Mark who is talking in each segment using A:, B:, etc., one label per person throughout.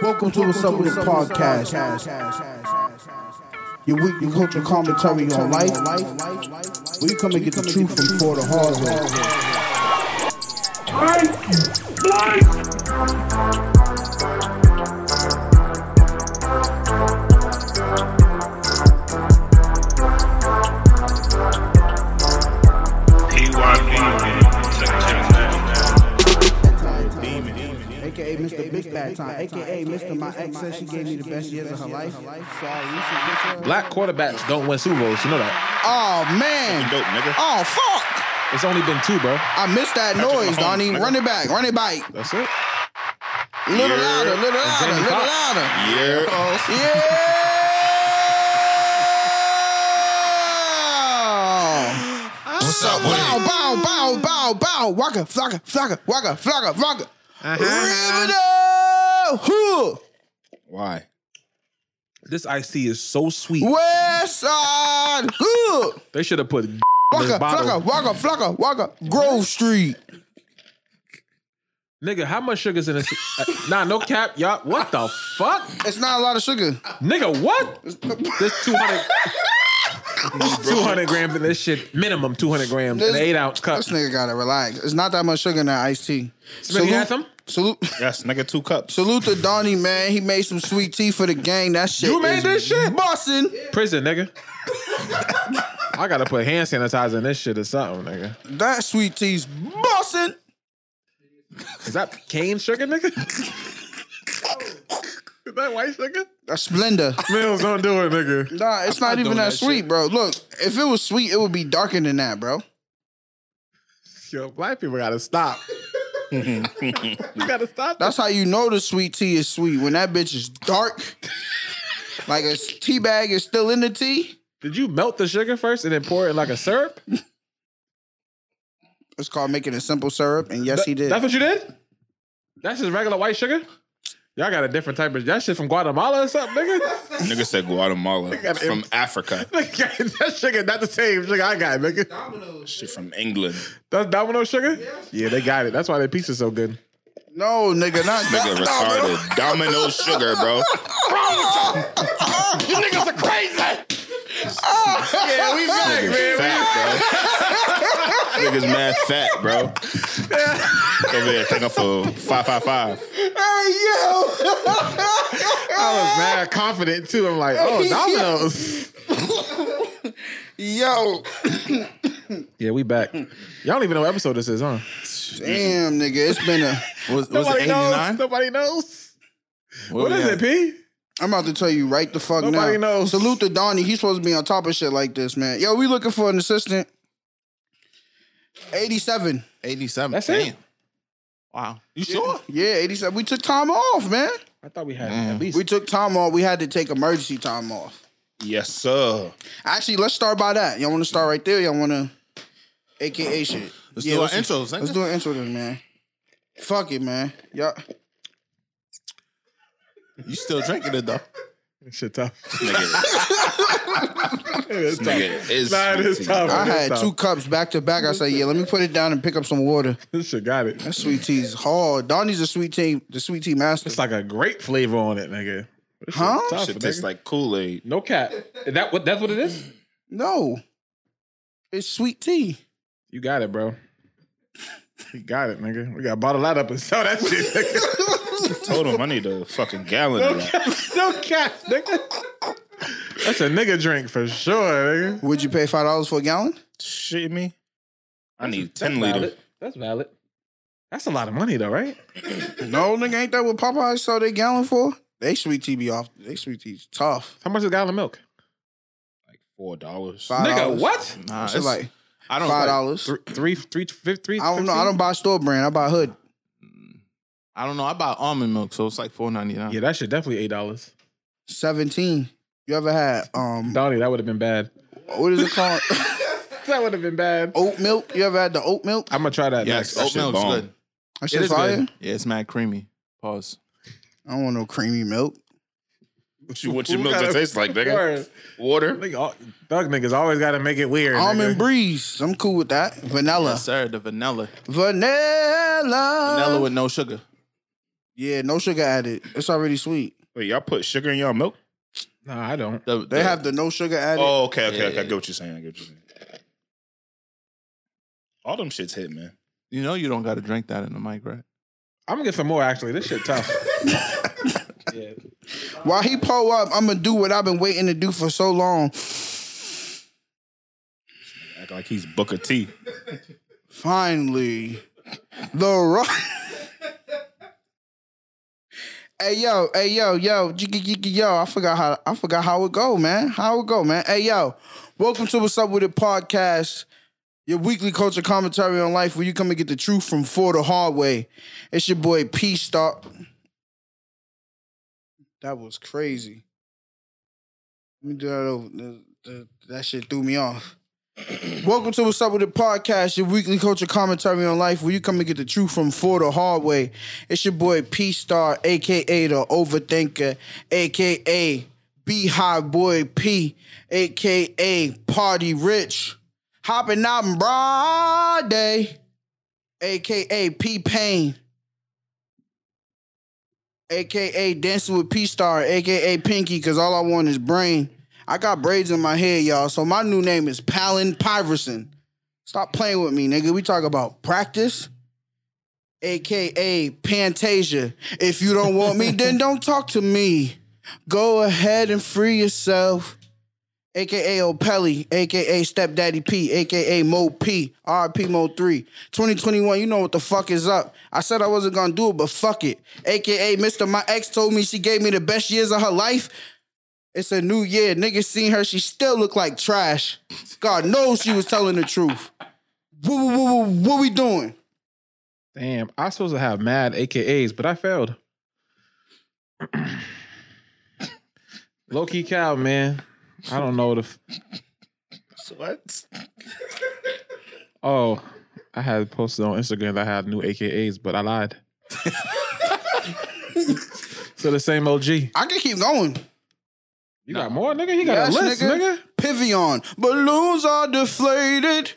A: Welcome to What's Up With It podcast. Your weekly culture commentary on life. We come and get the truth from for the hard way. AKA Mr. Big Bad Time. AKA Mr. My Ex said she gave me the best years of her life. Sorry, you should get your-
B: Black quarterbacks don't win Super Bowls. You know that.
A: Oh man.
C: Dope, nigga.
A: Oh fuck.
B: It's only been two, bro.
A: I missed that noise,
C: Mahomes,
A: Donnie.
C: nigga.
A: Run it back. Run it back.
B: That's it.
A: Little
C: Yeah.
A: louder. Little louder.
B: Jamie
A: Little
B: Foxx.
A: louder.
C: Yeah.
A: Yeah!
C: What's up with
A: Bow,
C: it?
A: bow, bow, bow, bow. Waka, flocka, flocka, waka, flocka, flocka. Riverdale! Huh.
C: Why?
B: This IC is so sweet.
A: West Side! Huh.
B: They should have put in
A: Waka,
B: this
A: flocka,
B: bottle.
A: waka, flocka, waka. Grove Street.
B: Nigga, how much sugar's in this? Uh, nah, no cap, y'all. What the fuck?
A: It's not a lot of sugar.
B: Nigga, what? This 200, 200 grams in this shit. Minimum 200 grams in an
A: This-
B: 8 ounce cup.
A: This nigga gotta relax. It's not that much sugar in that iced tea.
B: Smitty, you had some?
A: Salute.
C: Yes, nigga, two cups.
A: Salute to Donnie, man. He made some sweet tea for the gang. That shit.
B: You made
A: is
B: this shit?
A: Bussin'.
B: Prison, nigga. I gotta put hand sanitizer in this shit or something, nigga.
A: That sweet tea's bussin'.
B: Is that cane sugar, nigga? is that white sugar?
A: That's Splenda.
B: Mills, don't do it, nigga.
A: Nah, it's
B: not
A: not, even
B: doing
A: that,
B: that
A: sweet,
B: shit.
A: bro. Look, if it was sweet, it would be darker than that, bro.
B: Yo, black people gotta stop. you gotta stop.
A: That's how you know the sweet tea is sweet when that bitch is dark. like a s- tea bag is still in the tea.
B: Did you melt the sugar first and then pour it in like a syrup?
A: It's called making a simple syrup, and yes, he did.
B: That's what you did? That's just regular white sugar? Y'all got a different type of that shit from Guatemala or something, nigga?
C: nigga said Guatemala
B: got
C: from Africa.
B: Nigga, that sugar not the same sugar I got, nigga.
C: Shit from England.
B: That's Domino sugar? Yeah, they got it. That's why their pizza's so good.
A: no, nigga, not
C: Nigga
A: that.
C: retarded. Domino sugar, bro.
B: Yeah, we back,
C: Niggas fat, bro. Niggas mad fat, bro. Over there, taking for five five five.
A: Hey, yo.
B: I was mad confident too. I'm like, oh, Domino's.
A: Yo.
B: yeah, we back. Y'all don't even know what episode this is, huh?
A: Damn, nigga. It's been a.
C: Was,
B: Nobody knows. Nobody knows. What is it, P?
A: I'm about to tell you right the fuck
B: Nobody
A: now.
B: knows.
A: Salute to Donnie. He's supposed to be on top of shit like this, man. Yo, we looking for an assistant. 87.
D: 87.
B: That's
D: Damn.
B: it.
D: Wow. You sure?
A: Yeah, 87. We took time off, man.
B: I thought we had at least.
A: We took time off. We had to take emergency time off.
C: Yes, sir.
A: Actually, let's start by that. Y'all want to start right there? Y'all want to AKA shit?
D: Let's
A: Yeah,
D: do our
A: let's-
D: intros.
A: Let's do an intro then, man. Fuck it, man. Yeah.
D: You still drinking it though.
B: shit tough.
C: Nigga,
B: It's tough.
C: nigga is
B: Nah, it is
C: sweet.
B: tough.
A: I
B: It is
A: had
B: tough.
A: two cups back to back. I said, yeah, let me put it down and pick up some water.
B: This shit got it.
A: That sweet tea's hard. Donnie's a sweet tea, the sweet tea master.
B: It's like a grape flavor on it, nigga. This shit
A: Huh?
B: Tough,
C: Shit
B: nigga.
C: tastes like Kool Aid.
B: no cap. Is that what? That's what it is.
A: No. It's sweet tea.
B: You got it, bro. You got it, nigga. We got to bottle that up and sell that shit. Nigga.
C: Told him I need a fucking gallon of that.
B: no cap, nigga. That's a nigga drink for sure, nigga.
A: Would you pay five dollars for a gallon?
C: Shit, me. I need
B: That's
C: ten liter.
B: valid. That's valid. That's a lot of money though, right?
A: No, nigga, ain't that what Popeyes sold their gallon for? They sweet tea be off. They sweet tea's tough.
B: How much is a gallon of milk?
C: Like four dollars.
A: Five
B: Nigga,
A: dollars.
B: what?
D: Nah,
A: Shit like
D: I don't
A: five
D: like-
A: dollars.
B: Three, three, three, fif- three.
A: I don't know. I don't buy store brand. I buy hood.
D: I don't know. I buy almond milk, so it's like four ninety nine.
B: Yeah, that shit definitely eight dollars.
A: Seventeen. You ever had um
B: Donnie, that would have been bad.
A: what is it called?
B: That would have been bad.
A: oat milk? You ever had the oat milk?
B: I'm gonna try that next.
D: Yes,
C: that
D: oat
C: shit
D: milk's
C: bomb.
D: good.
A: That
B: It
A: shit
B: is
A: fire.
B: good.
D: Yeah, it's mad creamy. Pause.
A: I don't want no creamy milk.
C: What you want your
B: Who
C: milk
B: got
C: to
B: a-
C: taste like, nigga?
B: Word.
C: Water.
B: Nigga, all- thug niggas always gotta make it weird.
A: Almond
B: nigga.
A: breeze. I'm cool with that. Vanilla.
D: Yes, sir. The vanilla.
A: Vanilla.
D: vanilla with no sugar.
A: Yeah, no sugar added. It's already sweet.
C: Wait, y'all put sugar in y'all milk?
B: No, I don't.
D: The-
A: They
D: the-
A: have the no sugar added.
C: Oh, okay, okay,
D: Yeah,
C: okay. I
D: yeah.
C: get what you're saying. I get what you're saying. All them shits hit, man.
D: you know you don't got to drink that in the mic, right?
B: I'm gonna get some more. Actually, this shit tough. yeah.
A: While he pull up, I'm gonna do what I've been waiting to do for so long.
C: Act like he's Booker T.
A: Finally, the rock. hey yo, hey yo, yo, jiggy, jiggy, yo! I forgot how I forgot how it go, man. How it go, man? Hey yo, welcome to What's Up with It podcast. Your weekly culture commentary on life, where you come and get the truth from for the hard way. It's your boy P Star. That was crazy. Let me do that over. That- that- that shit threw me off. Welcome to What's Up with the Podcast, your weekly culture commentary on life, where you come and get the truth from for the hard way. It's your boy P Star, aka the Overthinker, aka Beehive Boy P, aka Party Rich, hopping out in broad day, aka P Pain, aka Dancing with P Star, aka Pinky, because all I want is brain. I got braids in my head, y'all. So my new name is Palin Piverson. Stop playing with me, nigga. We talk about practice, aka Pantasia. If you don't want me, then don't talk to me. Go ahead and free yourself. AKA O'Pelly, AKA Stepdaddy P, AKA Mo P, RP Mo 3. 2021, you know what the fuck is up. I said I wasn't gonna do it, but fuck it. AKA Mr. My ex told me she gave me the best years of her life. It's a new year. Niggas seen her. She still look like trash. God knows she was telling the truth. What, what, what, what- what we doing?
B: Damn, I was supposed to have mad AKAs, but I failed. Low key cow, man. I don't know the. F-
C: What?
B: oh, I had posted on Instagram that I had new AKAs, but I lied. so the same OG. You
A: I can keep going.
B: got more, nigga? He got
A: Yes,
B: a list,
A: nigga.
B: nigga.
A: Pivion. Balloons are deflated.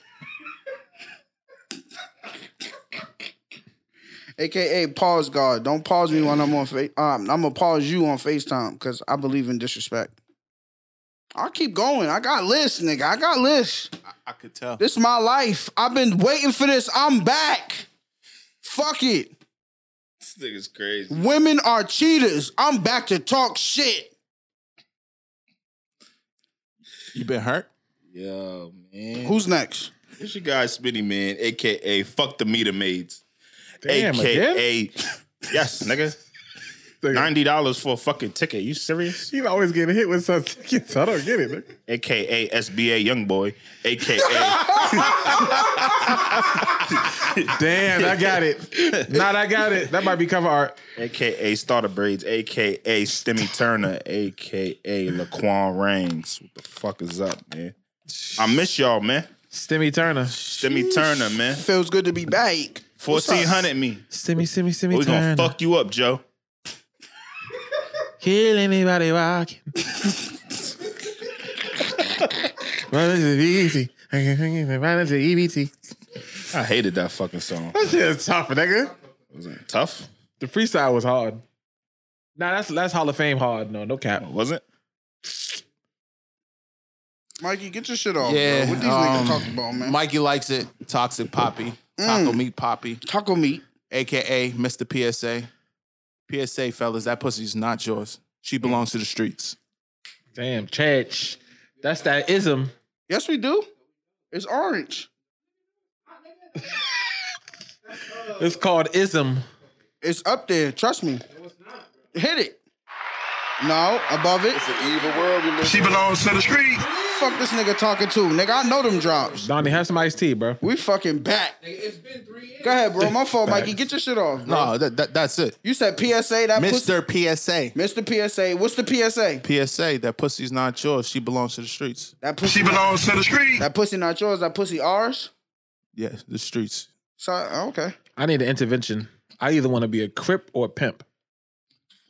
A: AKA pause guard. Don't pause me when I'm on fa- um, I'm gonna pause you on FaceTime because I believe in disrespect. I'll keep going. I got lists, nigga. I got lists.
D: I could tell.
A: This my life. I've been waiting for this. I'm back. Fuck it.
C: This nigga's crazy.
A: Women are cheaters. I'm back to talk shit.
D: You been hurt?
C: Yo, man.
A: Who's next?
C: It's your guy Spitty Man, aka Fuck the Meter Maids.
B: Damn,
C: aka Yes, nigga.
B: Nigga,
C: Ninety dollars for a fucking ticket. You serious?
B: He always getting hit with some tickets. I don't get it, nigga.
C: AKA SBA Young Boy. AKA
B: Damn, I got it. Not I got it. That might be cover art.
C: AKA Starter Braids. AKA Stimmy Turner. AKA Laquan Reigns. What the fuck is up, man? I miss y'all, man.
B: Stimmy Turner.
C: Stimmy Turner, man.
A: Feels good to be back.
C: Fourteen hundred me.
B: Stimmy, Stimmy, Stimmy
C: We
B: Turner.
C: gonna fuck you up, Joe.
B: Kill anybody walking. Run into the EBT. Run into the E EBT.
C: I hated that fucking song.
B: That shit is tough, nigga.
C: Was it tough?
B: The freestyle was hard. Nah, that's that's Hall of Fame hard. No, no cap.
C: Was it?
A: Mikey, get your shit off.
D: Yeah,
A: Oh, Bro. What these
D: um,
A: niggas talking about, man? Mm.
D: Mikey likes it. Toxic Poppy. Taco Meat Poppy.
A: Taco meat.
D: AKA Mr. PSA. PSA, fellas, that pussy's not yours. She belongs to the streets.
B: Damn, church. That's that ism.
A: Yes, we do. It's orange.
B: It's called ism.
A: It's up there. Trust me. Hit it. No, above it.
E: She belongs to the street.
A: Fuck this nigga talking to. Nigga, I know them drops.
B: Donnie, have some iced tea, bro.
A: We fucking back. Go ahead, bro. My fault, Mikey. Get your shit off. Bro.
D: No, that, that, that's it.
A: You said PSA. That pussy-
D: Mr. PSA.
A: Mr. PSA. What's the PSA?
D: PSA, that pussy's not yours. She belongs to the streets.
A: That pussy.
E: She belongs to the street.
A: that pussy not yours. That pussy ours.
D: Yeah, the streets.
A: So okay.
B: I need an intervention. I either want to be a crip or a pimp.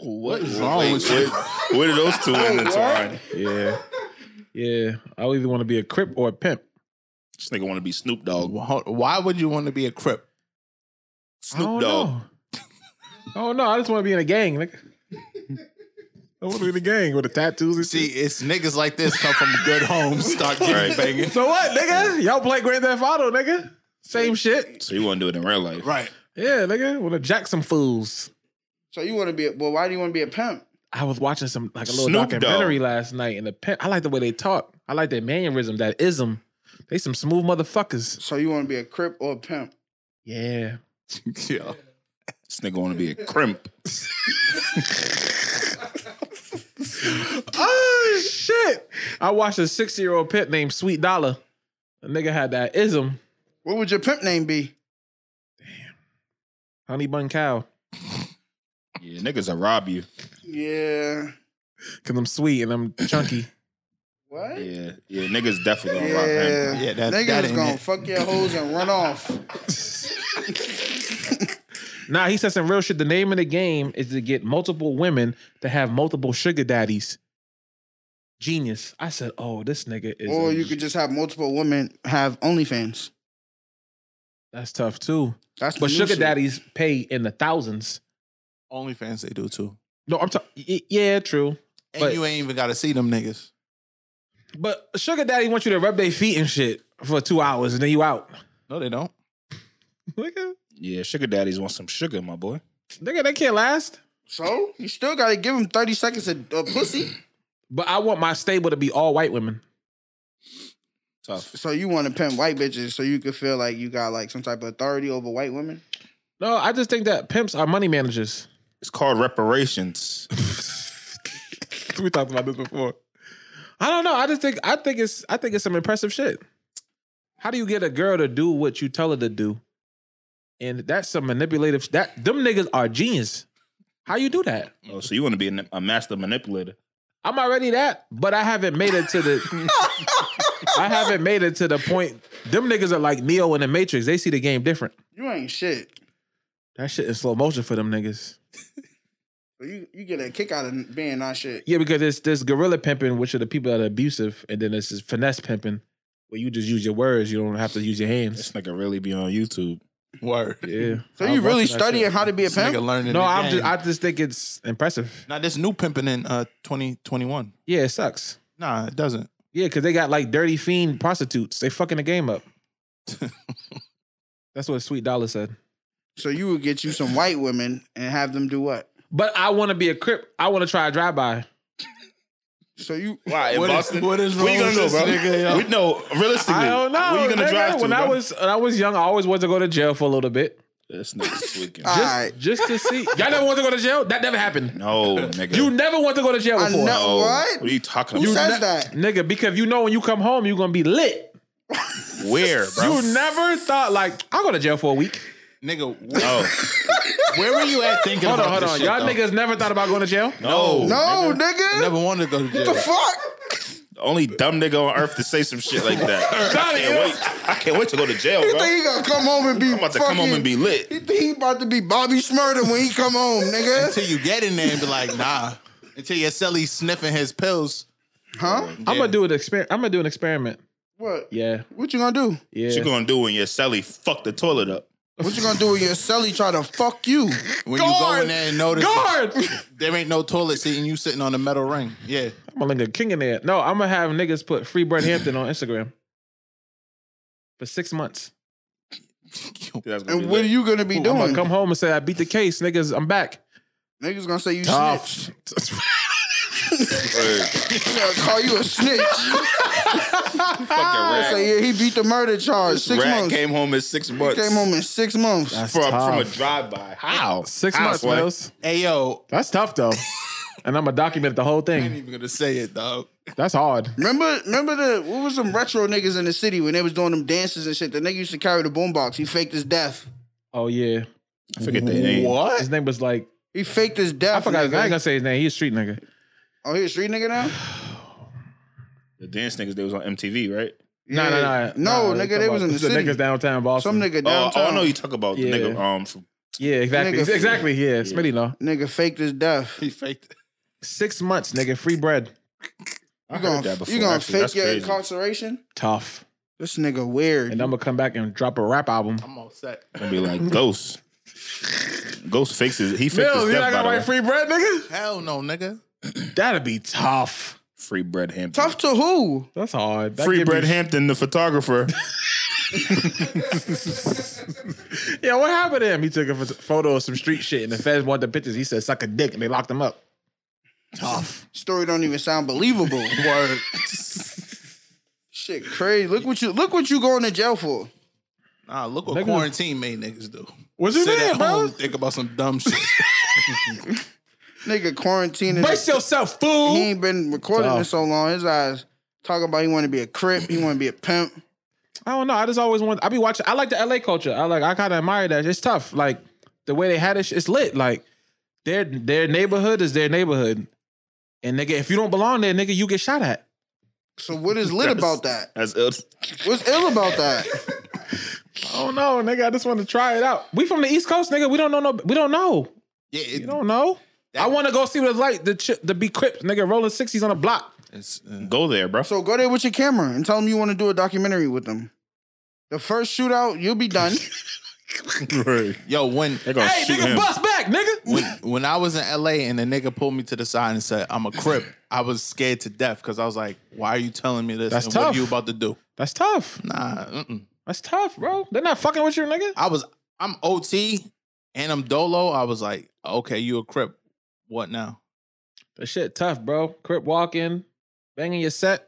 C: What is
D: wrong with you?
C: Where did those two intertwine?
B: Yeah. Yeah. I either want to be a crip or a pimp.
D: Mm-hmm.
C: This nigga want to be Snoop Dogg.
D: Wh- Why would you want to be a crip?
C: Snoop Dogg.
B: Oh no, I just want to be in a gang. Like, I want to be in a gang with the tattoos and
D: See,
B: shit.
D: it's niggas like this come from good homes, start getting
C: Right.
D: banging.
B: So what, nigga? Y'all play Grand Theft Auto, nigga. Same shit.
C: So you want to do it in real life?
D: Right.
B: Yeah, nigga. Wanna jack some fools.
A: So you want to be? A, well, why do you want to be a pimp?
B: I was watching some like a little
C: Snoop Dogg.
B: documentary last night, and the pen, I like the way they talk. I like their mannerism, that ism. They some smooth motherfuckers.
A: So you want to be a crip or a pimp?
B: Yeah,
D: yeah.
C: This nigga want to be a crimp.
B: Oh shit! I watched a sixty-year-old pimp named Sweet Dollar. The nigga had that ism,
A: What would your pimp name be?
B: honey bun cow,
C: Yeah, niggas will rob you.
A: Yeah.
B: cause I'm sweet and I'm chunky.
A: What?
C: Yeah, yeah, niggas definitely gonna rob him.
A: Yeah.
D: Yeah, that-
A: Niggas
D: that ain't
A: gonna
D: it.
A: fuck your hoes and run off.
B: nah, he said some real shit. The name of the game is to get multiple women to have multiple sugar daddies. Genius. I said, oh, this nigga is.
A: Or
B: a-
A: you could just have multiple women have OnlyFans.
B: That's tough too.
A: That's the
B: But
A: new
B: sugar
A: shit.
B: daddies pay in the thousands.
D: OnlyFans they do too.
B: No, I'm talking. Yeah, true.
D: And
B: But-
D: you ain't even gotta see them niggas.
B: But sugar daddy wants you to rub their feet and shit for two hours, and then you out.
D: No, they don't.
B: Nigga,
C: Yeah, sugar daddies want some sugar, my boy.
B: nigga, they can't last.
A: So you still gotta give them thirty seconds of, of pussy.
B: But I want my stable to be all white women.
C: Tough.
A: So you want to pimp white bitches so you could feel like you got like some type of authority over white women.
B: No, I just think that pimps are money managers.
C: It's called reparations.
B: we talked about this before. I don't know. I just think I think it's I think it's some impressive shit. How do you get a girl to do what you tell her to do? And that's some manipulative. That them niggas are genius. How you do that?
D: Mm-hmm.
C: Oh, so you want to be a, a master manipulator?
B: I'm already that, but I haven't made it to the. I haven't made it to the point. Them niggas are like Neo in the Matrix. They see the game different.
A: You ain't shit.
B: That shit is slow motion for them niggas.
A: So you you get a kick out of being not shit.
B: Yeah, because there's there's gorilla pimping, which are the people that are abusive, and then there's this finesse pimping, where you just use your words. You don't have to use your hands.
C: This nigga really be on YouTube.
D: Word.
B: Yeah.
A: So
B: I
A: you
B: was
A: really
B: watching that
A: studying
B: shit.
A: how to be a
D: This nigga
A: pimp?
D: learning.
B: No,
D: the
B: I'm
D: game.
B: just I just think it's impressive.
D: now this new pimping in uh 2021.
B: Yeah, it sucks.
D: Nah, it doesn't.
B: Yeah, because they got like dirty fiend prostitutes. They fucking the game up. That's what Sweet Dollar said.
A: So you would get you some white women and have them do what?
B: But I want to be a crip. I want to try a drive by.
A: So you
C: Why in
D: What is-
C: Boston?
D: what is
C: Where you
D: wrong
C: gonna
D: with
C: go,
D: this
C: bro?
D: nigga, yo?
C: We know realistically.
B: I don't know.
C: Where you gonna
B: nigga.
C: drive to,
B: when I
C: bro?
B: was when I was young, I always wanted to go to jail for a little bit.
C: This nigga's tweaking.
A: All
B: Just,
A: right.
B: just to see. Y'all never want to go to jail? That never happened.
C: no, nigga.
B: You never want to go to jail
A: I
B: before.
A: know.
C: No.
A: What?
C: What? are you talking
A: who
C: about?
A: says that?
B: Nigga, because you know when you come home, you're gonna be lit.
C: Where, bro?
B: You never thought like I'll go to jail for a week.
D: Nigga, wh-
C: Oh
D: where were you at thinking
B: Hold on,
D: about
B: hold
D: this
B: on.
D: shit,
B: Y'all
D: though?
B: niggas never thought about going to jail.
C: no,
A: No,
C: nigga.
A: Oh, nigga.
D: Never wanted to go to
A: The
D: jail.
A: fuck?
C: Only dumb nigga on earth to say some shit like that. I can't wait. I can't wait to go to jail,
A: You
C: bro.
A: think
C: I'm
A: he gonna come home and be
C: about to
A: fucking,
C: come home and be lit.
A: He think he about to be Bobby Smurda when he come home, nigga?
D: Until you get in there and be like, nah. Until your celly sniffing his pills.
A: Huh?
B: I'm
D: Yeah.
B: gonna do an experiment. I'm gonna do an experiment.
A: What?
B: Yeah,
A: What you gonna do?
B: yeah.
C: What you gonna do when your celly fuck the toilet up?
A: What you gonna do when your celly try to fuck you?
D: When you
B: Guard!
D: go in there and notice
B: Guard.
D: there ain't no toilet seat and you sitting on a metal ring. Yeah.
B: I'm gonna link a king in there. No, I'm gonna have niggas put free Brett Hampton on Instagram for six months.
C: That's gonna be
A: And what
C: lit.
A: are you gonna be
B: I'm
A: doing?
B: gonna come home and say I beat the case, niggas. I'm back.
A: Niggas gonna say you snitch.
C: Hey,
A: They gonna call you a snitch.
C: fucking
A: I
C: rat.
A: say yeah, he beat the murder charge. Six
C: rat
A: months. Came,
C: came home in six months.
A: came home in six months.
C: from, from a drive by. How?
B: Six
C: How,
B: months,
C: Sway?
B: Mills.
D: Hey yo.
B: That's tough though. and I'm gonna document the whole
D: I ain't
B: thing.
D: even gonna say it, dog.
B: That's hard.
A: Remember, remember the what was some retro niggas in the city when they was doing them dances and shit. The nigga used to carry the boombox. He faked his death.
B: Oh yeah.
C: I forget the name.
D: What?
B: His name was like
A: He faked his death.
B: I forgot. His, I ain't
A: nigga.
B: gonna say his name. He's a street nigga.
A: Oh, he a street nigga now?
C: The dance niggas they was on MTV, right?
B: No, no, no,
A: No,
B: Nah,
A: nigga, they was in the
B: it's
A: city.
B: niggas downtown Boston.
A: Some nigga
C: Oh,
A: downtown.
C: oh, I know you talk about
B: Yeah.
C: the nigga um from
B: Yeah, exactly,
A: Nigga-
B: exactly. Yeah, Smitty know.
A: Nigga faked his death.
D: He faked it.
B: Six months, nigga. Free bread.
C: I
A: You
C: heard
A: gonna,
C: that before.
A: you gonna
C: actually.
A: fake
C: That's
A: your
C: crazy.
A: incarceration?
B: Tough.
A: This nigga weird.
B: And I'm gonna come back and drop a rap album.
D: I'm all set.
C: Gonna be like ghosts. Ghost fixes. He fixed
B: Mills,
C: his
B: you not gonna
C: death by the
B: buy
C: way. Free,
B: free bread, nigga?
D: Hell no, nigga.
B: That'd be tough.
C: bread Hampton.
A: Tough to who?
B: That's hard. That
C: free
B: give me-
C: bread Hampton, the photographer.
B: Yeah, what happened to him? He took a ph- photo of some street shit, and the feds wanted the pictures. He said, "Suck a dick," and they locked him up. Tough.
A: Story don't even sound believable.
D: Word.
A: Shit, crazy. Look what you look what you going to jail for.
D: Nah, look what
B: Niggas-
D: quarantine made niggas do.
B: What you mean, bro?
D: think about some dumb shit.
A: Nigga quarantining.
B: Brace yourself, fool.
A: He ain't been recording
B: Tough.
A: in so long. His eyes talking about he want to be a crip. He want to be a pimp.
B: I don't know. I just always want. I be watching. I like the LA culture. I like. I kind of admire that. It's tough. Like the way they had it. It's lit. Like their their neighborhood is their neighborhood, and nigga, if you don't belong there, nigga, you get shot at.
A: So what is lit about that?
C: That's ill.
A: What's ill about that?
B: I don't know, nigga. I just want to try it out. We from the East Coast, nigga. We don't know. No, we don't know.
D: Yeah,
B: You
D: it,
B: don't know. I want to go see what it's like to ch- to be Crips, nigga, rolling sixties on a block.
D: it's, uh,
C: Go there, bro.
A: So go there with your camera and tell them you want to do a documentary with them. The first shootout, you'll be done.
C: Right.
D: yo, when
C: They're gonna
B: hey,
C: shoot
B: nigga,
C: him.
B: bust back, nigga.
D: when when I was in LA and the nigga pulled me to the side and said I'm a crip, I was scared to death because I was like, why are you telling me this?
B: That's
D: and
B: tough.
D: What are you about to do?
B: That's tough.
D: Nah, mm-mm.
B: That's tough, bro. They're not fucking with you, nigga.
D: I was I'm OT and I'm Dolo. I was like, okay, you a crip. What now?
B: That shit tough, bro. Crip walking, banging your set.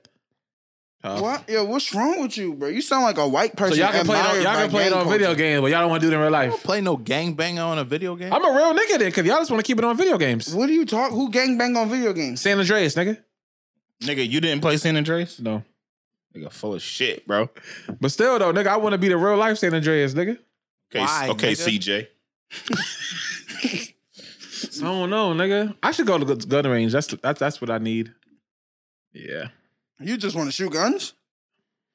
B: Tough.
A: what? Yo, what's wrong with you, bro? You sound like a white
B: So
A: person.
B: y'all can play it on,
A: admired
B: y'all
A: by
B: can play it
A: gang
B: on
A: culture.
B: video games, but y'all don't want to do it in real
D: I don't
B: life.
D: play no gangbanger on a video game.
B: I'm a real nigga then, cause y'all just want to keep it on video games.
A: What do you talk? Who gangbang on video games?
B: San Andreas, nigga.
C: Nigga, you didn't play San Andreas?
B: No,
C: Nigga, full of shit, bro.
B: but still though, nigga, I want to be the real life San Andreas, nigga.
C: Okay,
D: Why,
C: okay,
D: nigga?
C: CJ.
B: I don't know, nigga. I should go to the gun range. That's that's that's what I need. Yeah,
A: You just want to shoot guns?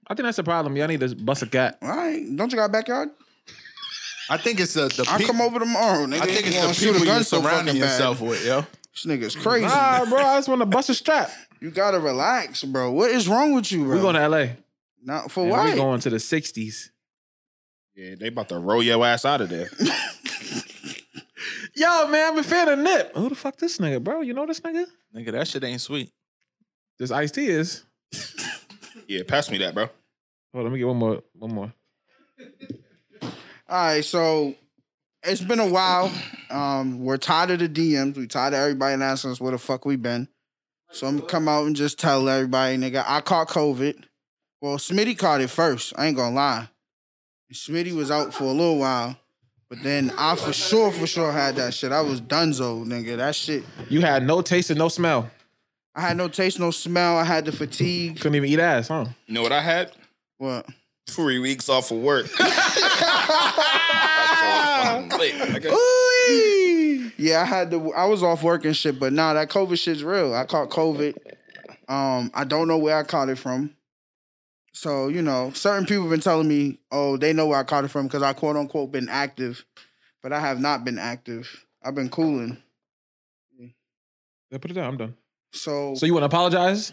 B: I think that's the problem. Y'all need to bust a cat.
A: All right. Don't you got a backyard?
D: I think it's the the
A: I'll
D: pe-
A: come over tomorrow, nigga.
D: I think
A: You wanna
D: it's the people you're
A: so
D: surrounding
A: fucking bad.
D: yourself with, yo.
A: This nigga's crazy.
B: Nah, bro, I just want to bust a strap.
A: You gotta relax, bro. What is wrong with you, bro?
B: We going to L.A.
A: Not for
B: and
A: what?
B: We going to the '60s.
C: Yeah, they about to roll your ass out of there.
B: Yo, man, I'm a fan of Nip. Who the fuck this nigga, bro? You know this nigga?
D: Nigga, that shit ain't sweet.
B: This Ice T is.
C: yeah, pass me that, bro.
B: Hold on, let me get one more. One more.
A: All right, so it's been a while. Um, we're tired of the DMs. We tired of everybody asking us where the fuck we been. So I'm gonna come out and just tell everybody, nigga, I caught COVID. Well, Smitty caught it first. I ain't gonna lie. Smitty was out for a little while, but then I for sure, for sure had that shit. I was dunzo, nigga. That shit.
B: You had no taste and no smell.
A: I had no taste, no smell. I had the fatigue.
B: Couldn't even eat ass, huh?
C: You know what I had?
A: What?
C: Three weeks off of work. That's so fucking lit, nigga.
A: Yeah, I had to. I was off work and shit, but nah, that COVID shit's real. I caught COVID. Um, I don't know where I caught it from. So you know, certain people have been telling me, oh, they know where I caught it from because I quote unquote been active, but I have not been active. I've been cooling.
B: Yeah, put it down. I'm done.
A: So,
B: So you want to apologize,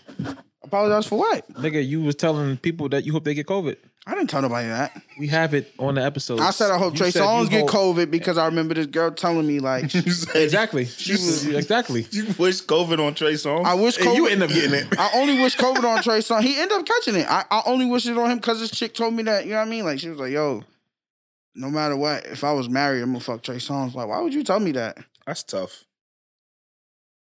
A: apologize for what?
B: nigga? You was telling people that you hope they get COVID.
A: I didn't tell nobody that.
B: We have it on the episode.
A: I said I hope
B: You
A: Trey
B: said you
A: Songz get
B: hope-
A: COVID because I remember this girl telling me like,
C: You said
B: Exactly. She was exactly.
C: you wish COVID on Trey Song.
A: I wish COVID.
B: And you end up getting it.
A: I only wish COVID on Trey Song. He ended up catching it. I, I only wish it on him because this chick told me that. You know what I mean? Like she was like, "Yo, no matter what, if I was married, I'm gonna fuck Trey Songz." Like, why would you tell me that?
C: That's tough.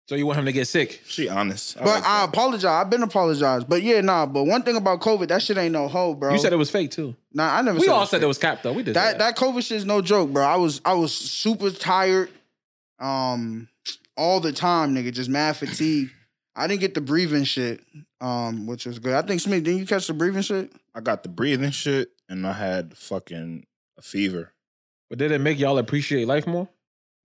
B: So you want him to get sick?
C: She honest. I
A: but
C: like
A: I
C: that.
A: apologize. I've been apologized. But yeah, nah. But one thing about COVID, that shit ain't no hoe, bro.
B: You said it was fake too.
A: nah. I never.
B: We
A: said
B: all
A: that
B: said
A: shit.
B: it was cap though. We did
A: that that COVID shit is no joke, bro. I was I was super tired, um, all the time, nigga. Just mad fatigue. I didn't get the breathing shit, um, which was good. I think Smith, didn't you catch the breathing shit?
C: I got the breathing shit and I had fucking a fever.
B: But did it make y'all appreciate life more?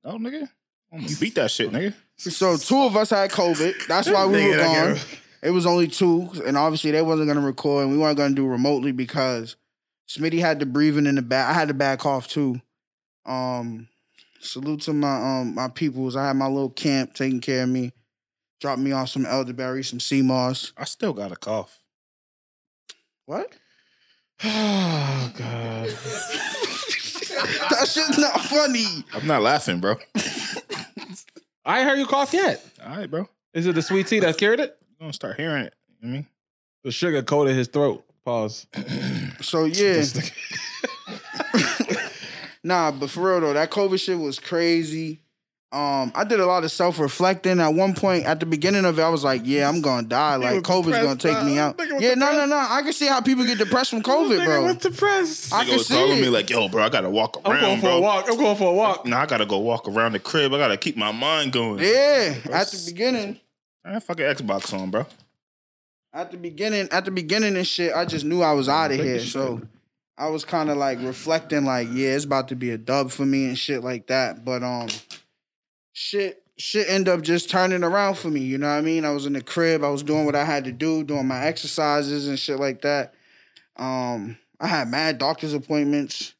C: Oh nigga. I'm gonna beat that shit, nigga.
A: So two of us had COVID. That's why we were gone. It was only two, and obviously they wasn't gonna record, and we weren't gonna do remotely because Smitty had the breathing in the back. I had to back off too. Um, salute to my um my peoples. I had my little camp taking care of me. Dropped me off some elderberry, some sea moss.
C: I still got a cough.
A: What?
B: Oh god.
A: that shit's not funny.
C: I'm not laughing, bro.
B: I ain't heard you cough yet.
C: All right, bro. You
B: Is it the sweet tea that cured it?
C: gonna start hearing it. You know what I mean,
B: The sugar coated his throat. Pause.
A: So yeah. nah, but for real though, that COVID shit was crazy. Um, I did a lot of self reflecting. At one point, at the beginning of it, I was like, "Yeah, I'm gonna die. Like
B: was
A: COVID's gonna
B: depressed,
A: take me
B: nah.
A: out."
B: Nigga was
A: Yeah, no, no, no. I can see how people get depressed from COVID,
B: Nigga was
A: bro.
B: depressed.
A: I
C: Nigga
A: can
C: was
A: see
C: calling me
A: it.
C: like, yo, bro, I gotta walk
B: I'm
C: around,
B: going for
C: bro.
B: a walk. I'm going for a walk.
C: Now I gotta go walk around the crib. I gotta keep my mind going.
A: Yeah, at the beginning,
C: I had fucking Xbox on, bro.
A: at the beginning, at the beginning and shit, I just knew I was out of here. So I was kind of like reflecting, like, yeah, it's about to be a dub for me and shit like that. But um, shit, shit end up just turning around for me. You know what I mean? I was in the crib, I was doing what I had to do, doing my exercises and shit like that. Um, I had mad doctor's appointments.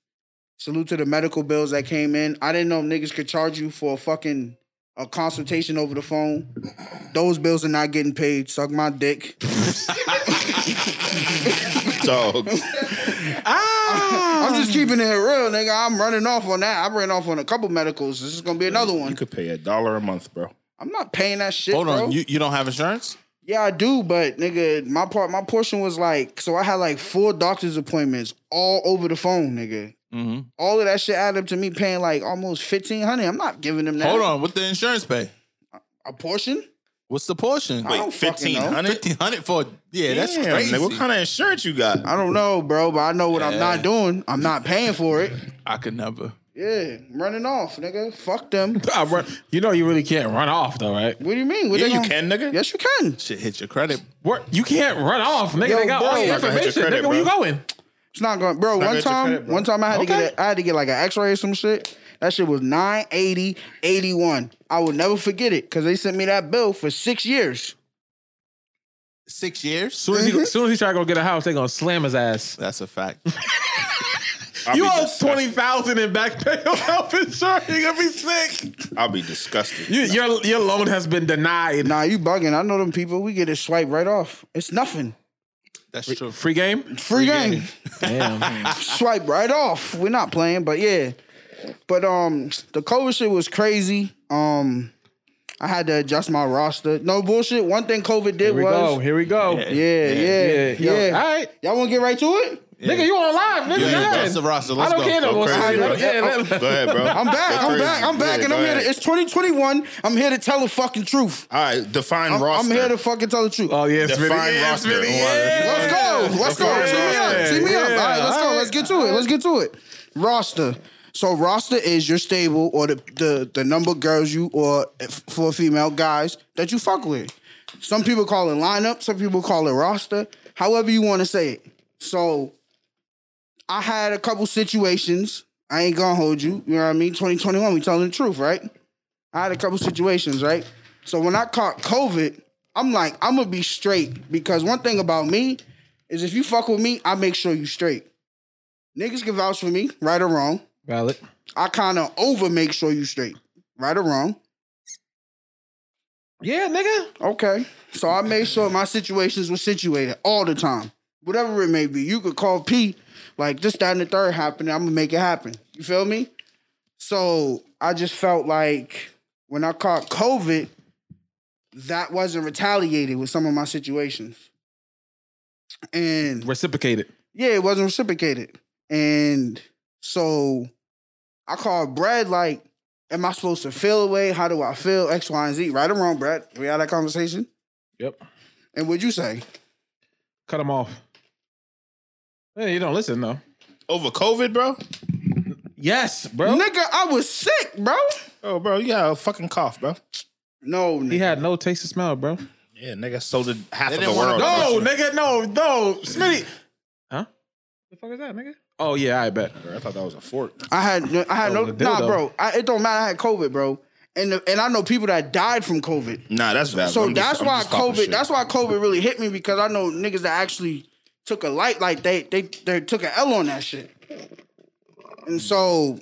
A: Salute to the medical bills that came in. I didn't know niggas could charge you for a fucking a consultation over the phone. Those bills are not getting paid. Suck my dick.
C: Dog.
B: Ah,
A: I'm
D: Um,
A: just keeping it real, nigga. I'm running off on that. I ran off on a couple medicals. This is gonna be another
C: you
A: one.
C: could pay a dollar a month, bro.
A: I'm not paying that shit,
D: Hold
A: bro.
D: on, you, you don't have insurance?
A: yeah, I do, but nigga, my part, my portion was like, so I had like four doctor's appointments all over the phone, nigga.
D: Mm-hmm.
A: All of that shit added up to me paying like almost fifteen hundred. I'm not giving them that.
D: Hold on, what the insurance pay?
A: a portion.
D: What's the portion?
A: I don't fucking know.
C: 1500?
D: fifteen hundred for yeah, that's
C: Damn,
D: crazy.
C: nigga, what kind of insurance you got?
A: I don't know, bro, but I know what I'm not
D: Yeah.
A: doing. I'm not paying for it.
D: I could never.
A: Yeah, I'm running off, nigga. Fuck them.
B: I run, you know you really can't run off though, right?
A: What do you mean? What
C: yeah,
A: they
C: you
A: gonna-
C: can, nigga.
A: Yes, you can.
D: Shit hit your credit.
B: What you can't run off, nigga.
A: Yo,
B: they got all
A: bro.
B: your
A: Not
C: gonna hit your
B: information,
C: credit,
B: nigga. Where you
C: bro.
B: going?
A: It's not going, bro.
C: not
A: one
C: gonna hit your
A: time,
C: credit, bro.
A: one time I had to
B: Okay.
A: get, a, I had to get like an X-ray or some shit. That shit was 980, 81. I will never forget it because they sent me that bill for six years.
D: Six years?
B: Soon as he, soon as he try to go get a house, they gonna slam his ass.
D: That's a fact.
C: I'll
B: You
C: be
B: owe
C: disgusted.
B: twenty thousand in back pay on health insurance. You gonna be sick.
C: I'll be disgusted.
B: You, your your loan has been denied.
A: Nah, you bugging. I know them people. We get it swiped right off. It's nothing.
D: That's true.
B: Free game.
A: Free game.
B: Damn.
A: Swipe right off. We're not playing, but yeah. But um, the COVID shit was crazy. Um, I had to adjust my roster. No bullshit. One thing COVID did
B: Here we go.
A: was,
B: Here we go.
A: yeah, yeah, yeah.
B: Yo, All right.
A: Y'all want to get right to it?
B: Nigga, you on live, nigga.
D: Yeah,
B: Go ahead.
D: that's the roster.
B: I
D: Let's
B: don't
D: go.
B: care no
C: Go
B: more.
C: crazy,
B: Sorry,
C: bro.
B: let- yeah, let-
C: Go ahead, bro.
A: I'm back. I'm
C: Go crazy.
A: back. I'm back,
C: Yeah,
A: and
C: go
A: I'm here.
C: ahead.
A: To, it's 2021. I'm here to tell the fucking truth.
C: All right, define
A: I'm,
C: roster. Uh,
A: I'm here to fucking tell the truth.
B: Oh yeah, it's
C: Define
B: Vinny. Yeah, it's
C: roster.
B: Vinny.
C: Hold on.
A: let's go.
B: Yeah.
A: Let's go.
C: Define
A: Team me up.
C: roster.
A: Team me up. All
B: Yeah.
A: right, let's go.
B: All right.
A: Let's get to it. Let's get to it. Roster. So roster is your stable or the the, the number of girls you or f- for female guys that you fuck with. Some people call it lineup. Some people call it roster. However you want to say it. So I had a couple situations. I ain't gonna hold you. You know what I mean? 2021, we telling the truth, right? I had a couple situations, right? So when I caught COVID, I'm like, I'm gonna be straight because one thing about me is if you fuck with me, I make sure you straight. Niggas can vouch for me, right or wrong.
B: Valid.
A: I kind of over make sure you straight, right or wrong.
B: Yeah, nigga.
A: Okay. So I made sure my situations were situated all the time. Whatever it may be. You could call P, like this, that, and the third happened. I'm gonna make it happen. You feel me? So I just felt like when I caught COVID, that wasn't retaliated with some of my situations. And
B: Reciprocated.
A: yeah, it wasn't reciprocated. And so I called Brad, like, am I supposed to feel away? How do I feel? X, Y, and Z. Right or wrong, Brad? We had that conversation.
B: Yep.
A: And what'd you say?
B: Cut him off. Hey, you don't listen though.
C: Over COVID, bro?
B: Yes, bro.
A: Nigga, I was sick, bro.
C: Oh, bro, you got a fucking cough, bro.
A: No,
B: He
A: nigga.
B: had no taste or smell, bro.
C: Yeah, nigga, so did half
D: They
C: of the
D: didn't wanna
C: world.
B: No, nigga, no, no, Smitty. Huh? The fuck is that, nigga? Oh yeah, I bet.
C: Bro, I thought that was a fork.
A: I had I had
B: Oh,
A: no
B: the
A: nah,
B: dildo.
A: bro. I, it don't matter. I had COVID, bro. And the, and I know people that died from COVID.
C: Nah, that's valid.
A: So
C: I'm just-
A: that's
C: I'm
A: why
C: just talking
A: COVID.
C: shit.
A: That's why COVID really hit me because I know niggas that actually took a light like they they they took an L on that shit. And so,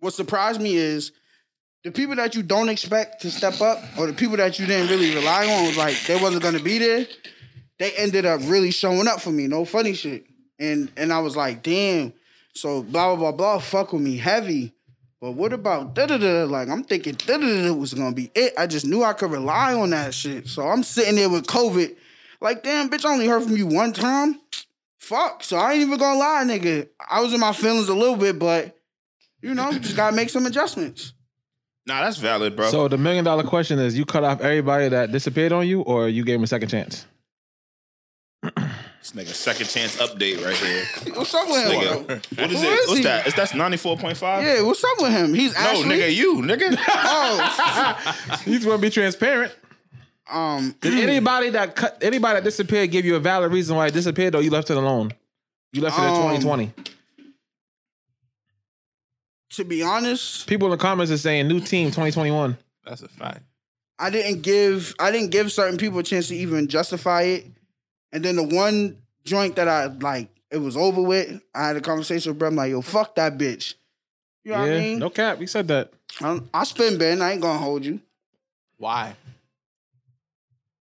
A: what surprised me is the people that you don't expect to step up, or the people that you didn't really rely on, was like they wasn't gonna be there. They ended up really showing up for me. No funny shit. And and I was like, damn. So blah blah blah blah. Fuck with me heavy. But what about da da da? Like I'm thinking da da da was gonna be it. I just knew I could rely on that shit. So I'm sitting there with COVID. Like damn, bitch, I only heard from you one time. Fuck. So I ain't even gonna lie, nigga. I was in my feelings a little bit, but you know, just gotta make some adjustments.
C: Nah, that's valid, bro.
B: So the million dollar question is: You cut off everybody that disappeared on you, or you gave them a second chance?
C: this nigga second chance update right here.
A: What's up with him?
C: nigga, what is
A: Who
C: it?
A: is
C: What's
A: he?
C: that? Is that's ninety four point five?
A: Yeah, what's up with him? He's
C: No,
A: actually.
C: nigga, you, nigga.
A: Oh,
B: You just want to be transparent.
A: um,
B: Did anybody that cut anybody that disappeared give you a valid reason why it disappeared, or you left it alone? You left it in
A: Um,
B: 2020.
A: to be honest,
B: People in the comments are saying new team 2021.
D: That's a fact.
A: I didn't give I didn't give certain people a chance to even justify it. And then the one joint that I like, it was over with. I had a conversation with bro. I'm like, yo, fuck that bitch. You know
B: yeah,
A: what I mean?
B: no cap. We said that.
A: I'm- I spin Ben. I ain't gonna hold you.
D: Why?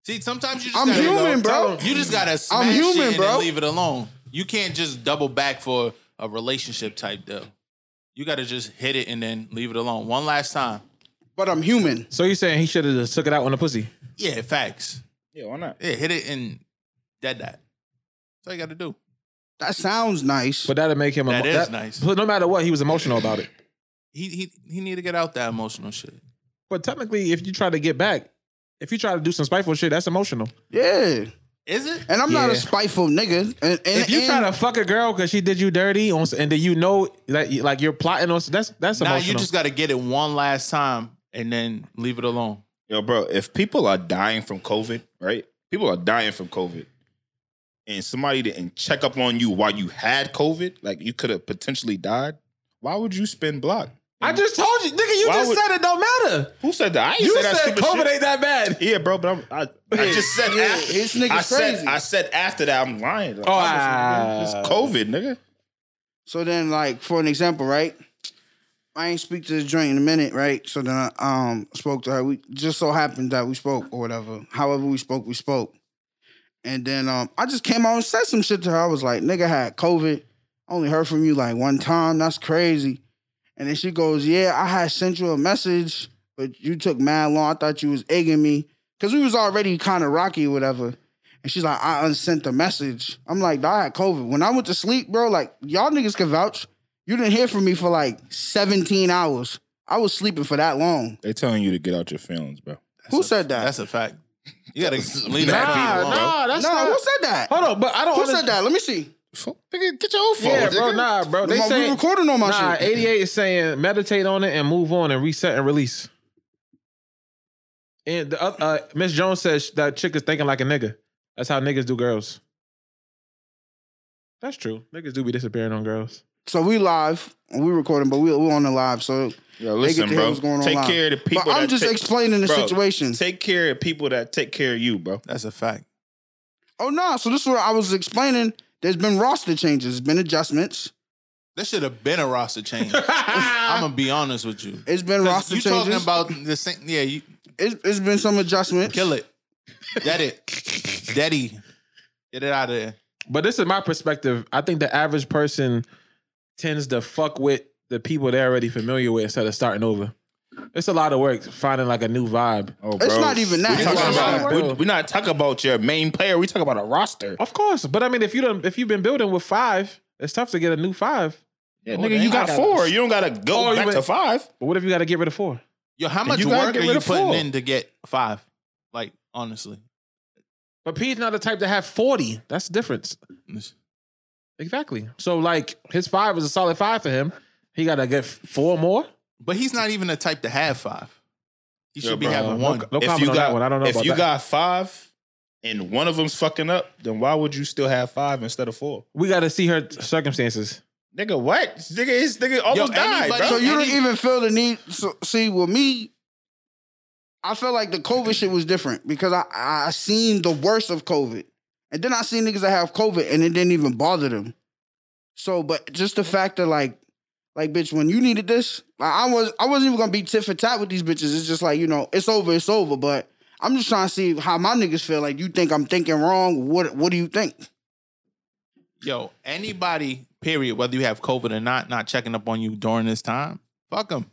D: See, sometimes you just
A: I'm
D: gotta,
A: human,
B: tell
A: bro.
B: him.
D: You just gotta smash
A: I'm human,
D: it and
A: bro.
D: then leave it alone. You can't just double back for a relationship type deal. You gotta just hit it and then leave it alone. One last time.
A: But I'm human.
B: So you saying he should have just took it out on the pussy?
D: Yeah, facts.
C: yeah, why not?
D: Yeah, hit it and dead that. That's all you gotta do.
A: That sounds nice.
B: But that'd make him.
D: That is nice.
B: But no matter what, he was emotional about it.
D: He he he need to get out that emotional shit.
B: But technically, if you try to get back, if you try to do some spiteful shit, that's emotional.
A: yeah.
D: Is it?
A: And I'm not a
B: Yeah.
A: spiteful nigga. And, and
B: if you
A: and,
B: try to fuck a girl because she did you dirty, on, and then you know that you- like you're plotting on, that's that's
D: Now
B: emotional.
D: you just gotta get it one last time and then leave it alone.
C: Yo, bro, if people are dying from COVID, right? People are dying from COVID. And somebody didn't check up on you while you had COVID, like you could have potentially died. Why would you spin block?
B: I just told you, nigga. You
C: Why
B: just
C: would-
B: said it don't matter.
C: Who said that? I ain't
B: You
C: say that
B: said
C: stupid
B: COVID
C: shit.
B: ain't that bad.
C: Yeah, bro, but I'm, I, I just said
A: Yeah,
C: after.
A: his nigga's
C: I said,
A: crazy.
C: I said after that, I'm lying. Like,
B: Oh,
C: I was-
B: ah.
C: it's COVID, nigga.
A: So then, like for an example, right? I ain't speak to this joint in a minute, right? So then I um spoke to her. We just so happened that we spoke or whatever. However we spoke, we spoke. And then um I just came out and said some shit to her. I was like, nigga had COVID. Only heard from you like one time. That's crazy. And then she goes, Yeah, I had sent you a message, but you took mad long. I thought you was egging me. Cause we was already kind of rocky or whatever. And she's like, I unsent the message. I'm like, "Nah, I had COVID. When I went to sleep, bro, like y'all niggas can vouch. You didn't hear from me for like 17 hours. I was sleeping for that long.
C: They telling you to get out your feelings, bro.
A: who said that?
D: That's a fact. You gotta leave that
B: Nah, nah,
D: beat alone.
B: that's
A: no,
B: not.
A: who said that?
B: Hold on, but I don't.
A: Who
B: understand-
A: said that? Let me see.
C: Fuck, nigga, get your own phone.
B: Yeah, bro,
C: nigga.
B: nah, bro. They
A: Come on, we
B: say
A: recording on my
B: nah.
A: shit.
B: 88 is saying meditate on it and move on and reset and release. And the other uh, Miss Jones says that chick is thinking like a nigga. That's how niggas do girls. That's true. Niggas do be disappearing on girls.
A: So we live. We recording, but we we on the live. So
C: Yo,
A: They get to
C: listen,
A: hear
C: bro.
A: what's going on
C: Take
A: live.
C: care of the people.
A: but I'm
C: that
A: just
C: take,
A: explaining the
C: bro,
A: situation.
C: Take care of people that take care of you, bro.
D: That's a fact.
A: oh no, so this is what I was explaining. There's been roster changes, been adjustments.
D: That should have been a roster change. I'm gonna be honest with you.
A: It's been
D: 'Cause
A: roster
D: you
A: changes.
D: talking about the same? Yeah, you
A: it's, it's been some adjustments.
D: kill it. That it, daddy, get it out of there.
B: But this is my perspective. I think the average person tends to fuck with the people they're already familiar with instead of starting over. It's a lot of work finding like a new vibe.
C: Oh,
A: It's not even that.
C: We
A: It's
C: talking
A: not
C: about,
B: that.
C: we, we not talking about your main player. We talking about a roster.
B: Of course, but I mean, if you don't, if you've been building with five, it's tough to get a new five.
C: Yeah,
B: Oh,
C: nigga,
B: dang,
C: you
B: I
C: got
B: got
C: four.
B: this.
C: You don't gotta go
B: Oh, you
C: back
B: went-
C: to five.
B: But what if you got to get rid of four?
D: Yo, how much
C: you gotta
D: work
C: get
D: are
C: rid
D: you
C: of
D: putting
C: four.
D: in to get five? Like honestly,
B: But P's not the type to have forty. That's the difference. Exactly. So like his five was a solid five for him. He got to get four more.
D: but he's not even the type to have five. He
C: Yeah,
D: should be
C: bro.
D: having
B: Uh,
D: one.
B: No, no comment on that one. I don't know
C: If
B: about
C: you
B: that.
C: got five and one of them's fucking up, then why would you still have five instead of four?
B: we got to see her circumstances.
C: Nigga, what? Nigga, his nigga almost died,
D: anybody-
C: bro.
A: So you don't
D: Any-
A: even feel the need. So, see, with me, I felt like the COVID shit was different because I I seen the worst of COVID, and then I seen niggas that have COVID and it didn't even bother them. So, but just the fact that like, like bitch, when you needed this, like I was I wasn't even gonna be tit for tat with these bitches. It's just like you know, it's over, it's over. But I'm just trying to see how my niggas feel. Like you think I'm thinking wrong? What What do you think?
D: Yo, anybody period, whether you have COVID or not, not checking up on you during this time, fuck them.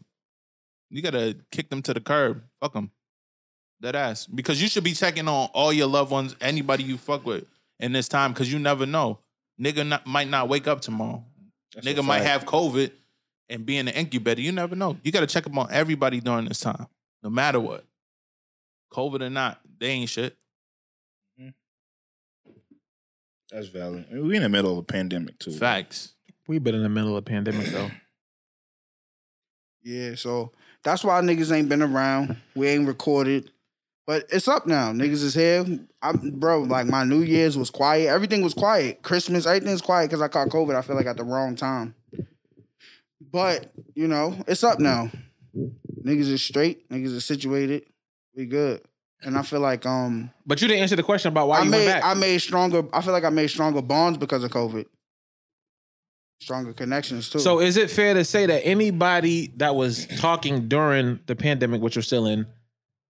D: You gotta kick them to the curb. Fuck them. That ass. Because you should be checking on all your loved ones, anybody you fuck with in this time, because you never know. Nigga not, might not wake up tomorrow.
C: That's a
D: Nigga might
C: fact.
D: have COVID and be in the incubator. You never know. You gotta check up on everybody during this time, no matter what. COVID or not, they ain't shit.
C: That's valid. I mean, we in the middle of a pandemic too.
D: Facts.
B: We've been in the middle of pandemic though.
A: Yeah, so that's why niggas ain't been around. We ain't recorded. But it's up now. Niggas is here. I'm bro, like my New Year's was quiet. Everything was quiet. Christmas, everything's quiet because I caught COVID. I feel like at the wrong time. But, you know, it's up now. Niggas is straight. Niggas is situated. We good. And I feel like um
B: But you didn't answer the question about why
A: I
B: you
A: made
B: went back.
A: I made stronger I feel like I made stronger bonds because of COVID. Stronger connections too.
B: So is it fair to say that anybody that was talking during the pandemic, which we're still in,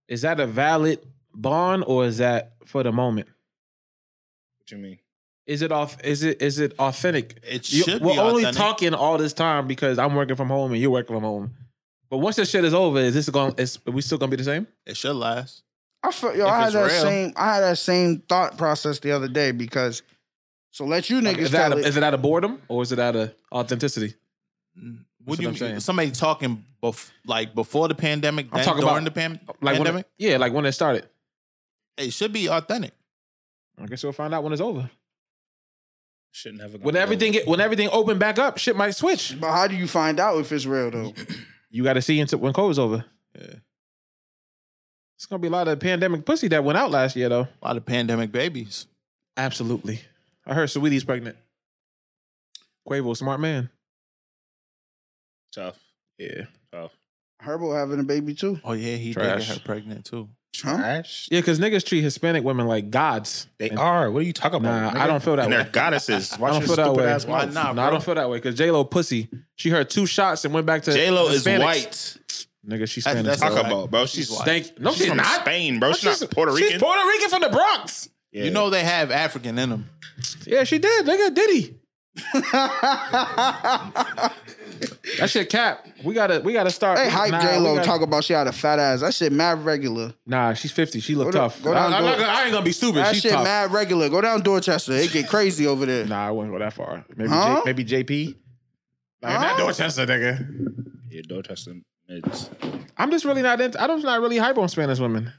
B: is that a valid bond or is that for the moment?
C: What you mean?
B: Is it off? Is it is it authentic?
D: It
B: You-
D: should
B: we're
D: be
B: only
D: authentic.
B: talking all this time because I'm working from home and you're working from home. But once this shit is over, is this going? Is are we still gonna be the same?
D: It should last.
A: I felt yo,
D: If
A: I had
D: it's
A: that
D: real.
A: same I had that same thought process the other day because so let you
B: Like,
A: niggas
B: is,
A: tell
B: that a,
A: it.
B: is it out of boredom or is it out of authenticity?
D: What
B: what
D: do you
B: I'm
D: mean?
B: saying.
D: Somebody talking bef- like before the pandemic,
B: I'm
D: then
B: talking
D: during
B: about-
D: the pan-
B: Like when
D: pandemic?
B: it, yeah, like when it started.
D: It should be authentic.
B: I guess we'll find out when it's over.
C: Shit never. gonna
B: When
C: go.
B: everything get, when everything open back up, shit might switch.
A: but how do you find out if it's real though?
B: You got to see until when COVID's over.
D: Yeah.
B: It's gonna be a lot of pandemic pussy that went out last year though.
D: A lot of pandemic babies.
B: Absolutely. I heard Sweetie's pregnant. Quavo, smart man.
C: tough.
B: Yeah.
A: Herbo having a baby too.
D: Oh yeah, he did
B: Trash.
D: get her pregnant too.
A: Huh?
C: Trash.
B: Yeah, because niggas treat Hispanic women like gods.
C: They
B: And-
C: are. What are you talking
B: Nah,
C: about?
B: I don't feel that
C: And
B: way.
C: they're goddesses.
B: I
C: Watch
B: don't
C: your
B: feel that
C: stupid
B: way.
C: ass
D: Why
C: mouth.
D: not?
B: no, I don't feel that way because J Lo pussy. She heard two shots and went back to
C: J Lo is
B: Hispanics.
C: white.
B: Nigga, she's
D: That's-
B: Spanish.
D: that's
C: Talk
D: Right.
C: about, bro. She's
D: She's
C: she's,
D: white.
B: Thank no, she's,
C: from
B: not.
C: Spain, bro. She's, not Puerto Rican.
B: She's Puerto Rican from the Bronx.
C: Yeah.
D: You know they have African in them.
B: Yeah, she did. Nigga, Diddy. That shit cap. We gotta we gotta start.
A: hey, hype
B: nah,
A: J
B: we
A: Lo
B: gotta-
A: talk about she had a fat ass. That shit mad regular.
B: Nah, she's 50. She look
A: Go down-
B: tough.
A: go down
B: I, am
A: door-
B: not gonna, I ain't gonna be stupid.
A: That
B: she's
A: shit
B: tough.
A: mad regular. Go down Dorchester. It get crazy over there.
B: Nah, I wouldn't go that far. Maybe
A: Huh?
B: J, maybe JP. Like I'm not
A: Huh?
B: Dorchester, nigga.
C: yeah, don't touch them. It's,
B: I'm just really not into. I'm just not really hype on Spanish women.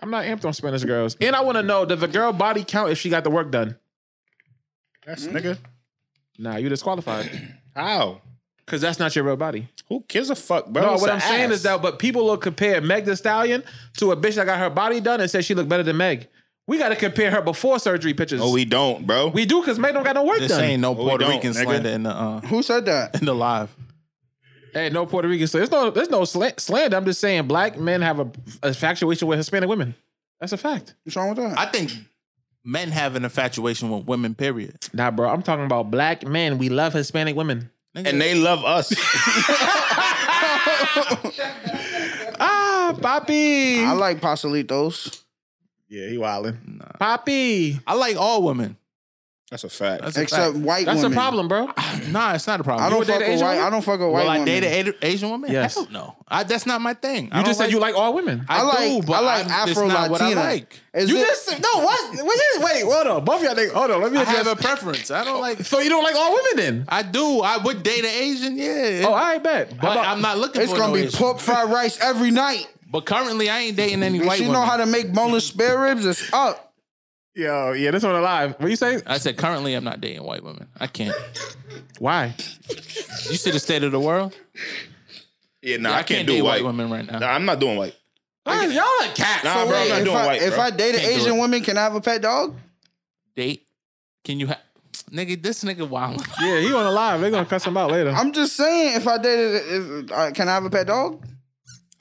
B: I'm not amped on Spanish girls, and I want to know does the girl body count if she got the work done?
C: that's nigga.
B: Nah, you disqualified
C: How?
B: because that's not your real body.
C: Who gives a fuck, bro?
B: no,
C: It's
B: what
C: a
B: I'm saying
C: ass.
B: is that, but people will compare Meg the Stallion to a bitch that got her body done and said she looked better than Meg. We got to compare her before surgery pictures.
C: No, Oh, we don't, bro.
B: we do because Meg don't got no work
D: This
B: done.
D: ain't no
C: we
D: Puerto
C: don't,
D: Rican
C: nigga.
D: slander in the uh,
A: Who said that?
D: in the live.
B: Hey, no Puerto Rican. So there's no there's no sla- slander. I'm just saying black men have a, a infatuation with Hispanic women. That's a fact.
A: What's wrong with that?
D: I think men have an infatuation with women. Period.
B: Nah, bro. I'm talking about black men. We love Hispanic women.
D: Nigga,
C: and they love us.
B: Ah, Poppy.
A: I like Pasolitos.
B: yeah, he wildin'. Poppy.
D: I like all women.
C: that's a fact.
D: That's a
A: Except
D: fact.
A: white
B: That's
A: women.
B: a problem, bro.
D: nah, it's not a problem.
A: I don't
B: would date
A: fuck
B: an
A: with
B: Asian
A: white.
B: woman?
A: I don't fuck with white
D: Will I
A: women.
D: date an A- Asian woman?
B: Yes.
D: Hell no. I, that's not my thing.
B: You just said you like all women.
D: I,
A: I like-
D: do, but
A: I like
D: I- it's not what I
A: Afro-Latina.
D: like.
A: Is
B: you
A: it-
B: just said- no. What? what you, wait, hold on. Both of y'all. Think, hold on. Let me
D: I
B: address.
D: have a preference. I don't like.
B: so you don't like all women then?
D: I do. I would date an Asian. Yeah.
B: Oh, I bet.
D: but I'm not looking
A: It's
D: for
A: gonna
D: no
A: be
D: Asian.
A: pork fried rice every night.
D: But currently, I ain't dating any
A: If
D: white
A: she
D: women.
A: know how to make boneless spare ribs, it's up.
B: Yo, yeah, this one alive. What you say?
D: I said currently, I'm not dating white women. I can't.
B: Why?
D: You see the state of the world.
C: yeah, nah,
D: I
C: I
D: can't
C: can't,
D: date
C: do white.
D: white women right now.
C: Nah, I'm not doing white.
B: y'all are cats.
C: Nah, bro, I'm not
A: if
C: doing
A: I,
C: white.
A: if
C: bro.
A: I date an
D: Can't do
A: Asian
D: it.
A: woman, can I have a pet dog?
D: Date? Can you? Ha- nigga, this nigga wild.
B: Yeah, he on the live. They're gonna cuss him out later.
A: I'm just saying, if I dated, if, uh, can I have a pet dog?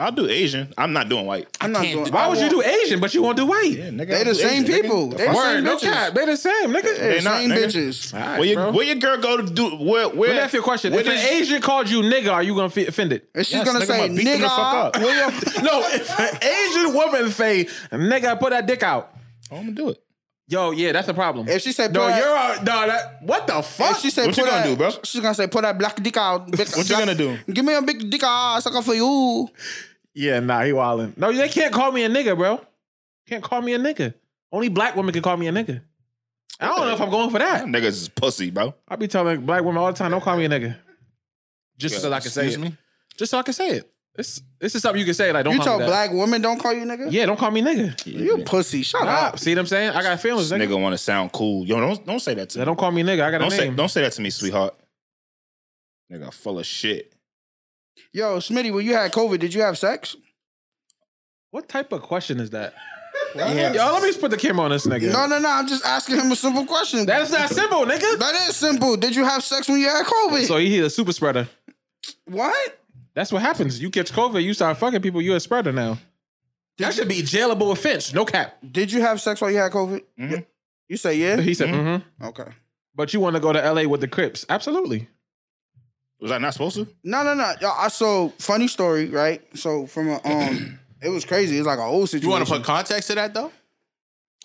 C: I'll do Asian. I'm not doing white.
A: I'm not
D: can't
A: doing.
D: do-
B: Why
A: I
B: would you
A: won't-
B: do Asian, but you won't do white?
C: Yeah, nigga,
A: They
C: I'll
A: the
C: do
A: same
C: Asian, nigga.
A: people.
C: The
A: They
C: fuck?
A: the
B: Word,
A: same
B: no
A: bitches.
B: cap. They the same, nigga.
A: Yeah,
C: They not,
A: same
C: nigga.
A: bitches.
B: All right,
C: Where your,
B: bro.
C: where your girl go to do? Where? Where?
B: Let me ask you a question.
C: where
B: If an
C: does-
B: Asian called you nigga, are you gonna fe- offend it?
A: And she's
C: Yes,
A: gonna
C: nigga,
A: say,
C: I'ma beat them the fuck
A: "Nigga,
C: up."
A: William."
B: No, if an Asian woman say, nigga, put that dick out.
C: Oh, I'm gonna do it.
B: Yo, yeah, that's a problem.
A: If she said,
B: no,
A: put her-
B: you're a, no. That, what the
A: If
B: fuck?
A: she said,
C: What
A: put
C: you gonna
A: that-
C: do, bro?
A: She's gonna say, "Put that black dick out." Big,
C: What you
A: black-
C: gonna do?
A: Give me a big dick out, sucker for you.
B: yeah, nah, he wildin'. No, they can't call me a nigga, bro. Can't call me a nigga. Only black women can call me a nigga. I don't know if I'm going for
C: That
B: that.
C: niggas is pussy, bro.
B: I be telling black women all the time, don't call me a nigga. Just so I can say
D: Excuse
B: it.
D: me.
B: Just so I can say it. This this is something you can say. Like, don't
A: You
B: call
A: tell
B: me that.
A: black women don't call you nigga.
B: Yeah, don't call me nigga.
A: You a pussy. Shut
B: Nah,
A: up.
B: see what I'm saying? I got feelings,
C: This
B: nigga.
C: nigga want to sound cool. Yo, don't don't say that to
B: Yeah,
C: me.
B: Don't call me nigga. I got a
C: Don't say
B: name.
C: don't say that to me, sweetheart. Nigga, full of shit.
A: Yo, Smitty, when you had COVID, did you have sex?
B: What type of question is that? Yo, let me just put the camera on this nigga.
A: No, no, no. I'm just asking him a simple question.
B: That's not simple, nigga.
A: That is simple. Did you have sex when you had COVID?
B: So he a super spreader.
A: what?
B: That's what happens. You catch COVID, you start fucking people, you're a spreader now. That should be jailable offense. No cap.
A: Did you have sex while you had COVID?
C: Mhm.
A: You say yeah.
B: Mm-hmm. He said,
C: Hmm?
B: mm-hmm.
A: Okay.
B: But you want to go to LA with the Crips. Absolutely.
C: Was I not supposed to?
A: No, no, no. Yo, I so funny story, right? So from a um, it was crazy. It's like an old situation.
D: You want to put context to that though?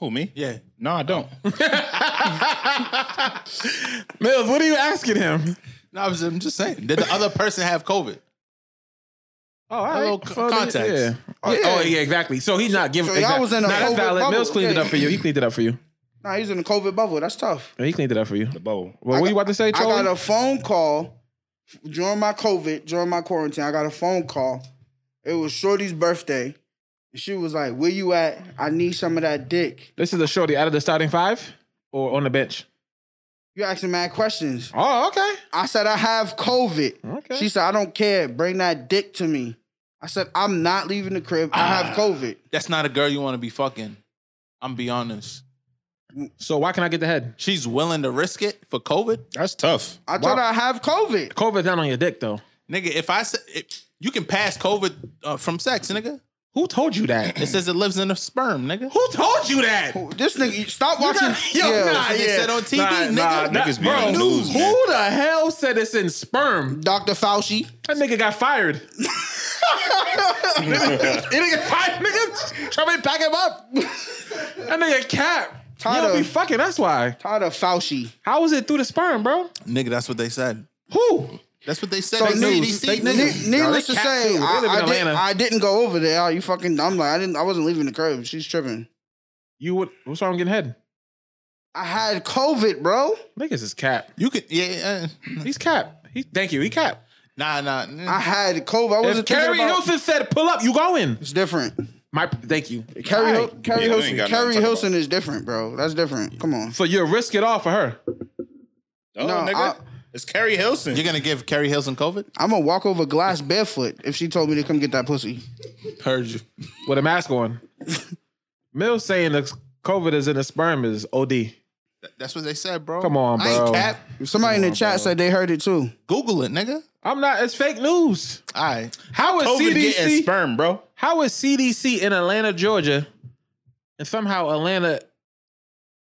C: Who me?
D: Yeah.
C: No, I don't.
B: Mills, what are you asking him?
D: No, I was, I'm just saying. Did the other person have COVID?
B: Oh, all right.
D: little co-
B: Well, then,
D: context.
B: Yeah. Oh, yeah.
A: yeah.
B: exactly. So he's not giving.
A: so y'all
B: exact-
A: was in a
B: Nah, that's
A: COVID
B: valid.
A: bubble.
B: Mills cleaned
A: Yeah.
B: it up for you. He cleaned it up for you.
A: Nah, he's in the COVID bubble. That's tough.
B: He cleaned it up for you.
C: The bubble.
B: Well, what
A: got-
B: you about to say,
A: I
B: Charlie?
A: got a phone call during my COVID, during my quarantine. I got a phone call. It was Shorty's birthday. And she was like, Where you at? I need some of that dick.
B: This is a shorty out of the starting five or on the bench?
A: You asking mad questions.
B: Oh, okay.
A: I said, I have COVID.
B: Okay.
A: She said, I don't care. Bring that dick to me. I said, I'm not leaving the crib. I
B: Ah.
A: have COVID.
D: That's not a girl you want to be fucking. I'm be honest.
B: So why can I get the head?
D: She's willing to risk it for COVID,
C: That's tough.
A: I told her I have COVID.
B: COVID's not on your dick though.
D: nigga. If I said you can pass COVID uh, from sex, nigga.
B: Who told you that?
D: It says it lives in the sperm, nigga.
B: Who told you that?
A: This nigga, stop watching.
B: Yo,
A: Yeah.
B: nah,
D: They
B: yeah.
D: said on TV,
B: Nah, nah,
D: nigga.
B: nah,
C: Niggas be
B: bro,
C: on the news,
B: who
C: man.
B: the hell said it's in sperm?
A: Dr. Fauci.
B: That nigga got fired. he didn't get fired, nigga. Try to pack him up. That nigga cap. You don't
A: Tyler.
B: be fucking. That's why.
A: Tired of Fauci.
B: How was it through the sperm, bro?
D: Nigga, that's what they said.
B: Who?
D: That's what they said.
A: So
D: on
A: ne-
D: CDC,
A: ne-
D: nigga.
A: ne- needless to
B: cat
A: say,
B: too. They
A: I,
B: live in
A: I, did,
B: Atlanta.
A: I didn't go over there. Oh, you fucking! I'm like, I didn't. I wasn't leaving the crib. She's tripping.
B: You would? What's wrong with getting head?
A: I had COVID, bro.
B: Niggas is cap.
D: You could, yeah, uh,
B: He's cap. He, thank you. He cap.
D: nah, nah. mm.
A: I had COVID. I
B: If
A: wasn't
B: Carrie
A: thinking about.
B: Hilson said pull up, you going.
A: It's different.
B: My thank you.
A: Carrie,
B: All
A: Hil-
B: right.
A: Carrie
C: Yeah, we ain't
A: Hilson.
C: got nothing to
A: Carrie
C: talk about.
A: Hilson is different, bro. That's different. Come on.
B: So you'll risk it all for her.
C: Oh,
A: No,
C: nigga.
A: I-
C: it's Carrie Hilson.
D: You're gonna give Carrie Hilson COVID?
A: I'm gonna walk over glass barefoot if she told me to come get that pussy.
D: Heard you.
B: With a mask on. Mills saying that COVID is in the sperm is OD.
D: That's what they said, bro.
B: Come on,
D: I ain't
B: bro.
D: cap.
A: Somebody in the chat said they heard it too.
D: Google it, nigga.
B: I'm not. It's fake news.
D: All right.
B: How is
C: COVID getting
B: CDC?
C: sperm, bro.
B: how is CDC in Atlanta, Georgia, and somehow Atlanta,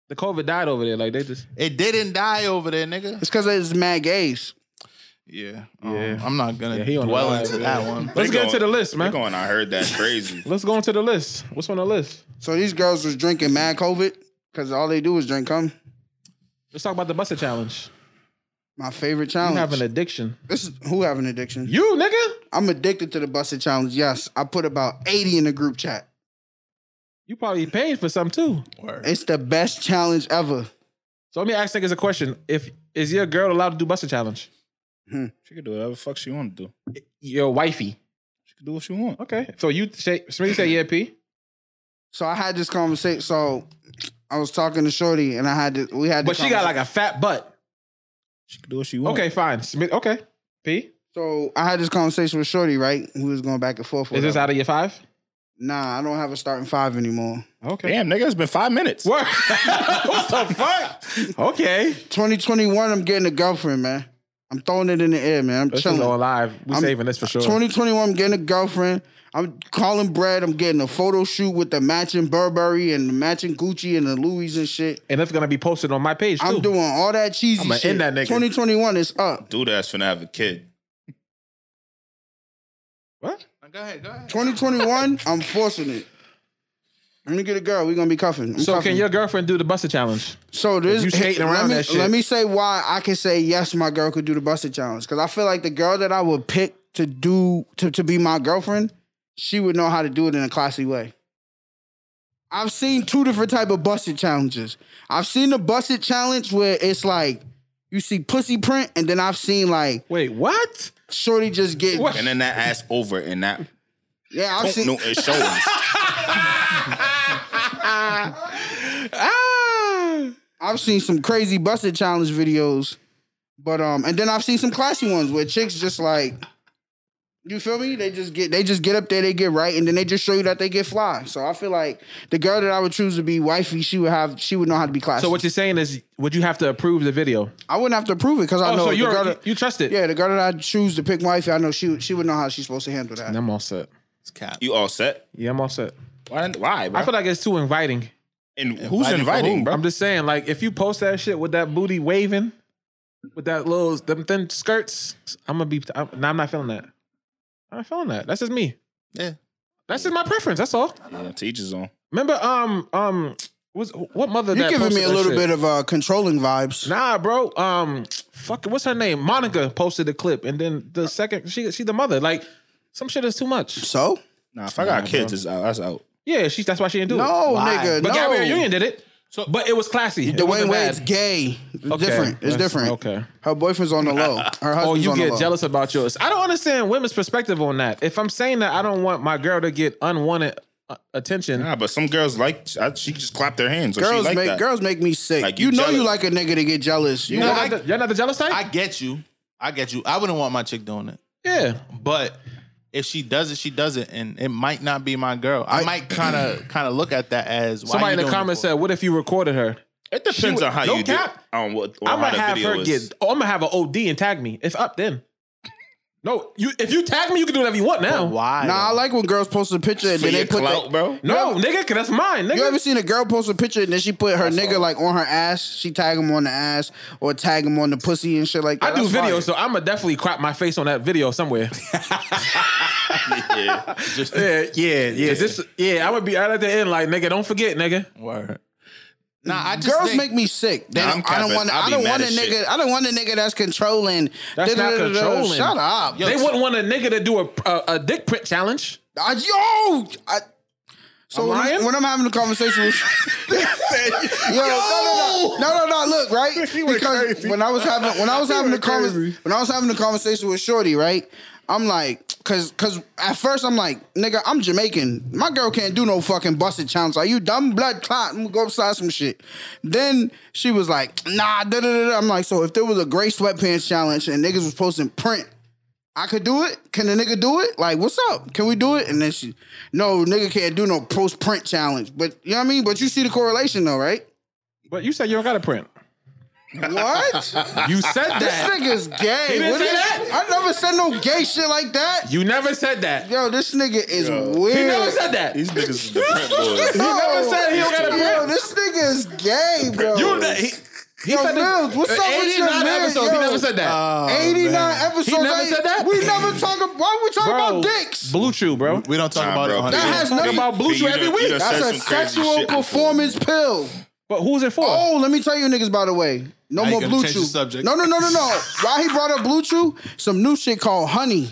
B: the COVID died over there? Like they just
D: It didn't die over there, nigga.
A: It's because it's mad gays.
D: Yeah. um,
B: Yeah.
D: I'm not gonna
B: Yeah, he on the
D: dwell
B: line
D: into
B: today.
D: that one.
B: let's
C: They
B: get into
C: going-
B: the list,
C: They're
B: man.
C: going, I heard that crazy.
B: Let's go into the list. What's on the list?
A: So these girls was drinking mad COVID because all they do is drink cum.
B: Let's talk about the Buster Challenge.
A: My favorite
B: You
A: challenge.
B: have an addiction.
A: this is who have an addiction.
B: You nigga,
A: I'm addicted to the busted challenge. Yes, I put about 80 in the group chat.
B: you probably paid for some too.
A: It's the best challenge ever.
B: So let me ask niggas a question: If is your girl allowed to do Buster Challenge?
C: She could do whatever the fuck she want to do.
B: Your wifey.
C: She could do what she want.
B: Okay. So you say, Smitty say yeah, P.
A: So I had this conversation. So I was talking to Shorty, and I had to. We had.
B: But she got like a fat butt.
C: She could do what she want.
B: Okay, fine. Smith. Okay, P.
A: So I had this conversation with Shorty, right? We was going back and forth.
B: Is this
A: whatever.
B: out of your five?
A: nah, I don't have a starting five anymore.
B: Okay.
C: Damn, nigga, it's been five minutes.
B: What? what the fuck? Okay.
A: 2021, I'm getting a girlfriend, man. I'm throwing it in the air, man. I'm
B: This
A: chilling.
B: is all live. We
A: I'm-
B: saving this for sure.
A: 2021, I'm getting a girlfriend. I'm calling Brad. I'm getting a photo shoot with the matching Burberry and the matching Gucci and the Louis and shit.
B: and it's gonna be posted on my page too.
A: I'm doing all that cheesy
B: I'ma
A: shit.
B: end that nigga.
A: 2021 is up.
C: Dude, that's finna have a kid.
B: what?
D: Go ahead, go ahead.
A: 2021, I'm forcing it. Let me get a girl. We're gonna be cuffing. I'm
B: So
A: cuffing.
B: can your girlfriend do the busted challenge?
A: So this
B: you skating
A: let
B: around
A: me,
B: that shit.
A: Let me say why I can say yes, my girl could do the busted challenge. Cause I feel like the girl that I would pick to do to, to be my girlfriend, she would know how to do it in a classy way. I've seen two different type of busted challenges. I've seen the busted challenge where it's like you see pussy print, and then I've seen like
B: Wait, what?
A: shorty just get
B: What?
C: And then that ass over and that
A: yeah. I've
C: don't
A: seen
C: know it shows.
B: Ah!
A: I've seen some crazy busted challenge videos, but um, and then I've seen some classy ones where chicks just like, you feel me? They just get they just get up there, they get right, and then they just show you that they get fly. So I feel like the girl that I would choose to be wifey, she would have she would know how to be classy.
B: So what you're saying is, would you have to approve the video?
A: I wouldn't have to prove it because I
B: Oh,
A: know
B: so
A: the
B: you're,
A: girl.
B: you,
A: that-
B: you trust it?
A: yeah, the girl that I choose to pick wifey, I know she she would know how she's supposed to handle that.
B: I'm all set.
D: It's cap.
C: You all set?
B: Yeah, I'm all set.
C: Why? Why bro?
B: I feel like it's too inviting.
C: and who's
D: Inviting for
C: inviting,
D: whom,
C: bro?
B: I'm just saying, like, if you post that shit with that booty waving, with that little them thin skirts, I'm gonna be. I'm, nah, I'm not feeling that. I'm not feeling that. That's just me.
D: Yeah.
B: That's just my preference. That's all.
C: Yeah, teachers on.
B: Remember, um, um, was what mother?
A: You're
B: that
A: giving me
B: posted
A: a
B: that
A: little
B: shit?
A: bit of uh, controlling vibes.
B: Nah, bro. Um, fuck. What's her name? Monica posted the clip, and then the second she she the mother. Like, some shit is too much.
A: So
C: Nah, if I got kids, it's out. That's out.
B: Yeah, she. That's why she didn't do it.
A: no,
D: Why?
A: nigga,
B: But
A: no.
B: Gabrielle Union did it.
D: So-
B: but it was classy. It
A: Dwayne
B: wasn't
A: Wade's
B: bad.
A: gay. It's
B: Okay.
A: different. It's
B: That's-
A: different.
B: Okay.
A: Her boyfriend's on the low. Her husband's
B: Oh, you
A: on the
B: get
A: low.
B: jealous about yours. I don't understand women's perspective on that. If I'm saying that I don't want my girl to get unwanted uh, attention,
C: Nah, but some girls like I, she just clap their hands. Or she
A: Girls
C: like
A: make
C: that.
A: girls make me sick.
C: Like,
A: you
C: you
A: know you
C: jealous.
A: like a nigga to get jealous. You
B: you're,
A: know,
B: not the, you're not the jealous type.
D: I get you. I get you. I wouldn't want my chick doing it.
B: yeah.
D: But if she does it, she does it, and it might not be my girl. I, might kind of kind of look at that as why
B: Somebody
D: you
B: in the
D: doing it
B: comments
D: for?
B: said, "What if you recorded her?"
C: It depends
B: She-
C: on how
B: no
C: you
B: cap.
C: do. On what? On
B: I'm
C: how
B: gonna
C: the
B: have
C: video
B: her
C: is.
B: get. Oh, I'm gonna have an OD and tag me. It's up then. No, you. If you tag me, you can do whatever you want now.
D: But why?
A: nah, I like when girls post a picture and
C: For
A: then they
C: your
A: put.
C: clout,
A: the-
C: bro.
B: No, nigga, cause that's mine, nigga.
A: you ever seen a girl post a picture and then she put her nigga
C: all.
A: like on her ass? She tag him on the ass or tag him on the pussy and shit like
B: I
A: that.
B: do
A: That's fire.
B: videos, so I'm gonna definitely crop my face on that video somewhere.
C: yeah. Just,
B: yeah, yeah, yeah. This, yeah, I would be out at the end, like, nigga, don't forget, nigga.
D: Word. Nah, I just
A: Girls
D: think-
A: make me sick. They
C: Nah,
A: don't-
C: I'm
A: I don't
C: capping.
A: want.
C: I'll
A: I
C: be
A: don't
C: mad
A: want a
C: as
A: nigga.
C: shit.
A: I don't want a nigga that's controlling.
B: That's not
A: Da-da-da-da-da.
B: controlling.
A: Shut up.
D: Yo,
B: they wouldn't want a nigga to do a a, a dick print challenge.
A: I, yo, I, so
B: I'm
A: when,
B: lying?
A: when I'm having a conversation with yo, No, no, no, no, no, no, look, right? Because when I was having when I was having the conversation when I was having the conversation with Shorty, right? I'm like, cause, cause at first I'm like, nigga, I'm Jamaican. My girl can't do no fucking busted challenge. Are you dumb? Blood clot. I'm gonna go upside some shit. Then she was like, nah, da da da. da. I'm like, so if there was a gray sweatpants challenge and niggas was posting print I could do it. Can the nigga do it? Like, what's up? Can we do it? And then she, no, nigga can't do no post print challenge. But you know what I mean? But you see the correlation though, right?
B: But you said you don't got a print.
A: What?
B: You said
A: this
B: that.
A: nigga's gay.
B: didn't
A: What
B: say
A: is-
B: that?
A: I never said no gay shit like that.
B: you never said that.
A: Yo, this nigga is
B: He
A: weird.
B: never said that.
C: these niggas is the print boys.
A: Yo,
B: never said he don't got a
A: Yo,
B: print.
A: this nigga is gay, bro.
B: You ne- he, he
A: Yo,
B: said that-
A: Mills, what's up with
B: 89
A: your man,
B: episodes. He
A: yo? uh,
B: never said that.
D: uh,
A: 89 episodes.
B: Oh, He never
A: I-
B: said that?
A: We never talk about, why we talk about dicks?
B: Blue Chew, bro.
D: we don't talk
C: Nah,
D: about
C: bro.
D: it on
C: That
D: here.
A: has
D: We
A: nothing-
D: talk about
B: Blue Chew
C: you done-
B: every
C: you
B: week.
C: done said
A: That's a
C: some crazy
A: sexual
C: shit before.
A: performance pill.
B: But who's it for?
A: Oh, let me tell you niggas, by the way. No
D: Now you
A: more
D: gonna
A: Blue
D: change
A: Chew.
D: the subject.
A: No, no, no, no, no. Why he brought up Blue Chew? Some new shit called Honey.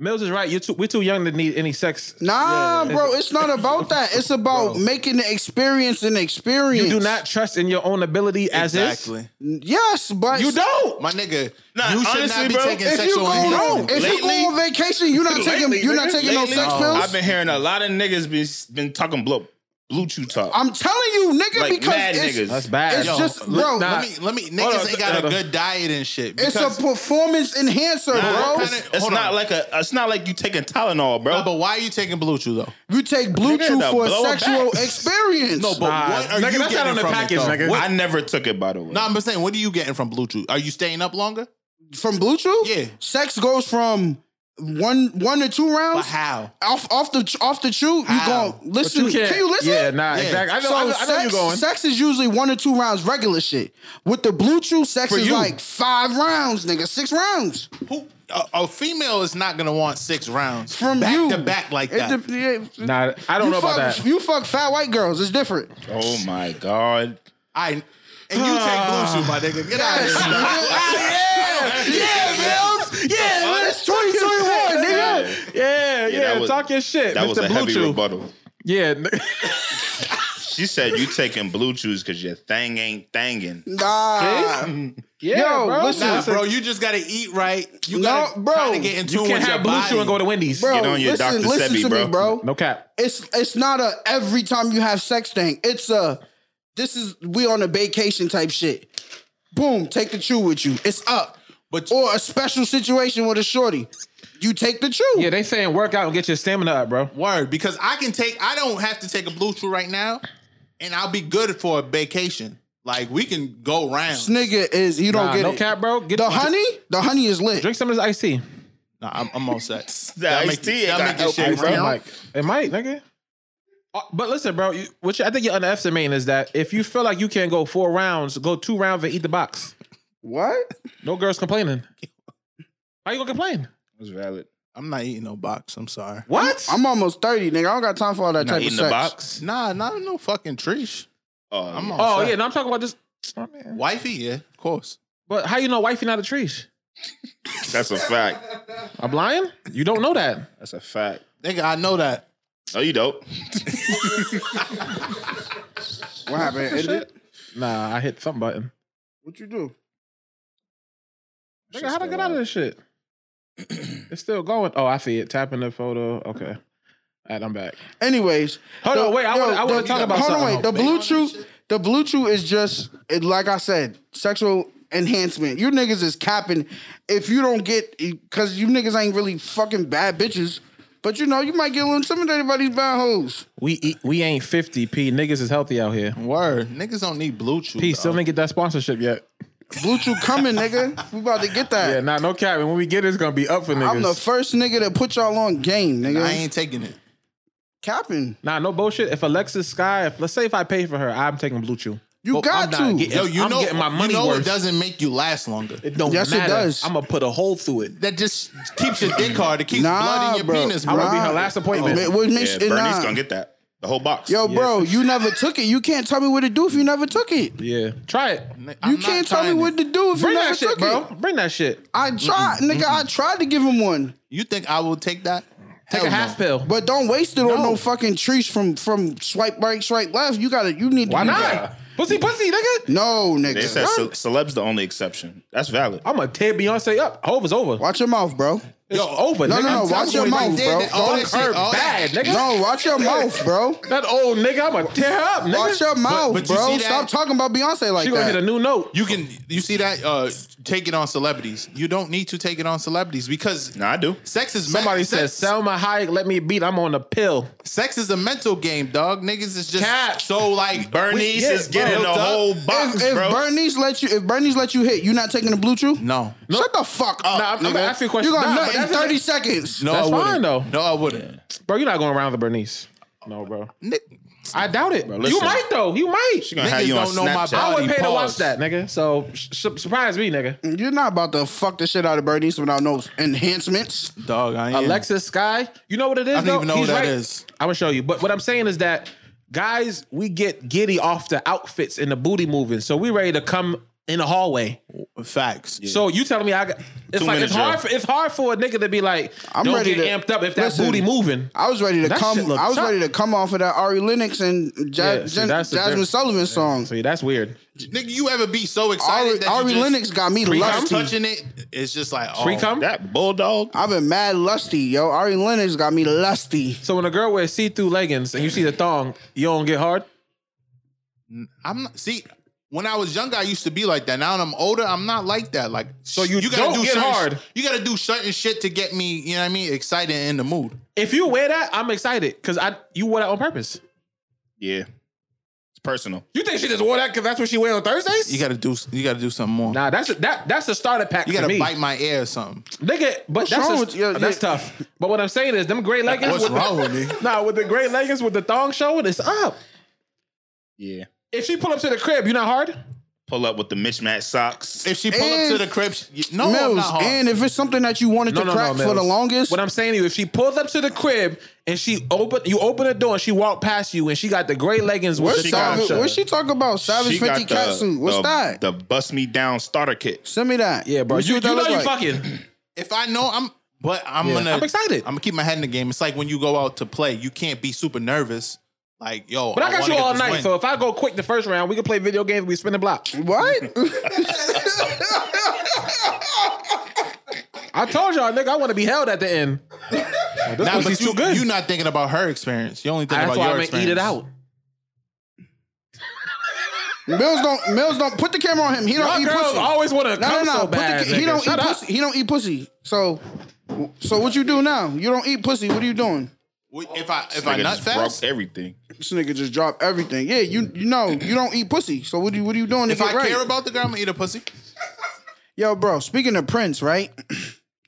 B: Mills is right. You're too, we're too young to need any sex.
A: Nah, bro, it's not about that. It's about making the experience an experience.
B: You do not trust in your own ability as is.
D: Exactly.
A: Yes, but
B: You don't.
D: My nigga,
C: Nah,
D: you should
C: honestly,
D: not be
C: bro,
D: taking
A: If you
D: sexual
A: go
D: enhancement.
A: on, if you go
C: Lately-
A: on vacation, you're not taking
C: Lately,
A: you're not
C: nigga,
A: taking
C: lately, Oh,
A: no sex pills.
C: I've been hearing a lot of niggas be, been talking blow, blue chew talk.
A: I'm telling you, nigga,
C: Like
A: because
C: mad
A: it's,
C: niggas.
B: That's bad.
A: It's
D: Yo,
A: just
D: let-
A: bro.
B: nah,
D: Let me let me
B: Hold
D: niggas
B: on,
D: ain't got
B: hold
D: a
B: on.
D: good diet and shit.
A: it's a
D: because-
A: performance enhancer,
D: Nah,
A: bro.
D: what kinda-
C: it's
D: hold
C: not
D: on.
C: like a. It's not like you taking Tylenol, bro.
D: Nah, but why are you taking blue chew though?
A: You take Blue
C: Nigga,
A: Chew
C: the
A: for a
C: blow it
A: sexual
C: back.
A: experience.
D: No, but
B: Nah,
D: what are
B: nigga,
D: you
B: that's
D: getting
B: not on the
D: from
B: package,
D: it, though?
B: nigga.
D: What-
C: I never took it by the way.
D: No, I'm just saying, what are you getting from blue chew? Are you staying up longer?
A: from Blue Chew?
D: Yeah.
A: Sex goes from one one or two
D: But
A: rounds
D: how?
A: off off the off the chew. You
D: How?
A: going listen? can you listen?
B: Yeah, nah,
D: Yeah.
B: exactly. I know,
A: so
B: I know, I
A: sex,
B: know you're going.
A: sex is usually one or two rounds regular shit. With the blue chew, sex
B: For
A: is
B: you.
A: like five rounds, nigga, six rounds
D: Who? A, a female is not gonna want six rounds
A: from
D: back
A: you
D: to back like
A: It
D: that.
A: dep- yeah.
B: Nah, I don't
A: you
B: know
A: fuck,
B: about that.
A: You fuck fat white girls. It's different.
C: Oh my god.
D: I and you
A: Ah.
D: take blue shoe, my nigga. Get out of here.
A: Yeah, man, it's 2021, nigga.
B: Yeah, yeah,
C: that was-
B: talk your shit,
C: That
B: Mr.
C: was a heavy
B: Bluetooth.
C: rebuttal.
B: Yeah,
C: She said you taking blue chews because your thing ain't thangin'.
A: Nah.
B: yeah,
A: bro.
B: Listen,
D: Nah, bro, you just gotta eat right. You
A: No,
D: gotta
A: bro.
D: try to get in tune
B: you
D: with
B: can't
D: your
B: have blue
D: body.
B: chew and go to Wendy's.
A: Bro,
C: Get on your
A: listen,
C: Dr.
A: listen
C: Sebi,
A: to
C: bro.
A: me, bro.
B: No cap.
A: It's it's not a every time you have sex thing. It's a this is we on a vacation type shit. Boom, take the chew with you. It's up.
D: But-
A: or a special situation with a shorty. You take the chew.
B: Yeah, they saying work out and get your stamina up, bro.
D: Word, because I can take. I don't have to take a blue chew right now, and I'll be good for a vacation. Like we can go round.
A: This nigga is he don't
B: Nah,
A: get
B: no
A: it.
B: cap, bro. Get
A: The honey, the honey is lit.
B: Drink some of this iced tea.
D: Nah, I'm, I'm all set.
C: That iced tea ain't
D: that
C: gonna
D: make this
C: help
D: shit
C: you, bro.
D: round.
B: Like, it might, nigga. Uh, But listen, bro. You, what you, I think you're underestimating is that if you feel like you can go four rounds, go two rounds and eat the box.
A: What?
B: No girls complaining. How you gonna complain?
C: That's valid.
D: I'm not eating no box. I'm sorry.
B: What?
A: I'm almost 30, nigga. I don't got time for all that
C: Not
A: type of
C: eating
A: sex.
C: the box.
D: Nah, not no fucking treesh.
C: Oh,
D: I'm
C: yeah.
D: all
B: oh
D: set.
B: yeah, no, I'm talking about this. Oh, man.
D: Wifey, yeah, of course.
B: But how you know wifey not a treesh?
C: that's a fact.
B: I'm lying. You don't know that.
C: That's a fact.
D: Nigga, I know that.
C: No, you don't.
A: What happened? It did-
B: Nah, I hit some button.
A: What you do?
B: Nigga, how'd I get out of this shit? it's still going. Oh, I see it. Tapping the photo. Okay. All right, I'm back.
A: Anyways,
B: Hold
A: the-
B: on, wait. I
A: yo,
B: want to I want
A: the-
B: to talk about
A: Hold
B: something.
A: on, wait. The
D: Big
A: blue
D: on
A: chew,
D: this
A: the blue chew is just it, like I said, sexual enhancement. You niggas is capping if you don't get because you niggas ain't really fucking bad bitches, but you know you might get a little intimidated by these bad hoes.
B: We eat, we ain't 50, P. Niggas is healthy out here.
D: Word, niggas don't need blue chew.
B: P
D: dog.
B: still didn't get that sponsorship yet.
A: Blue chew coming, nigga. We about to get that.
B: Yeah, nah, no cap. And when we get it, it's gonna be up for niggas.
A: I'm the first nigga that put y'all on game, nigga.
D: I ain't taking it.
A: capping.
B: nah, no bullshit. If Alexis Sky, if let's say if I pay for her, I'm taking Blue Chew.
A: You
B: Well,
A: got
B: I'm not
A: to.
B: getting-
D: Yo, you
B: I'm
D: know,
B: getting my money
D: you know
B: worth.
D: it doesn't make you last longer.
B: It don't
A: Yes, it
B: matter.
A: does.
B: I'm gonna put a hole through it.
D: that just keeps your dick hard. It keeps
A: Nah,
D: blood in your
A: bro.
D: penis,
B: I
D: bro. Oh,
B: wanna be
A: Nah.
B: her last appointment.
A: Man, what makes
C: Yeah,
A: it
C: Bernie's
A: nah.
C: gonna get that. The whole box.
A: uh, Yo, bro, you never took it. You can't tell me what to do if you never took it.
B: Yeah, try it.
D: I'm
A: You
D: not
A: can't tell me
D: trying
A: what
D: it.
A: to do if
B: Bring
A: you never
B: that shit,
A: took
B: bro.
A: it.
B: Bring that shit.
A: I tried, nigga. I tried to give him one,
D: You think I will take that?
B: Take
D: Hell
B: a half
D: no.
B: pill.
A: but don't waste it on no fucking trees from from swipe right, swipe left. You gotta, you need. to
B: Why
A: do
B: not?
A: that.
B: Pussy, pussy, nigga.
A: No,
C: They
A: nigga.
C: said ce- celeb's the only exception. That's valid.
B: I'm gonna tear Beyonce up. Hope it's over.
A: Watch your mouth, bro.
B: It's over.
A: No,
B: nigga.
A: no, no.
B: I'm telling
A: Watch your
B: you,
A: mouth,
B: like,
A: bro.
D: that- all
A: Fuck
D: that shit,
B: Herb
D: all that-
B: bad, nigga.
A: No, watch your mouth, bro.
B: That old nigga, I'm gonna tear her up, nigga.
A: Watch your mouth,
D: but you
A: bro.
D: see that?
A: Stop talking about Beyonce like
B: She gonna hit a
A: that.
B: new note.
D: You can you see that uh take it on celebrities. You don't need to take it on celebrities because
C: No, I do.
D: sex is ma-
B: Somebody says
D: sex,
B: Selma Hayek, let me beat. I'm on a pill.
D: sex is a mental game, dog. Niggas is just
B: Cap.
D: so like
C: Bernice
B: yeah,
C: is getting
B: bro.
C: the whole box,
A: If, if
C: bro.
A: Bernice let you, if Bernice let you hit, you not taking the blue chew?
D: No.
A: Shut the fuck up.
B: Nah, I'm- I'm gonna
A: Uh, nigga.
B: ask you a question.
A: You gonna
B: Nah,
A: nut
B: but
A: in
B: that's-
A: 30 seconds.
D: No,
B: That's
D: I wouldn't.
B: fine, though.
D: No, I wouldn't.
B: Bro, you're not going around the Bernice. No, bro.
D: Ni-
B: I doubt it. you
C: listen.
B: might though. You might.
C: gonna have
D: niggas
C: you on
D: don't know my
C: Snapchat.
B: I
D: body.
B: would pay to watch
D: Pause.
B: that, nigga. So sh- sh- surprise me, nigga.
A: You're not about to fuck the shit out of Bernice without no enhancements.
D: dog. I am.
B: Alexis Sky. You know what it is?
D: I don't
B: though?
D: even know
B: He's
D: who that
B: right.
D: is.
B: I'm gonna show you. But what I'm saying is that guys, we get giddy off the outfits and the booty moving, so we ready to come in the hallway.
D: facts.
B: So you telling me I got? It's
C: Two
B: like it's
C: minutes,
B: hard. For,
C: Joe.
B: it's hard for a nigga to be like,
A: I'm
B: don't
A: ready
B: get
A: to-
B: amped up if that
A: Listen.
B: booty moving.
A: I was ready to
B: That shit
A: come.
B: look
A: I was
B: tough.
A: ready to come off of that Ari Lennox and ja-
B: Yeah, see,
A: Jan-
B: that's the
A: Jasmine
B: difference.
A: Sullivan song.
B: So yeah, that's weird.
D: Nigga, you ever be so excited
A: Ari,
D: that
A: Ari
D: you just
A: Lennox got me
D: I'm
A: lusty.
D: touching it. It's just like oh,
B: Free cum.
C: that bulldog.
A: I've been mad lusty, yo. Ari Lennox got me lusty.
B: So when a girl wears see-through leggings and you see the thong, you don't get hard.
D: I'm not, see. When I was younger, I used to be like that. Now that I'm older, I'm not like that. Like so,
B: you don't get
D: certain,
B: hard.
D: You gotta do certain shit to get me. You know what I mean? Excited and in the mood.
B: If you wear that, I'm excited because I you wore that on purpose.
C: Yeah. It's personal.
B: You think she just wore that because that's what she wear on Thursdays?
D: You gotta do. You gotta do something more.
B: nah, that's a, that that's a starter pack.
D: you
B: for
D: gotta
B: me.
D: bite my ear or something.
B: Nigga, but
A: What's
B: that's,
A: wrong
B: a-
A: with- yeah,
B: that's
A: yeah.
B: tough. But what I'm saying is, them gray leggings.
D: What's
B: with
D: wrong
B: the,
D: with me?
B: Nah, with the gray leggings with the thong showing, it's up.
C: Yeah.
B: If she pull up to the crib, you not hard.
C: Pull up with the mismatch socks.
D: If she pull
A: And-
D: up to the crib, she, no, I'm
A: Mills,
D: not hard.
A: and if it's something that you wanted to crack for the
B: Mills.
A: longest,
B: What I'm saying to you, if she pulls up to the crib and she open, you open the door and she walked past you and she got the gray leggings with
A: where's
B: the
C: she
B: thong
C: got-
A: Savage?
B: showing.
A: What's she talking about? Savage
C: She got
A: Fifty catsuit. What's
C: the,
A: that?
C: The bust me down starter kit.
A: Send me that.
B: Yeah, bro.
A: Let me see
B: You, you
A: what that
B: know
A: look
B: you
A: like.
B: fucking.
D: if I know I'm, but I'm
B: Yeah.
D: gonna.
B: I'm excited.
D: I'm gonna keep my head in the game. It's like when you go out to play, you can't be super nervous. Like yo,
B: But I got
D: wanna
B: you
D: get
B: all
D: this
B: night.
D: win.
B: So if I go quick the first round, we can play video games. We spin the block. I told y'all, nigga, I want to be held at the end. This
D: Nah,
B: pussy's
D: but you,
B: too good.
D: You're not thinking about her experience. You only thinking
B: That's
D: about
B: why
D: your
B: I'm gonna
D: experience.
B: eat it out.
A: Mills don't. Mills don't. Put the camera on him. He don't
B: Y'all
A: eat
B: girls
A: pussy.
B: always want to
A: no, no,
B: come
A: no.
B: so
A: Put the,
B: bad.
A: ca- he
B: nigga.
A: don't
B: Shut
A: eat
B: up.
A: pussy. He don't eat pussy. So, so what you do now? You don't eat pussy. What are you doing?
D: Wait, If I if
C: Nigga
D: I nut
C: just broke
D: fast,
C: everything.
A: This nigga just dropped everything. Yeah, you you know you don't eat pussy. So what do you, what are you doing?
D: if
A: to
D: I
A: get right?
D: care about the girl, I'm gonna eat a pussy.
A: Yo, bro, speaking of Prince, right?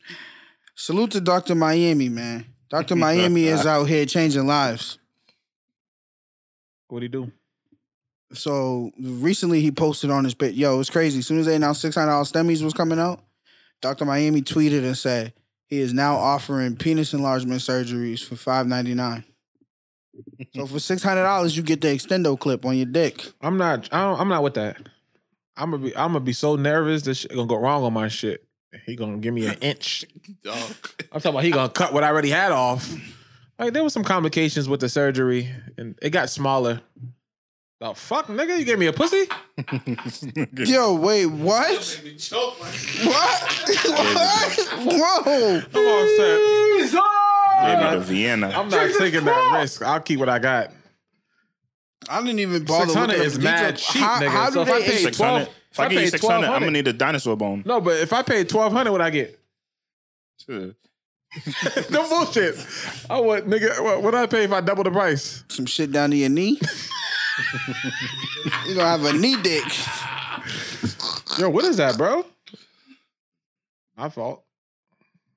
A: Salute to Dr. Miami, man. Dr. Miami is out here changing lives.
B: What'd he do?
A: So recently he posted on his page, yo, it's crazy. As soon as they announced six hundred dollars STEMIs was coming out, Dr. Miami tweeted and said he is now offering penis enlargement surgeries for five ninety nine. so for six hundred dollars, you get the extendo clip on your dick.
B: I'm not. I don't, I'm not with that. I'm gonna be. I'm gonna be so nervous. This shit gonna go wrong on my shit. He gonna give me an inch.
D: Dog.
B: I'm talking about he gonna cut what I already had off. Like there was some complications with the surgery, and it got smaller. The fuck, nigga, you gave me a pussy.
A: Yo, wait, what? What? what? Whoa.
B: Come on, sir.
C: Maybe the Vienna.
B: Uh, I'm not taking that risk. I'll keep what I got.
A: I didn't even bother.
B: Six hundred
A: looking up
B: is
A: the
B: mad
A: details.
B: cheap,
A: how,
B: nigga.
A: How do
B: so if
A: they
B: I paid
C: 600.
B: twelve,
C: If I give you
B: paid
C: 600, I'm gonna
B: 1200.
C: need a dinosaur bone.
B: No, but if I paid twelve hundred, what I get? no bullshit. I want nigga. What, what I pay if I double the price?
A: some shit down to your knee? you gonna have a knee dick.
B: Yo, what is that, bro? My fault.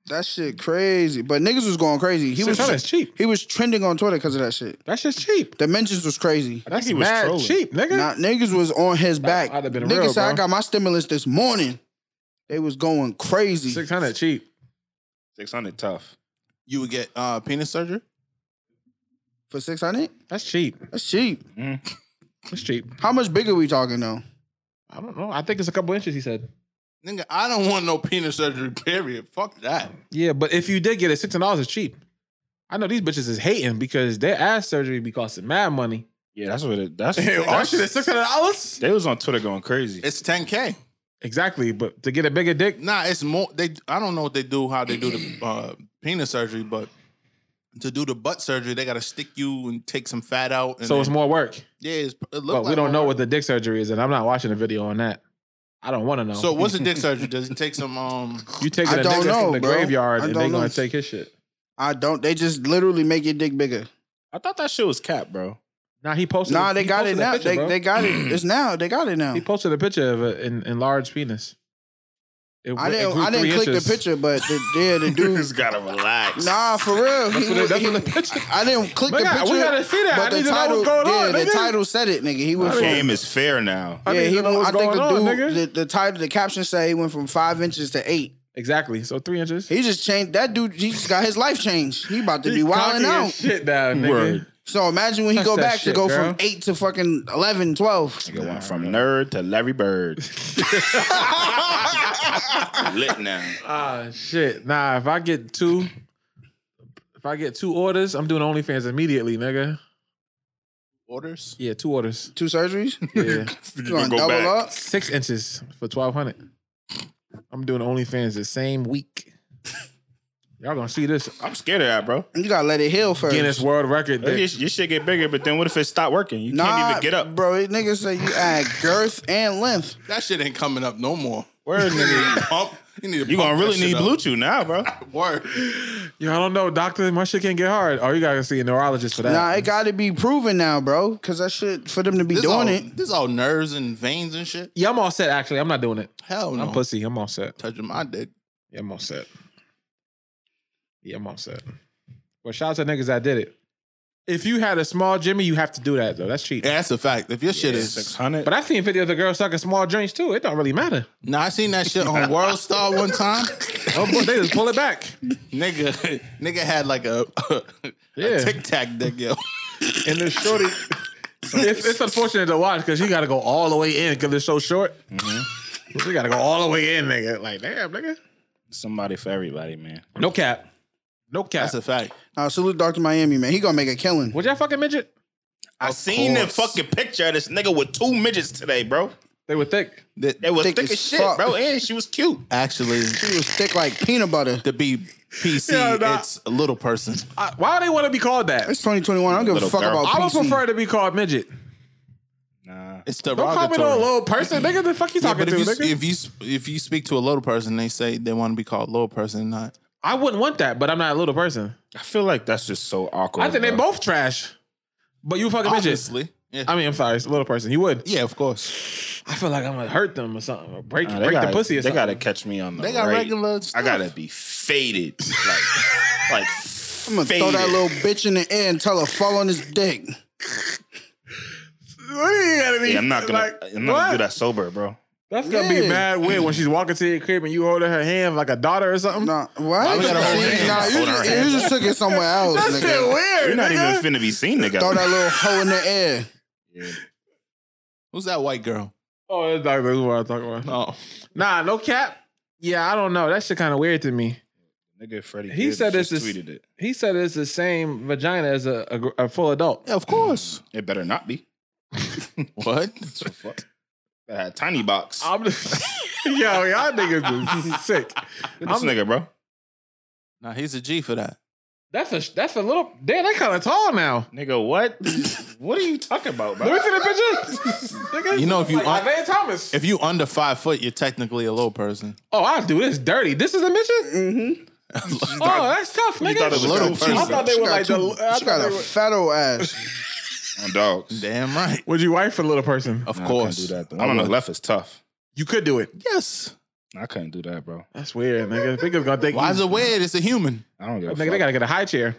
A: That shit crazy. But niggas was going crazy. He was
B: That's cheap.
A: he was trending on Twitter because of that shit.
B: That's just cheap.
A: The mentions was crazy.
B: That's
C: he was
B: mad
C: trolling.
B: cheap, nigga.
A: Now, niggas was on his back.
B: I'd have been
A: Niggas
B: real,
A: said I
B: bro.
A: got my stimulus this morning. They was going crazy.
B: Six hundred cheap.
C: 600 tough.
D: You would get uh, penis surgery.
A: For six hundred?
B: That's cheap.
A: That's cheap.
B: That's cheap.
A: How much bigger we talking though?
B: I don't know. I think it's a couple inches. He said.
D: Nigga, I don't want no penis surgery. Period. Fuck that.
B: Yeah, but if you did get it, six hundred dollars is cheap. I know these bitches is hating because their ass surgery be costing mad money.
C: Yeah, that's what it that's,
D: Our shit is six hundred dollars.
C: They was on Twitter going crazy.
D: It's ten k.
B: Exactly, but to get a bigger dick,
D: Nah, it's more. They I don't know what they do, how they do the uh, penis surgery, but to do the butt surgery, they gotta stick you and take some fat out. And
B: so it's
D: then-
B: more work.
D: yeah, it's, it look
B: But
D: like
B: we don't
D: more-
B: know what the dick surgery is, and I'm not watching a video on that. I don't want to know.
D: So what's a dick surgery? Does it take some? Um,
B: you taking
A: I
B: a
A: don't
B: nigga
A: know,
B: from the
A: bro.
B: graveyard,
A: I
B: and
A: don't
B: they
A: know.
B: gonna take his shit.
A: I don't they just literally make your dick bigger.
C: I thought that shit was cap, bro.
B: Nah, he posted.
A: Nah,
B: he
A: they got it
B: posted a
A: now.
B: picture,
A: they
B: bro.
A: they got it. It's now. They got it now.
B: He posted a picture of an en- enlarged penis. It,
A: I
B: went- it
A: didn't.
B: grew
A: I didn't
B: three
A: click
B: inches.
A: the picture, but the, yeah, the dude.
C: Dude's gotta relax.
A: Nah, for real.
B: That's
A: He-
B: what, it- that's
A: he-
B: what the picture.
A: I didn't click
B: We
A: the
B: got-
A: picture.
B: we gotta see that. I
A: But the
B: need to know
A: title,
B: what's going
A: yeah,
B: on,
A: the
B: nigga.
A: title said it, nigga. He went
B: I
A: from.
B: mean-
C: Game is fair now.
B: I
A: yeah,
B: need
A: he
B: to know
A: went,
B: what's
A: I think
B: going
A: the
B: on,
A: dude,
B: nigga.
A: the, the title, the caption say he went from five inches to eight.
B: Exactly. So three inches.
A: He just changed. That dude, he just got his life changed. He about to
B: He
A: be wilding
B: cocky as
A: out.
B: Shit down, nigga.
C: Word.
A: So imagine when he
B: Touch
A: go
B: that
A: back
B: shit,
A: to go
B: girl.
A: from eight to fucking 11, 12.
C: Nigga went from nerd to Larry Bird. Lit now.
B: Ah, shit. Nah, if I get two, if I get two orders, I'm doing OnlyFans immediately, nigga.
D: orders.
B: Yeah, two orders.
A: Two surgeries.
B: Yeah,
C: You
A: You gonna
C: go
A: double
C: back.
A: up?
B: six inches for twelve hundred. I'm doing OnlyFans the same week. Y'all gonna see this
C: I'm scared of that, bro.
A: You gotta let it heal first.
B: Guinness World Record.
C: Your,
B: that-
C: your shit get bigger, but then what if it stop working? You can't even get up.
A: bro. Niggas say you add girth and length.
D: That shit ain't coming up no more.
C: Word, nigga.
D: Pump. You need to
C: You gonna really need Bluetooth now, bro.
D: Word.
B: Yo, I don't know, doctor. My shit can't get hard. Oh, you gotta see a neurologist for that.
A: Nah, it gotta be proven now, bro. Cause that shit for them to be
D: This
A: doing
D: all,
A: it.
D: This all nerves and veins and shit.
B: yeah, I'm all set. Actually, I'm not doing it.
D: Hell no.
B: I'm pussy. I'm all set.
D: touching my dick.
B: Yeah, I'm all set. Yeah, I'm all set. Well, shout out to niggas that did it. If you had a small Jimmy, you have to do that though. That's cheating.
D: Yeah, that's a fact. If your shit
C: Six
D: is
C: hundred.
B: But I seen video of the girl sucking small drinks too. It don't really matter.
D: nah, I seen that shit on World Star one time.
B: Oh, boy, they just pull it back.
D: nigga, nigga had like a, a,
B: Yeah.
D: tic tac dick, yo.
B: And the shorty, it's, it's unfortunate to watch because you got to go all the way in because it's so short. You got to go all the way in, nigga. Like, damn, nigga.
C: Somebody for everybody, man.
B: No cap. No cap.
D: That's a fact.
A: Now salute Doctor Miami, man. He gonna make a killing.
B: Was y'all fucking midget?
C: I seen the fucking picture of this nigga with two midgets today, bro.
B: They were thick.
D: That-
C: They were
A: Thick
C: thick,
A: as
C: as shit,
A: fuck.
C: bro, and she was cute.
D: actually,
A: He was thick like peanut butter.
D: to be PC,
B: Yeah, nah.
D: it's a little person.
B: I, why do they want to be called that?
A: It's 2021. I don't give a
C: Little
A: fuck
C: girl.
A: about
B: I would
A: PC.
B: prefer to be called midget.
C: Nah.
D: It's
B: Don't call me
D: derogatory.
B: no little person, nigga. The fuck you
D: Yeah,
B: talking
D: but
B: to,
D: if
B: nigga?
D: you, if you if you speak to a little person, they say they want to be called little person, not
B: I wouldn't want that, but I'm not a little person.
C: I feel like that's just so awkward.
B: I think they
C: bro.
B: both trash. But you fucking midget.
D: obviously. Yeah.
B: I mean, I'm sorry, it's a little person. You would.
D: yeah, of course.
B: I feel like I'm gonna hurt them or something, or break,
C: Nah, they
B: break
C: gotta,
B: the pussy or
C: They
B: something.
C: gotta catch me on the
D: They got
C: right.
D: regular.
C: I
D: stuff.
C: gotta be faded, like, like
A: I'm gonna throw that little bitch in the air and tell her fall on his dick.
B: What do you gotta be?
C: Yeah, I'm not gonna.
B: like,
C: I'm not
B: what?
C: gonna do that sober, bro.
B: That's gonna be
A: Yeah.
B: mad weird when she's walking to your crib and you holding her hand like a daughter or something.
A: Nah, what?
D: we gotta hold
A: See,
D: hands?
A: nah, you
C: Hold
A: just,
C: our hands.
A: you just took it somewhere else,
B: that shit
A: nigga.
B: weird.
C: You're not even
B: nigga.
C: finna be seen
A: Throw
C: together.
A: that little hoe in the air.
D: Who's that white girl?
B: Oh, that's not really what I'm talking about.
D: Oh,
B: Nah, no cap. Yeah, I don't know. That shit kind of weird to me.
C: Nigga, Freddie.
B: He
C: Gibbs
B: said
C: just
B: this is-
C: tweeted it.
B: He said it's the same vagina as a, a, gr- a full adult.
D: yeah, of course.
C: It better not be.
D: What?
C: So fuck. I had tiny box.
B: I'm just, yo, y'all niggas is sick.
C: Look at this
B: I'm-
C: nigga, bro.
D: Nah, he's a G for that.
B: That's a that's a little damn. They kind of tall now.
C: Nigga, what? what are you talking about,
B: Let
C: bro?
B: me see the picture. Nigga,
D: You know, if you
B: like
D: un-
B: Isaiah Thomas.
D: If you under five foot, you're technically a little person.
B: oh, I'll do this dirty. This is a midget.
A: Mm-hmm.
B: Oh, that's tough, nigga.
C: thought it was little
D: Little person.
B: I thought they
A: She
B: were
A: got,
B: like
A: two,
B: the. I
A: she
B: thought
A: got
B: they
A: a
B: were-
A: fat old ass.
C: On dogs.
D: Damn right.
B: Would you wife a little person?
D: Of
C: Nah,
D: course.
C: I, couldn't do that, though. I don't know. Left is tough.
B: You could do it.
D: Yes.
C: I couldn't do that, bro.
B: That's weird, nigga. Niggas gonna think.
D: Why
B: you-
D: is it weird? It's a human.
C: I don't give a
B: Nigga, they
C: fuck.
B: gotta get a high chair.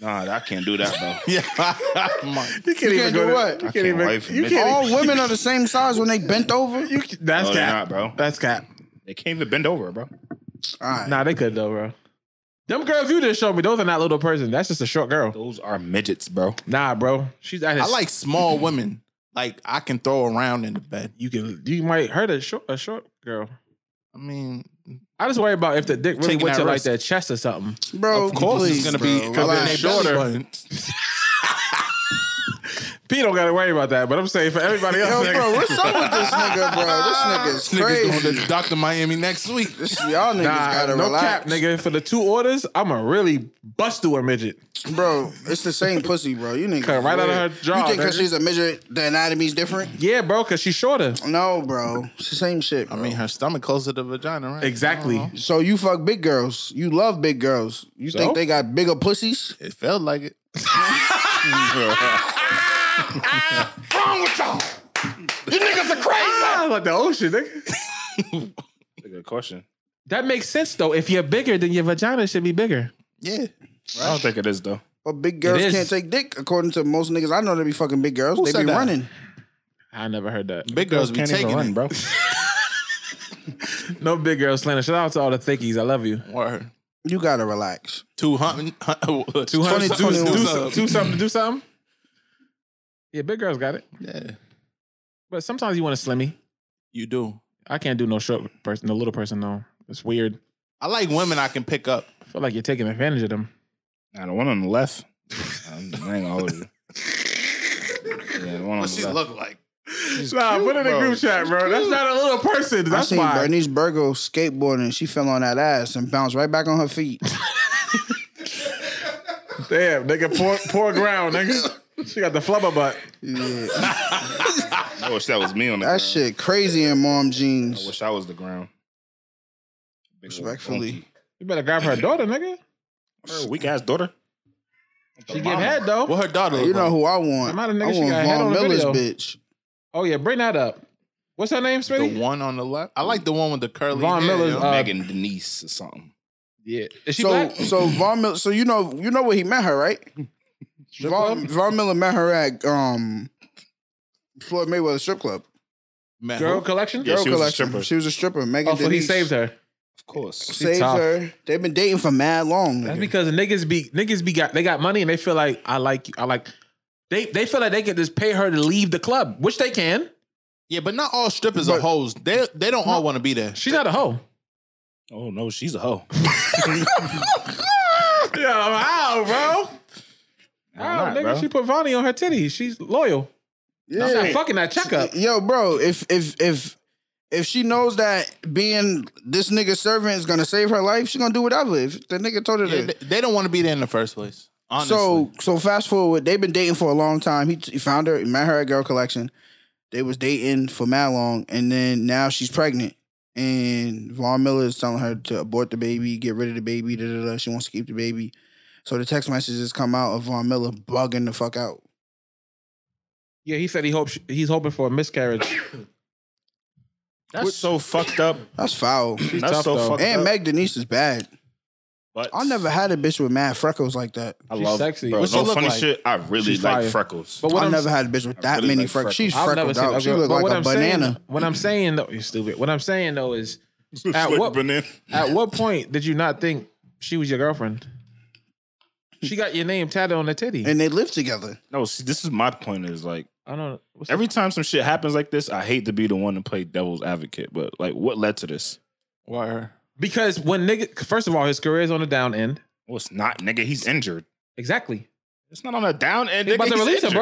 C: Nah, I can't do that, bro.
D: Yeah. My-
B: You can't,
A: You
B: even
A: can't
B: go
A: do
B: to-
A: what?
B: You
C: I
B: can't
C: can't
B: even.
C: wife a
B: you
C: midget.
B: can't.
A: All women are the same size when they bent over.
B: You, can- Oh, that's
C: No, they're
B: cap.
C: not, bro.
B: That's cap.
C: They can't even bend over, bro.
A: All right.
B: Nah, they could though, bro. Them girls you just showed me, those are not little person. That's just a short girl.
C: Those are midgets, bro.
B: Nah, bro. She's.
D: I like small women. Like I can throw around in the bed.
B: You can. You might hurt a short a short girl.
D: I mean,
B: I just worry about if the dick really
D: Taking
B: went
D: that
B: to like
D: risk.
B: that chest or something.
A: bro,
D: of course
A: please,
D: it's gonna
A: bro.
D: be
A: Relax.
D: covering their belly button.
B: P don't gotta worry about that, but I'm saying for everybody else.
A: Yo,
B: nigga.
A: bro, what's up with this nigga, bro? This nigga's
D: Niggas
A: crazy.
D: going to Doctor Miami next week.
A: Y'all niggas
B: Nah,
A: gotta
B: no
A: relax,
B: cap, nigga. For the two orders, I'ma really bust through a midget.
A: bro. It's the same pussy, bro. You niggas
B: Cut right out of
A: weird.
B: her jaw,
A: You think
B: nigga.
A: because she's a midget, the anatomy's different?
B: Yeah, bro, cause she's shorter.
A: No, bro. It's the same shit.
D: I
A: Bro.
D: mean, her stomach closer to the vagina, right?
B: Exactly.
D: I don't know.
A: so you fuck big girls. You love big girls. You
B: So?
A: think they got bigger pussies?
D: It felt like it.
B: Ah, like the ocean, nigga.
C: Good question.
B: That makes sense though. If you're bigger, then your vagina should be bigger.
D: Yeah.
C: I don't think it is though.
A: But big girls
B: is.
A: can't take dick, according to most niggas. I know they be fucking big girls.
D: Who
A: they
D: said
A: be
D: that?
A: running.
B: I never heard that.
D: Big girls be
C: Can't even
D: taking
C: run,
D: it.
C: bro.
B: No big girl slander. Shout out to all the thickies. I love you.
D: Word.
A: You gotta relax.
D: Two hundred.
B: Two hundred. Do, do,
A: 2021.
B: some- do something. Do something. Yeah, big girls got it.
D: Yeah.
B: But sometimes you want a slimmy.
D: You do.
B: I can't do no short person, no little person though. It's weird.
D: I like women I can pick up.
B: I feel like you're taking advantage of them.
C: Nah, the one on the Um, left. I'm- I ain't gonna hold you. Yeah, the one on
D: What
C: the
D: she
C: left.
D: look like?
B: nah,
C: cute,
B: put it in the
C: bro.
B: group chat, bro. That's not a little person.
A: I
B: That's
A: seen
B: why.
A: Bernice Burgo skateboarding. She fell on that ass and bounced right back on her feet.
B: Damn, nigga, poor, poor ground, nigga. She got the flubber butt.
A: Yeah.
C: I wish that was me on the
A: that
C: ground.
A: shit crazy in mom
C: I
A: jeans.
C: wish I was the ground. Big old
A: Respectfully.
B: You better grab her daughter, nigga.
C: monkey. Her weak ass daughter.
B: She get head though.
D: What her daughter?
A: You
D: look
A: know
D: like?
A: who I want?
B: Come
A: I
B: out,
A: want
B: nigga, she got a head
A: Vaughn
B: on the
A: Miller's
B: video.
A: bitch.
B: Oh yeah, bring that up. What's her name, Smitty?
D: The one on the left. I like the one with the curly.
B: Von
D: hair,
B: Miller's,
D: yo.
B: uh,
C: Megan Denise or something.
B: yeah, is she
A: So
B: black?
A: so Vaughn Miller. So you know you know where he met her, right? Vaughn, Vaughn Miller met her at um Floyd Mayweather strip club.
D: Man, who-
B: Girl collection.
C: Yeah,
A: Girl
C: she was a
A: collection.
C: stripper.
A: She was a stripper. Megan
B: Oh, so he
A: Denise
B: saved her.
C: Of course.
B: She
A: Saved
B: tough.
A: her. They've been dating for mad long.
B: That's
A: nigga.
B: because niggas be niggas be got they got money and they feel like I like you. I like they they feel like they can just pay her to leave the club, which they can.
D: Yeah, but not all strippers are
A: But-
D: hoes. They they don't all want to be there.
B: She's not a hoe.
C: Oh no, she's a hoe.
B: Yo, how, bro? How,
C: not,
B: nigga?
C: bro.
B: She put Vonnie on her titties. She's loyal. She's not
A: Yeah.
B: fucking that checkup.
A: Yo, bro, if if if if she knows that being this nigga servant is gonna save her life, she gonna do whatever. If the nigga told her to.
D: Yeah, they, they don't want to be there in the first place. Honestly.
A: So so fast forward, they've been dating for a long time. He, he found her, he met her at Girl Collection. They was dating for mad long, and then now she's pregnant. And Vaughn Miller is telling her to abort the baby, get rid of the baby. Da, da, da. She wants to keep the baby. So the text messages come out of Vaughn Miller bugging the fuck out.
B: Yeah, he said he hopes he's hoping for a miscarriage.
C: That's so fucked up.
A: That's foul.
C: That's
B: tough,
C: so
B: though.
C: fucked
A: And
C: up.
A: Meg Denise is bad.
C: But
A: I never had a bitch with mad freckles like that.
C: I
B: She's
C: love
B: sexy.
C: Bro,
D: What she
C: no
D: look
C: funny
D: like?
C: shit. I really
B: She's
C: like
B: fire.
C: freckles.
B: But what
A: I
B: I'm
A: never had a bitch with that
C: really
A: many
C: like
A: freckles.
C: freckles.
A: She's
B: I've never
A: freckled
B: seen a
A: out. She
B: girl.
A: looked
B: but
A: like
B: what
A: a
B: I'm
A: banana.
B: saying, what I'm saying though, you stupid. What I'm saying though is,
C: She's
B: At
C: like
B: what-
C: banana.
B: at what point did you not think she was your girlfriend? She got your name tatted on the titty.
A: and they live together.
C: No, see, this is my point. Is like
B: I don't. What's the-
C: every time some shit happens like this, I hate to be the one to play devil's advocate. But like, what led to this?
D: why her?
B: Because when nigga, first of all, his career is on the down end.
C: Well, it's not, nigga. He's injured.
B: Exactly.
C: It's not on a down end.
B: They
C: nigga,
B: about to
C: he's
B: release him,
C: injured.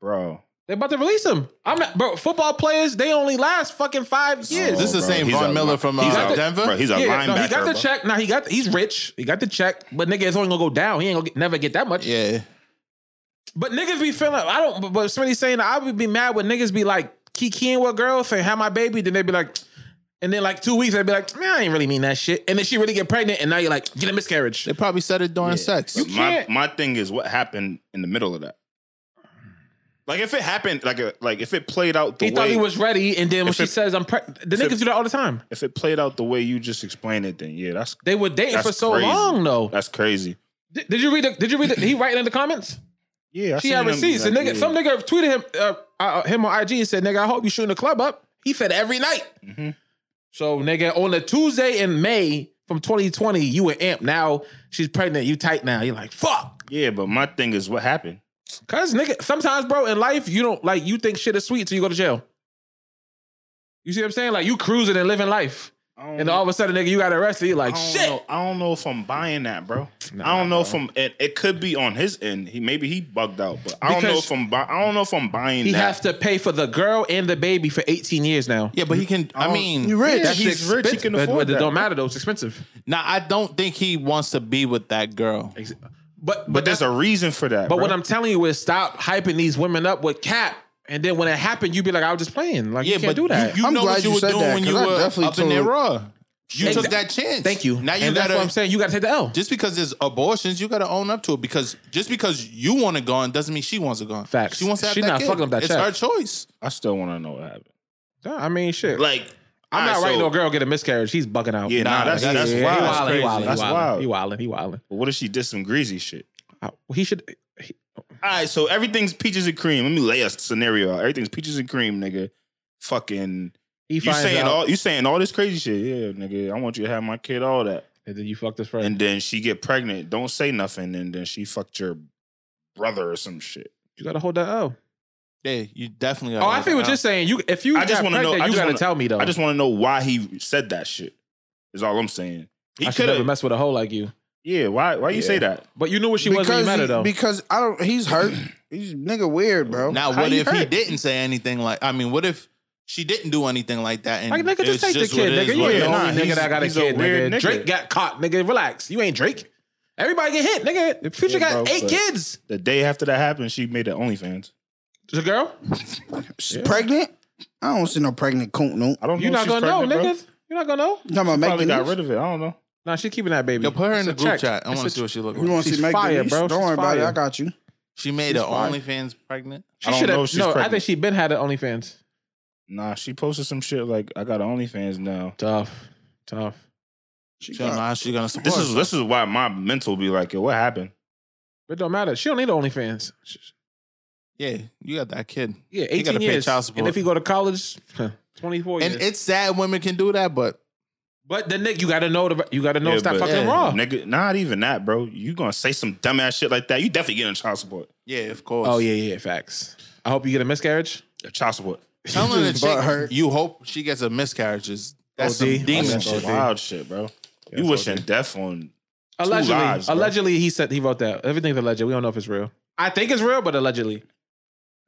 B: bro.
C: Bro,
B: They about to release him. I'm not, bro. Football players, they only last fucking five years.
D: Is this the
C: bro,
D: same
C: he's
D: Von
C: a-
D: Miller from
C: he's
D: uh,
B: a-
D: Denver?
C: bro, he's Oh, a
B: yeah,
C: linebacker.
B: no, he got the
C: bro.
B: check. Now he got. He's rich. He got the check. But nigga, it's only gonna go down. He ain't gonna get, never get that much.
D: yeah,
B: But niggas be feeling. I don't. But, but somebody saying I would be mad when niggas be like kikiing with girls and have my baby. Then they be like, and then like two weeks they'd be like, man, I ain't really mean that shit. And then she really get pregnant, and now you're like, get a miscarriage.
D: they probably said it during sex.
C: But my
B: can't-
C: my thing is what happened in the middle of that. Like if it happened, like a, like if it played out the
B: He
C: way
B: thought he was ready, and then when
C: If
B: she
C: it-
B: says I'm pregnant, the
C: if it-
B: niggas do that all the time.
C: if it played out the way you just explained it, then yeah, that's
B: They were dating
C: That's
B: for so
C: crazy.
B: long though.
C: that's crazy.
B: Did, did you read? The, did you read? The, he writing in the comments.
C: Yeah, I
B: She
C: seen
B: had
C: him,
B: receipts. And
C: like,
B: nigga,
C: yeah.
B: some nigga tweeted him uh, uh, him on IG and said, "Nigga, I hope you shooting the club up." He fed every night.
C: Mhm.
B: So nigga, on a Tuesday in May from 2020, you were amp. Now she's pregnant. You tight now. You're like fuck.
C: Yeah, but my thing is what happened.
B: Cause nigga, sometimes bro, in life you don't like you think shit is sweet till you go to jail. You see what I'm saying? Like you cruising and living life,
C: I don't
B: and all of a sudden, nigga, you got arrested. You're
C: I
B: like
C: don't
B: shit.
C: know- I don't know if I'm buying that, bro.
B: Nah,
C: I don't know
B: bro.
C: if I'm. It, it could be on his end. He maybe he bugged out, but I don't know
B: Because
C: if I'm. Buy, I don't know if I'm buying.
B: He
C: that.
B: has to pay for the girl and the baby for 18 years now.
D: Yeah, but he can. I
C: don't-
D: mean,
A: You rich.
C: That's He's rich, he can
B: But-
C: afford
B: but
C: that.
B: It don't matter though. It's expensive.
D: now I don't think he wants to be with that girl.
B: Ex- But
C: But
B: but
C: there's
B: that's
C: a reason for that.
B: but
C: bro.
B: what I'm telling you is stop hyping these women up with cap. And then when it happened, you be like, I was just playing. Like
D: Yeah,
B: you can't
D: but
B: do that.
D: you, you
A: I'm
D: know
A: glad
D: what you,
A: you
D: were
A: said
D: doing
A: that,
D: when
A: 'cause
D: you
A: I
D: were up
A: definitely
D: in there
A: told-
D: raw. You took
B: Exact-
D: that chance.
B: Thank you.
D: Now you
B: and that's
D: gotta.
B: what I'm saying. You gotta take the L.
D: Just because there's abortions, you gotta own up to it. Because just because you want it gone doesn't mean she wants it gone.
B: Facts.
D: She wants to have
B: She
D: that
B: not
D: kid.
B: fucking with that
D: It's
B: check.
D: her choice.
C: I still want to know what happened.
B: I mean shit.
C: Like
B: I'm not
C: alright,
B: writing
C: so-
B: no girl get a miscarriage. He's bucking out.
C: Yeah, nah, that's that's
B: yeah, He
C: wild. That's
B: wilding, he
C: crazy.
B: wilding,
C: That's
B: he wilding, he
C: wild.
B: wilding, he wilding.
C: But what if she did some greasy shit?
B: I- He should
C: All right, so everything's peaches and cream. Let me lay a scenario out. Everything's peaches and cream, nigga. Fucking,
B: he
C: you
B: finds
C: saying
B: out
C: all you saying all this crazy shit, yeah, nigga. I want you to have my kid, all that,
B: and then you fucked this friend.
C: and then she get pregnant. Don't say nothing, and then she fucked your brother or some shit.
B: You gotta hold that L.
D: Yeah, you definitely.
B: Oh,
D: Gotta
B: I
D: own
B: feel
D: it
B: what
D: now.
B: you're saying. You if you
C: I
B: I
C: just
B: just want
C: wanna know-
B: to
C: I
B: you
C: just
B: gotta
C: wanna-
B: tell me though.
C: I just want to know why he said that shit. Is all I'm saying. He
B: I should
C: could
B: never
C: have,
B: mess with a hoe like you.
C: yeah. Why? Why you say that?
B: But you knew what she was when you met her though.
A: because I don't. He's hurt. He's nigga weird, bro.
D: Now,
B: How
D: what
B: you
D: if he
B: hurt?
D: didn't say anything like? I mean, what if she didn't do anything like that? And
B: Like, nigga, just
D: it's
B: take the
D: what
B: kid,
D: it is,
B: nigga. You
D: what
B: ain't the
D: it
B: only
D: is. Nah,
B: nigga
D: he's-
B: that got a
D: he's
B: kid,
D: weird
B: nigga. Drake got caught, nigga. Relax. You ain't Drake. Everybody get hit, nigga. The future
C: Yeah,
B: got
C: bro,
B: eight
C: but-
B: kids.
C: The day after that happened, she made it OnlyFans.
B: The girl?
A: She's pregnant? I don't see no pregnant coon. No,
C: I don't
B: You're
C: know. if
B: not
C: she's
B: gonna know,
C: pregnant, bro.
B: nigga. You're not gonna know.
A: you talking about
C: Probably
A: making
C: got
A: got
C: rid of it. I don't know.
B: Nah, she keeping that baby.
D: Yo, put her in
B: It's
D: the
B: a
D: group
B: check.
D: chat. I
B: It's
D: want to
B: a-
D: see what she look
A: You
D: like.
A: want to
B: She's
A: see Megan
B: fire,
A: Thee?
B: bro.
A: Don't
B: She's
A: worry about it.
B: fire.
A: I got you.
D: She made
B: She's
D: an
B: fine.
D: OnlyFans pregnant.
B: She
C: I don't
B: should
C: know
B: have. No,
C: if she's
B: I think
C: pregnant.
B: she been had an OnlyFans.
C: Nah, she posted some shit like I got OnlyFans now.
B: Tough, tough.
A: She
D: She don't know
A: got,
D: how she gonna support.
C: This is this is why my mental be like, yo, what happened?
B: But it don't matter. She don't need an OnlyFans.
D: yeah. You got that kid,
B: Yeah,
D: He gotta
B: eighteen
D: pay
B: years.
D: child
B: and
D: support.
B: if he go to college, twenty four
D: and
B: years.
D: it's sad women can do that, but
B: but the nigga, you gotta know. The, you gotta know.
C: Yeah,
B: stop
C: but-
B: fucking
D: Yeah.
B: raw.
C: Nigga, not even that, bro. You gonna say some dumbass shit like that? You definitely getting child support.
D: yeah, of course.
B: Oh yeah, yeah. Facts. I hope you get a miscarage.
C: Child support.
D: Telling a
A: His butt
D: chick
A: hurt.
D: you hope she gets a miscarriage is that's
B: OD.
D: some
C: That's
D: demon
C: some
D: shit.
C: wild shit, bro. you wishing death on
B: Allegedly,
C: lives, bro.
B: allegedly, he said he wrote that. Everything's alleged. We don't know if it's real. I think it's real, but allegedly,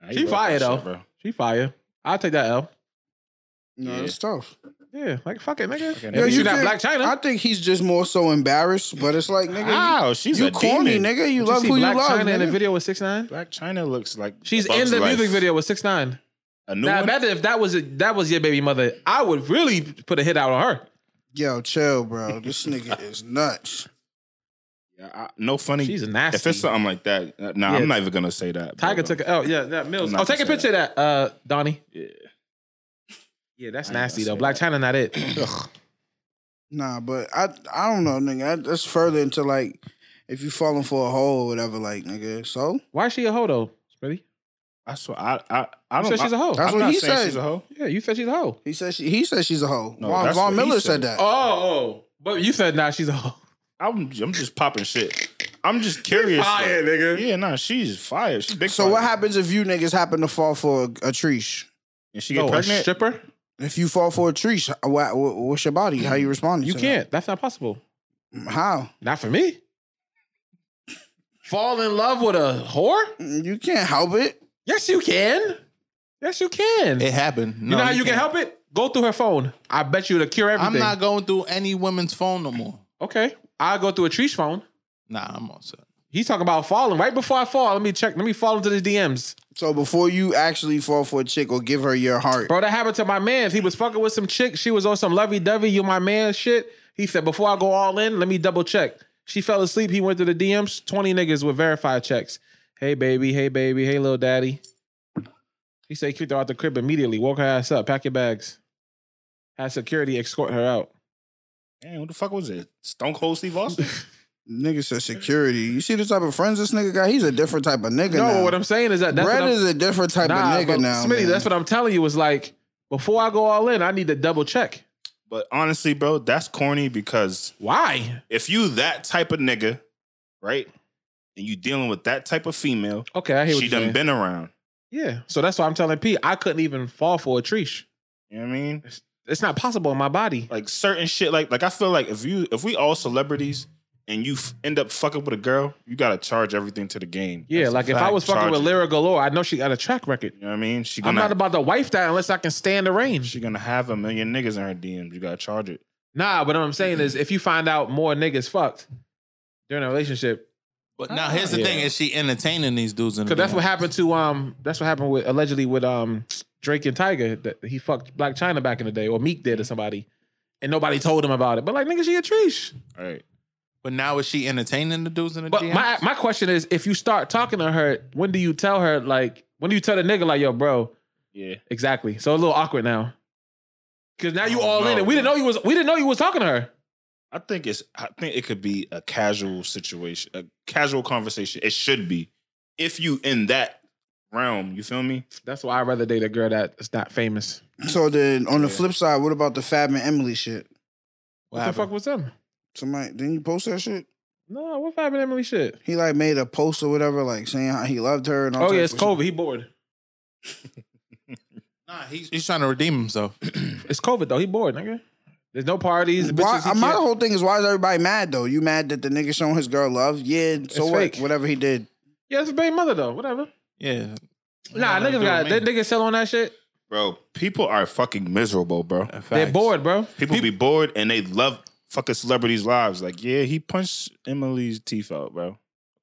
C: Nah,
B: She
C: you wrote
B: fire,
C: that
B: though.
C: shit, bro.
B: she fire. I'll take that L.
A: no,
C: Yeah.
A: it's tough.
B: Yeah, like fuck it, nigga.
C: Fucking
B: Yo,
A: you
B: you not
A: did-
B: Black China.
A: I think he's just more so embarrassed, but it's like, nigga, you-
C: Wow, she's
A: you,
C: Ah, a
A: corny,
C: demon.
A: nigga. You
B: Did you
A: love
B: see
A: who
B: Black
A: you love.
B: China in the
A: nigga.
B: video with six nine.
C: Black China looks like
B: She's
C: a Bug's
B: in the
C: Life.
B: music video with six nine.
C: A new
B: Now
C: one.
B: imagine if that was that was your baby mother, I would really put a hit out on her.
A: Yo, chill, bro. This nigga is nuts.
C: Yeah, I- no funny.
B: She's nasty.
C: If it's something like that, uh, nah,
B: Yeah.
C: I'm not even gonna say that. bro.
B: Tiger took it. Oh yeah, that Mills.
C: I'm not
B: Oh, take a
C: gonna
B: picture
C: say
B: of that, uh, Donnie.
C: Yeah.
B: Yeah, that's
C: I ain't gonna
B: nasty though.
C: say
B: Black
C: that.
B: China, not it.
A: Nah, but I I don't know, nigga. I, that's further into like if you falling for a hole or whatever, like nigga. So
B: Why is she a hoe though, Smitty?
C: I swear, I, I, I
B: You
C: don't.
B: said she's a
C: I,
B: hoe.
A: That's
C: I'm
A: what
C: not
A: he
C: saying
A: said.
C: She's a hoe.
B: yeah, you said she's a hoe.
A: he said she he said she's a hoe.
C: No,
A: Von,
C: that's
A: Von
C: what he
A: Miller
C: said.
A: said that.
B: Oh, oh, but you said nah, she's a hoe.
C: I'm, I'm just popping shit. I'm just curious.
B: Fire,
C: like-
B: nigga.
C: yeah, nah, she's fired. She's big.
A: so
C: fire.
A: what happens if you niggas happen to fall for a, a treesh?
C: And she get
B: No, a
C: pregnant.
B: stripper?
A: If you fall for a treesh, what, what, what's your body? How you responding?
B: You
A: to
B: can't. That's not possible.
A: that? How?
B: Not for me. Fall in love with a whore?
A: You can't help it.
B: Yes, you can. Yes, you can.
D: It happened.
B: you
D: Eh, No,
B: know how you can
D: can't.
B: help it? Go through her phone. I bet you to cure everything.
D: I'm not going through any woman's phone no more.
B: Okay. I'll go through a tree's phone.
D: Nah, I'm all set.
B: He's talking about falling. Right before I fall, let me check. Let me fall into the DMs.
A: So before you actually fall for a chick or give her your heart,
B: Bro, that happened to my man. He was fucking with some chick. She was on some lovey dovey, you my man shit. He said, before I go all in, let me double check. She fell asleep. He went to the DMs. 20 niggas with verified checks. Hey, baby. Hey, baby. Hey, little daddy. He said, he kicked her out the crib immediately. Woke her ass up. Pack your bags. Had security escort her out.
C: Damn, what the fuck was it? Stone Cold Steve Austin.
A: nigga said security. You see the type of friends this nigga got? He's a different type of nigga.
B: No,
A: now.
B: what I'm saying is that that's what
A: Brett
B: I'm-
A: is a different type of nigga
B: but
A: now.
B: Smitty,
A: man.
B: that's what I'm telling you. Is like before I go all in, I need to double check.
C: but honestly, bro, that's corny because
B: Why?
C: if you that type of nigga, right, and you dealing with that type of female,
B: Okay, I hear what
C: she
B: you
C: done been around.
B: Yeah, so that's why I'm telling Pete I couldn't even fall for a treesh.
C: You know what I mean?
B: It's not possible in my body.
C: Like certain shit, like like I feel like if you if we all celebrities and you f- end up fucking with a girl, you gotta charge everything to the game.
B: Yeah,
C: That's a
B: like if I
C: fact.
B: was fucking
C: Charge
B: with
C: it.
B: Lyra Galore, I know she got a track record.
C: you know what I mean? She
B: I'm
C: gonna
B: not about to wife that unless I can stand the rain.
C: she gonna have a million niggas in her DMs. You gotta charge it.
B: Nah, but what I'm saying is, if you find out more niggas fucked during a relationship,
D: But now here's the
B: Yeah.
D: thing: is she entertaining these dudes? In the
B: because Ah. that's
D: game?
B: what happened to um, that's what happened with allegedly with um Drake and Tiger that he fucked Black China back in the day, or Meek did to somebody, and nobody told him about it. But like, nigga, she a treesh.
C: All right.
D: But now is she entertaining the dudes in the
B: But
D: DMs?
B: my my question is, if you start talking to her, when do you tell her like? When do you tell the nigga like, yo, bro?
C: Yeah.
B: Exactly. So it's a little awkward now, because now you
C: I don't
B: all in,
C: know,
B: and we didn't
C: bro.
B: know you was we didn't know you was talking to her.
C: I think it's I think it could be a casual situation, a casual conversation. It should be. If you in that realm, you feel me?
B: That's why I'd rather date a girl that's not famous.
A: So then, on the flip side, what about the Fab and Emily shit?
B: What, the fuck was them?
A: Somebody didn't you post that shit?
B: No, what Fab and Emily shit?
A: He like made a post or whatever, like saying how he loved her and all.
B: Oh yeah,
A: type
B: it's
A: of shit.
B: COVID. He bored.
D: Nah, he's, he's trying to redeem himself.
B: It's COVID though. He bored, nigga. There's no parties. The
A: Why,
B: bitches, he
A: my
B: can't-
A: whole thing is why is everybody mad though? You mad that the nigga showing his girl love? Yeah, so what?
B: fake.
A: Whatever he did,
B: yeah, it's a baby mother though. Whatever.
D: Yeah.
B: Nah, niggas got they niggas sell on that shit.
C: Bro, people are fucking miserable, bro.
B: They're bored, bro.
C: People be bored and they love fucking celebrities' lives. Like, yeah, he punched Emily's teeth out, bro.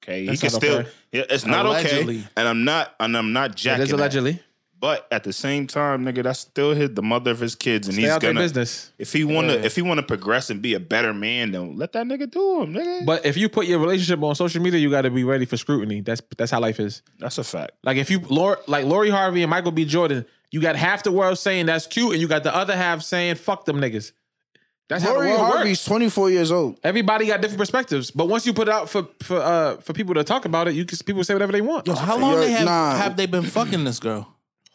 C: Okay,
B: That's
C: he can
B: not
C: still.
B: okay.
C: Yeah, it's not
D: Allegedly.
C: okay, and I'm not, and I'm not
B: It
C: jacking.
B: is
C: that.
B: allegedly.
C: But at the same time, nigga, that's still his, the mother of his kids, and
B: Stay
C: he's
B: out their
C: gonna.
B: business.
C: If he wanna,
B: Yeah.
C: if he wanna progress and be a better man, then let that nigga do him, nigga.
B: But if you put your relationship on social media, you got to be ready for scrutiny. That's that's how life is.
C: that's a fact.
B: Like if you Lor- like Lori Harvey and Michael B. Jordan, you got half the world saying that's cute, and you got the other half saying fuck them niggas. That's
A: Lori
B: how the world
A: Harvey's
B: works.
A: 24 years old.
B: Everybody got different perspectives, but once you put it out for for uh, for people to talk about it, you can people say whatever they want.
D: How long they have,
A: Nah.
D: have they been fucking this girl?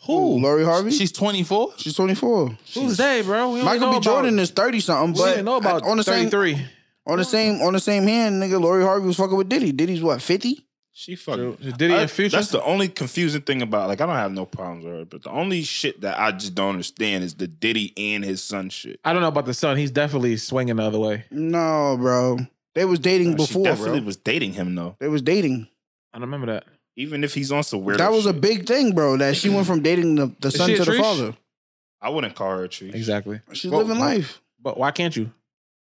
A: Who? Lori Harvey?
D: She's 24?
A: She's 24.
B: Who's they, bro? We don't
A: Michael
B: know
A: B.
B: about-
A: Jordan is 30 something,
B: We
A: but
B: didn't know about
A: on the same
B: 33.
A: on the same on the same hand, nigga, Lori Harvey was fucking with Diddy. Diddy's what, 50?
C: She fucking.
B: Diddy
C: I-
B: and Future.
C: That's the only confusing thing about like I don't have no problems with her, but the only shit that I just don't understand is the Diddy and his son shit.
B: I don't know about the son. He's definitely swinging the other way.
A: No, bro. They was dating
C: she
A: before,
C: definitely
A: bro.
C: was dating him though,
A: They was dating.
B: I don't remember that.
C: even if he's on some weird.
A: That was a
C: shit.
A: big thing, bro, that she went from dating the, the
B: Is
A: son
B: she a
A: to the
B: Trish?
A: father.
C: I wouldn't call her a tree.
B: Exactly.
A: She's
C: Well,
A: living life.
B: But why can't you?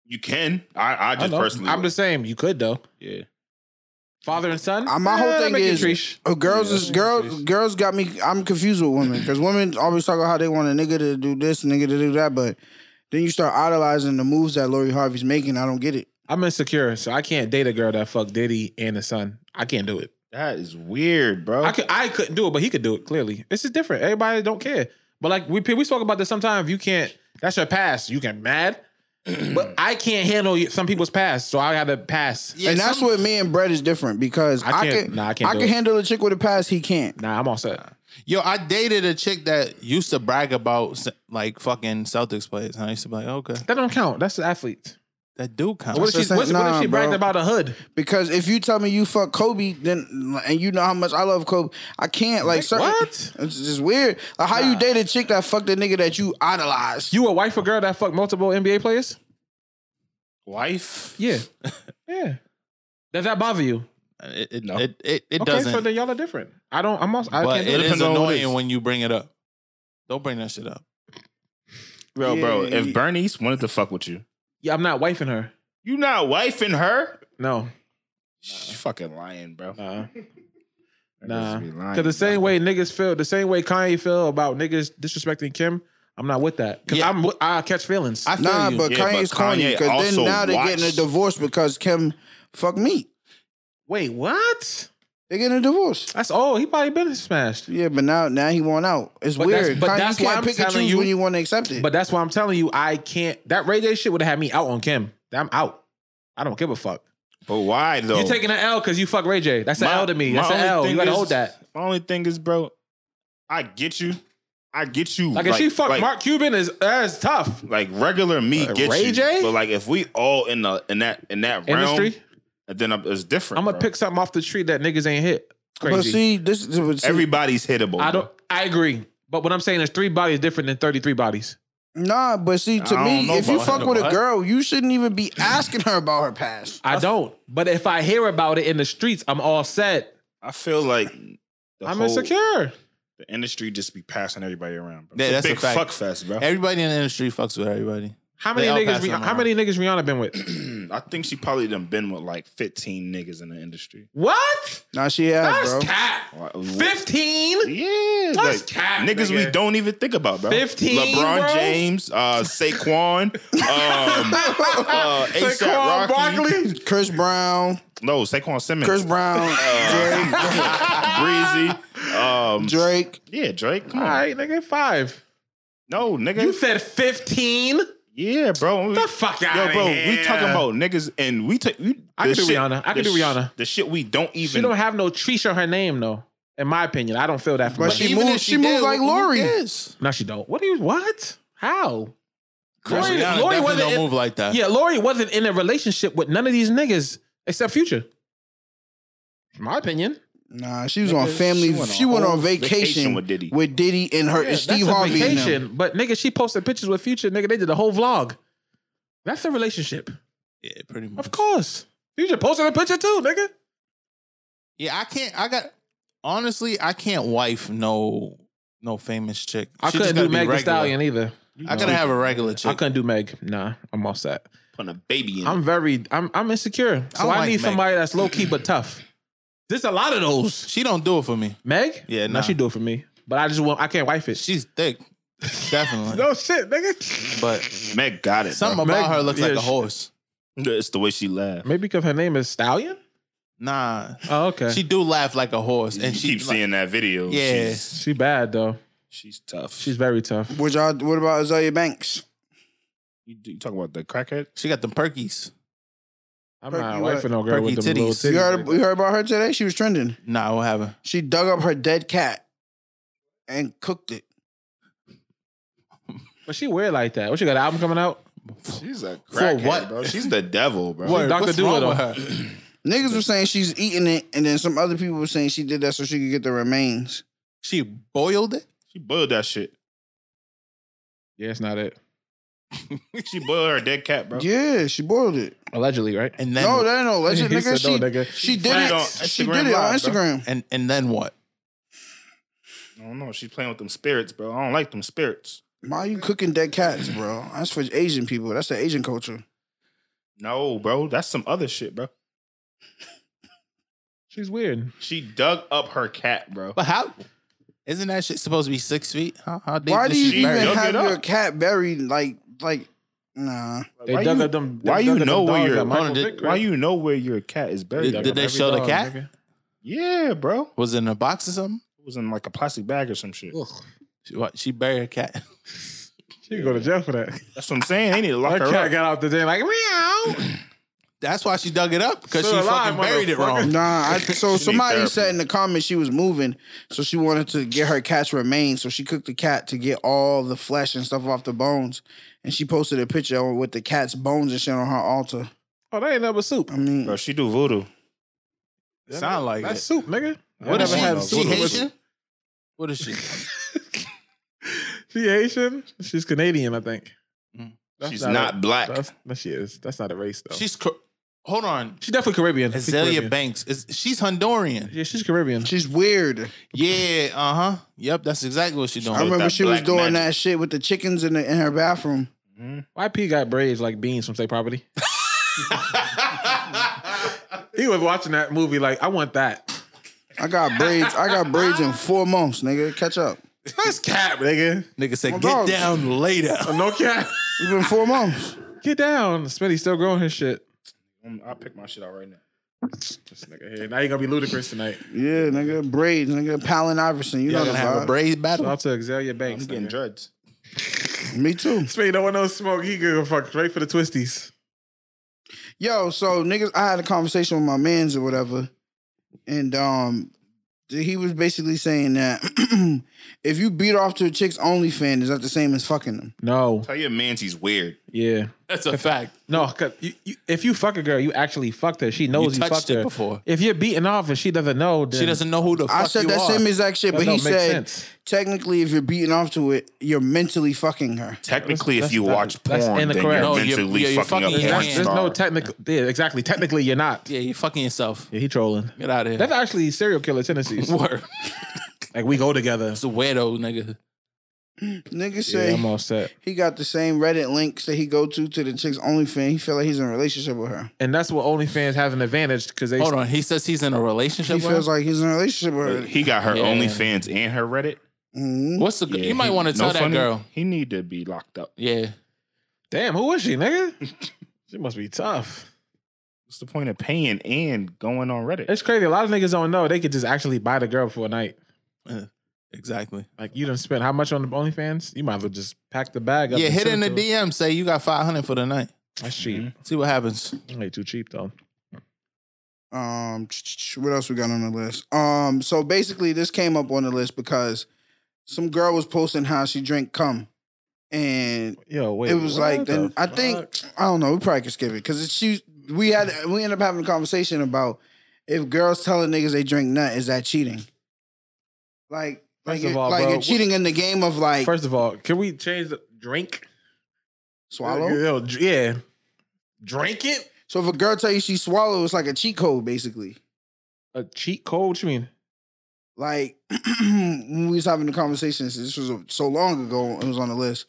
C: You can. I I
B: I
C: just
B: know.
C: personally.
B: I'm the same. You could though.
C: yeah.
B: Father and son. Eh,
A: Uh, my whole thing
B: make it
A: is-
B: Trish.
A: Oh, girls is
D: Yeah.
A: girls girls got me I'm confused with women. Cause women always talk about how they want a nigga to do this, nigga to do that, but then you start idolizing the moves that Lori Harvey's making. I don't get it.
B: I'm insecure, so I can't date a girl that fuck Diddy and the son. I can't do it.
C: That is weird, bro.
B: I could, I couldn't do it, but he could do it. Clearly, this is different. Everybody don't care. But like we we spoke about this sometime. If you can't, that's your past. You can mad, but I can't handle some people's past, so I got to pass.
D: Yeah,
A: and that's
D: some-
A: what me and Brett is different because
B: I
A: I,
B: can't-
A: can
B: nah, I
A: I
B: can't do
A: can
B: it.
A: handle a chick with a pass, he can't.
B: Nah, I'm all set.
D: Yo, I dated a chick that used to brag about like fucking Celtics players. And I used to be like, okay,
B: That don't count. That's the athlete.
D: that do count.
B: What if she,
A: just saying,
B: what if- what if
A: nah,
B: she bragged
A: bro.
B: about a hood?
A: Because if you tell me you fuck Kobe, then and you know how much I love Kobe, I can't like certain.
B: what?
A: It's just weird. Like how you date a chick that fucked a nigga that you idolized.
B: You a wife or girl that fuck multiple NBA players?
C: Wife.
B: Yeah, yeah. Does that bother you?
D: It, it,
C: No.
D: it, it, it
B: okay,
D: doesn't.
B: so then y'all are different. I don't. I'm also. I
D: but
B: can't do
D: it
B: it.
D: is
C: Depends on who it
D: annoying
C: is.
D: when you bring it up. Don't bring that shit up.
C: Bro, bro.
A: Yeah.
C: If Bernice wanted to fuck with you,
B: Yeah, I'm not wifing her.
C: you not wifing her.
B: No,
C: She's fucking lying, bro.
B: nah,
C: That
B: nah.
C: bitch be lying,
B: Cause the same
C: bro.
B: way niggas feel, the same way Kanye feel about niggas disrespecting Kim, I'm not with that. Cause
D: Yeah.
B: I'm, with- I catch feelings.
D: I feel
A: nah,
D: you.
A: but
C: Yeah, but
A: Kanye's calling you
C: Kanye
A: because
C: also
A: then now they're getting a
C: watched-
A: divorce because Kim fucked me.
B: Wait, what?
A: They're getting a divorce.
B: That's oh, he probably been smashed.
A: Yeah, but now now he want out. It's
B: But that's-
A: weird.
B: but
A: Kanye
B: that's why
A: can't
B: I'm
A: pick and
B: telling
A: choose
B: you-
A: when you want to accept it.
B: But that's why I'm telling you, I can't. That Ray J shit would have had me out on Kim. I'm out. I don't give a fuck.
C: But why though?
B: You taking an L because you fuck Ray J. That's an L to me. That's an
C: only
B: L.
C: thing
B: You gotta
C: is-
B: hold that.
C: My only thing is, bro, I get you. I get you.
B: Like, if she fucked
C: like,
B: Mark Cuban, is that's tough.
C: like regular me
B: Like,
C: gets
B: Ray
C: you,
B: J?
C: but like if we all in the in that in that
B: Industry.
C: realm, then I'm- it's different.
B: I'm gonna
C: bro.
B: pick something off the tree that niggas ain't hit. Crazy.
A: But see, this is but see,
C: Everybody's hittable.
B: I don't. I agree. But what I'm saying is, three bodies different than 33 bodies.
A: nah. But see, to
C: I don't
A: me,
C: know
A: if you
C: about
A: fuck
C: that.
A: with a
C: What?
A: girl, you shouldn't even be asking her about her past.
B: I don't. But if I hear about it in the streets, I'm all set.
C: I feel like the
B: I'm
C: whole-
B: insecure.
C: The industry just be passing everybody around. Bro. It's
D: Yeah, that's
C: a
D: a
C: big
D: fact.
C: fuck fest, bro.
D: Everybody in the industry fucks with everybody.
B: How
D: They
B: many
D: all
B: niggas?
D: pass
B: Rih-
D: them
B: how
D: around.
B: many niggas Rihanna been with?
C: I think she probably done been with like 15 niggas in the industry.
B: What?
A: Nah, she has,
B: That's
A: bro.
B: cat.
C: Like,
B: 15.
C: Yeah,
B: That's
C: like,
B: cap,
C: niggas
B: nigga.
C: we don't even think about, bro.
B: 15,
C: LeBron
B: bro.
C: James, uh, Saquon, um, uh, A$AP
B: Saquon
C: Rocky.
B: Barkley.
A: Chris Brown,
C: No, Saquon Simmons, Uh,
A: Chris Brown,
B: Uh.
C: Breezy.
A: Drake,
C: Um,
A: Drake.
C: yeah, Drake. Come
B: All
C: on.
B: right, nigga, five.
C: No, nigga.
B: You said 15.
C: yeah, bro.
B: The fuck out
C: Yo,
B: of
C: bro,
B: here.
C: we talking about niggas, and we take. We,
B: I can
C: the
B: do Rihanna. I can
C: the
B: do
C: sh-
B: Rihanna.
C: The shit we don't even.
B: She don't have no Trisha her name though. In my opinion, I don't feel that. For
A: But
B: but
A: she moved- she moved like Lori.
D: Yes.
B: no, she don't. What do you? What? How?
D: Chris
B: Lori-
D: Brown
B: Lori
D: definitely
B: wasn't
D: don't
B: in-
D: move like that.
B: Yeah, Lori wasn't in a relationship with none of these niggas except Future. In my opinion.
A: Nah, she was on
C: Nigga,
A: family.
C: she
A: She
C: went
A: went,
C: on
A: on
C: whole
A: vacation,
C: vacation with
A: with
C: Diddy.
A: Diddy, and her and Steve
B: that's a
A: Harvey. And them.
B: vacation, but nigga, she posted pictures with Future. Nigga, they did a whole vlog. That's a relationship,
D: Yeah, pretty much.
B: of course. Future posted a picture too, nigga.
D: Yeah, I can't. I got honestly, I can't wife no no famous chick.
B: I
D: She just
B: couldn't do
D: gotta be
B: Meg Thee
D: regular.
B: Stallion either.
D: I could have a regular chick.
B: I couldn't do Meg. Nah, I'm all set.
C: Putting a baby in.
B: I'm very, I'm, I'm insecure.
D: I
B: So I,
D: like
B: need
D: Meg.
B: somebody that's low key but tough. There's a lot of those.
D: She don't do it for me.
B: Meg?
D: Yeah,
B: no,
D: nah.
B: she do it for me. But I just want, I can't wife it.
D: She's thick, definitely.
B: no shit, nigga.
D: But
C: Meg got it.
D: something
C: bro.
D: about
B: Meg-
D: her looks
B: yeah,
D: like a
B: she-
D: horse.
C: It's the way she laughed.
B: Maybe because her name is Stallion.
D: Nah,
B: Oh, okay. She,
D: she do laugh like a horse,
C: you
D: and she
C: keep seeing that video.
D: Yeah.
C: she's,
B: she bad though.
C: she's tough.
B: She's very tough.
A: Which I, what about Azalea Banks?
C: you, you talking about the crackhead?
D: she got the perkies.
B: I'm
A: Perky
B: not
A: what?
B: wifing no girl with
D: Perky
B: them little
D: titties.
B: titties.
A: You heard, you heard about her today? She was trending.
D: Nah, what happened?
A: She dug up her dead cat and cooked it.
B: but she weird like that. What she got an album coming out?
C: She's a
D: crackhead, bro.
C: bro. She's the devil, bro.
D: Word,
B: Dr.
D: What's wrong
B: Dolittle.
D: with her?
A: Niggas were saying she's eating it, and then some other people were saying she did that so she could get the remains.
D: She boiled it.
C: She boiled that shit.
B: Yeah, it's not it.
C: She boiled her dead cat, bro.
A: Yeah, she boiled it.
B: Allegedly, right?
D: And then
A: no, that ain't no legend,
B: He
A: nigga.
B: said
A: She,
B: no, nigga.
A: she did
C: played
A: it.
C: on
A: She
C: Instagram
A: did it on
C: Live, bro.
A: Instagram.
D: and and then what?
C: I don't know. She's playing with them spirits, bro. I don't like them spirits.
A: Why you cooking dead cats, bro? That's for Asian people. That's the Asian culture.
C: No, bro. That's some other shit, bro.
B: She's weird.
C: She dug up her cat, bro.
D: But how? Isn't that shit supposed to be six feet? How, how deep
A: Why
D: is
A: do you
D: she
A: even
D: buried?
C: Dug it
A: have your
C: up.
A: cat buried like like nah?
B: They
C: why
B: dug
C: you,
B: up them.
C: why
B: they
C: you
B: dug up
C: know
B: them
C: where
B: dogs
C: you're-
B: at Michael
D: Hold on, did-
B: Vick,
C: Why
B: right?
C: you know where your cat is buried?
D: Did-
C: at,
B: Dug
D: did
B: up
D: they
C: bro?
B: every
D: show the
B: dog,
D: cat?
B: nigga.
C: Yeah, bro.
D: Was it in a box or something?
C: It was in like a plastic bag or some shit.
D: She, what, she buried a cat.
B: She go to jail for that.
C: That's what I'm saying. They need to lock
B: That cat
C: her up.
B: got out the day like meow.
D: That's why she dug it up because she
B: Still alive,
D: fucking buried it wrong.
A: Nah, I, so
C: She need
A: somebody
C: therapy.
A: said in the comments she was moving, so she wanted to get her cat's remains. So she cooked the cat to get all the flesh and stuff off the bones, and she posted a picture with the cat's bones and shit on her altar.
B: Oh, that ain't never soup.
A: I mean,
C: Bro, she do voodoo.
D: Sound like
B: That's
D: it.
B: soup, nigga.
D: What
B: I
D: is
B: never
D: she?
B: had
D: She
B: soup.
D: Haitian? What is she?
B: She Haitian. She's Canadian, I think.
D: Mm.
B: That's
C: She's not
B: a,
C: black.
B: That's, no, she is. That's not a race though. She's
D: She's Car- hold on.
B: she's definitely Caribbean. She's
D: Azalea
B: Caribbean.
D: Banks is she's Honduran.
B: Yeah, she's Caribbean.
A: she's weird.
D: Yeah, uh huh. Yep, that's exactly what she
A: I
D: doing.
A: remember
C: that
A: she was
C: black
A: doing
C: magic.
A: that shit with the chickens in the, in her bathroom.
B: YP got braids like beans from State Property. he was watching that movie like, I want that.
A: I got braids. I got braids in four months, nigga. Catch up.
B: That's cap, nigga.
D: Nigga said,
A: My
D: "Get
A: dog.
D: down later."
B: Uh, No cap.
A: It's been four months.
B: Get down. Smitty's still growing his shit.
C: I'm- I'll pick my shit out right now.
B: This nigga here. Now you gonna be ludicrous tonight.
A: Yeah, nigga. Braids, nigga. Palin Iverson. You
D: Y'all
A: know
D: gonna
A: the
D: have a
A: vibe.
D: braid
B: Shout
D: battle.
B: out to Azalea Banks.
C: I'm getting
B: nigga.
C: dreads.
A: Me too.
B: Smitty don't want no smoke. He gonna fuck straight for the twisties.
A: Yo, so niggas, I had a conversation with my man's or whatever, and um, th- he was basically saying that if you beat off to a chick's OnlyFans, is that the same as fucking them?
B: No.
C: Tell your mans he's weird.
B: Yeah.
D: That's a fact.
B: No, 'cause you, you, if you fuck a girl, you actually fucked her. She
D: You
B: knows you,
D: touched
B: fucked
D: it
B: her.
D: before.
B: If you're beating off and she doesn't know, then
D: She doesn't know who the fuck
A: I said
D: you
A: that
D: are.
A: same exact shit,
B: that
A: but he
B: don't make
A: said
B: sense.
A: technically, if you're beating off to it, you're mentally fucking her.
C: Technically,
B: That's-
C: if you
B: that's-
C: watch
B: that's
C: porn, then
B: incorrect.
C: you're
B: No,
D: you're-
C: mentally
D: yeah, you're
C: fucking,
D: fucking
C: a porn
D: hands.
B: There's
C: star.
B: no technical. Yeah, exactly. Technically, you're not.
D: Yeah, you're fucking yourself.
B: Yeah, he trolling.
D: Get out of here.
B: That's actually serial killer tendencies.
D: Word.
B: like we go together.
D: It's a weirdo, nigga.
A: Nigga
B: Yeah,
A: say
B: I'm all set.
A: he got the same Reddit links that he go to to the chick's OnlyFans. He feel like he's in a relationship with her.
B: And that's what OnlyFans has an advantage because they
D: Hold on. He says he's in a relationship
A: He
D: with her?
A: feels like he's in a relationship with her.
C: He got her
D: Yeah.
C: OnlyFans and her Reddit.
A: Mhm.
D: What's the?
C: Yeah,
D: you might
C: he-
D: want to
C: no
D: tell that
C: funny,
D: girl.
C: He need to be locked up.
D: Yeah.
B: Damn, who is she, nigga? she must be tough.
C: What's the point of paying and going on Reddit?
B: It's crazy. A lot of niggas don't know they could just actually buy the girl for a night.
D: Exactly.
B: Like you done spend how much on the OnlyFans? You might as well just pack the bag up.
D: Yeah.
B: and
D: Hit
B: send
D: in the
B: it to her.
D: DM. Say you got five hundred for the night.
B: That's cheap.
D: See what happens.
B: Way too cheap though.
A: Um, what else we got on the list? Um, so basically, this came up on the list because some girl was posting how she drank cum, and
B: Yo, wait.
A: it was
B: what
A: like, then
B: the
A: I think
B: fuck?
A: I don't know. We probably could skip it because she we had we ended up having a conversation about if girls telling niggas they drink nut is that cheating? Like, like,
B: First
A: you're,
B: of all,
A: like
B: bro,
A: you're cheating in the game of like
B: First of all, can we change the drink?
A: swallow.
B: Yo, dr- yeah. Drink it?
A: So if a girl tell you she swallowed, it's like a cheat code, basically.
B: A cheat code? What you mean?
A: Like when we was having the conversations, this was so long ago. It was on the list.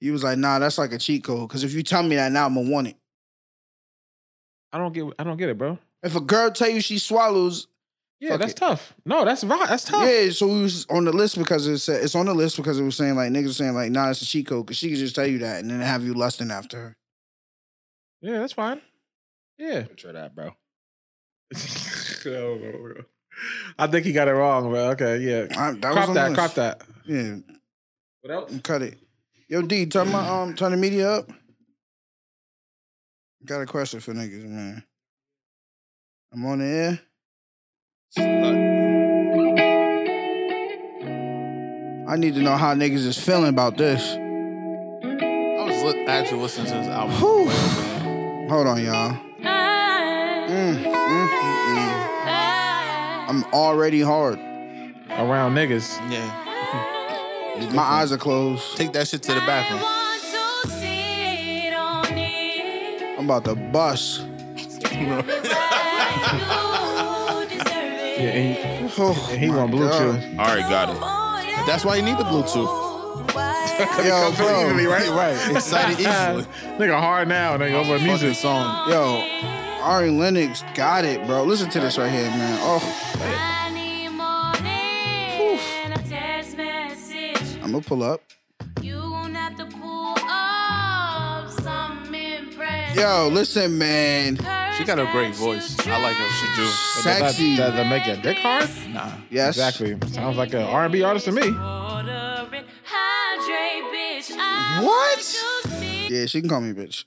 A: He was like, "Nah, that's like a cheat code. Because if you tell me that now, I'm gonna want it.
B: I don't get. I don't get it, bro.
A: If a girl tell you she swallows,
B: Yeah,
A: Fuck
B: that's
A: it.
B: tough. No, that's right. That's tough.
A: yeah. So we was on the list because it said it's on the list because it was saying like niggas was saying like, nah, it's a cheat code. Because she could just tell you that and then have you lusting after her.
B: Yeah, that's fine. Yeah.
C: Picture that, bro.
B: Oh, bro, bro. I think he got it wrong, bro. Okay, yeah.
A: I, that was
B: Crop
A: on
B: that.
A: the
B: Crop
A: list.
B: that.
A: Yeah,
B: What else?
A: cut it. Yo, D, turn my um, turn the media up. Got a question for niggas, man. I'm on the air. I need to know how niggas is feeling about this.
D: I was li- actually listening to this album.
A: Whew. Hold on, y'all. Mm, mm, mm, mm. I'm already hard.
B: Around niggas.
D: Yeah,
A: My eyes are closed.
D: take that shit to the bathroom.
A: I'm about to bust.
B: Yeah, and,
A: Oh,
B: and he
A: my
B: want blue
A: God.
B: chew.
C: All right, got it.
D: That's why you need the Bluetooth.
A: Yo,
B: Easily,
A: bro.
B: right? right.
D: Excited easily.
B: nigga, hard now, nigga, over
D: Fucking
B: music.
D: song.
A: Yo, Ari Lennox got it, bro. Listen to this right here, man. Oh, I'm gonna pull up. Yo, listen, man.
D: She got a great voice. I like her. She
A: Sexy.
B: Does that make your dick hard?
D: do. Nah.
A: Yes.
B: Exactly. Sounds like an R&B artist to me.
A: What? Yeah, she can call me bitch.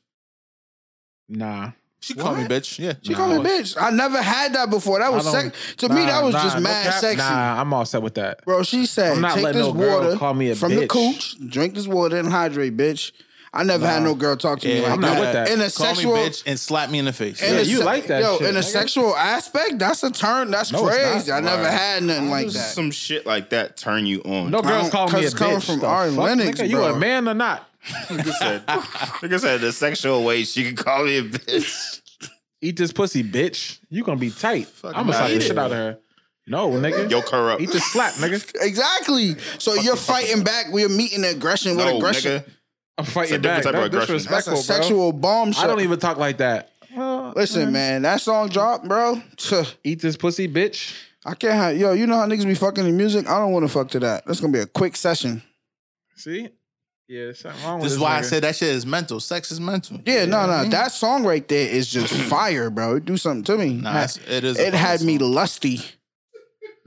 B: Nah.
D: She called me bitch. Yeah.
A: She call me bitch. I never had that before. That was
B: I
A: sex.
B: don't-
A: To me,
B: Nah,
A: that was
B: nah,
A: just
B: no
A: mad
B: cap.
A: sexy.
B: Nah, I'm all set with that.
A: Bro, she said,
B: I'm not
A: take
B: letting
A: this
B: no girl
A: water
B: call me a
A: from the
B: bitch."
A: cooch, drink this water and hydrate, bitch. I never had no girl talk to me
D: Yeah,
A: like
B: I'm not
A: that.
B: with that.
A: In a
D: Call
A: sexual,
D: me bitch and slap me in the face.
A: in
B: Yeah,
A: a
B: you
A: se-
B: like that
A: Yo,
B: shit,
A: in a
B: nigga.
A: sexual aspect, that's a turn. That's
B: No, it's
A: crazy.
B: not.
A: I never
B: Right.
A: had nothing like that.
C: Some shit like that turn you on.
B: No girls
A: don't-
B: call me a
A: 'cause coming
B: bitch.
A: from
B: The
A: Ari
B: fuck,
A: Lennox,
B: nigga, you
A: bro.
B: a man or not?
C: Nigga said, nigga said the sexual way she can call me a bitch.
B: Eat this pussy, bitch. You gonna be tight. I'm gonna
D: nah,
B: slap the
D: eat
B: shit
D: it.
B: out of her. No, nigga.
C: Yoke her up.
B: Eat this slap, nigga.
A: Exactly. So you're fighting back. We're meeting aggression with
C: no,
A: aggression.
C: nigga.
B: I'm
C: It's a
B: fighting back.
C: different type
B: That's
C: of aggression.
A: That's
B: disrespectful,
A: a sexual bomb
B: bro.
A: shit.
B: I don't even talk like that.
A: Listen, man, that song dropped, bro. Tuh.
B: Eat this pussy, bitch.
A: I can't have yo. You know how niggas be fucking in music. I don't want to fuck to that. That's gonna be a quick session.
B: See? Yeah, there's something wrong with
D: This
B: this
D: is why I
B: nigga.
D: said that shit is mental. Sex is mental.
A: Yeah, no, no. That song right there is just fire, bro. It do something to me.
D: Nah, it's- it is. a
A: it had
D: fucking
A: me
D: song.
A: lusty.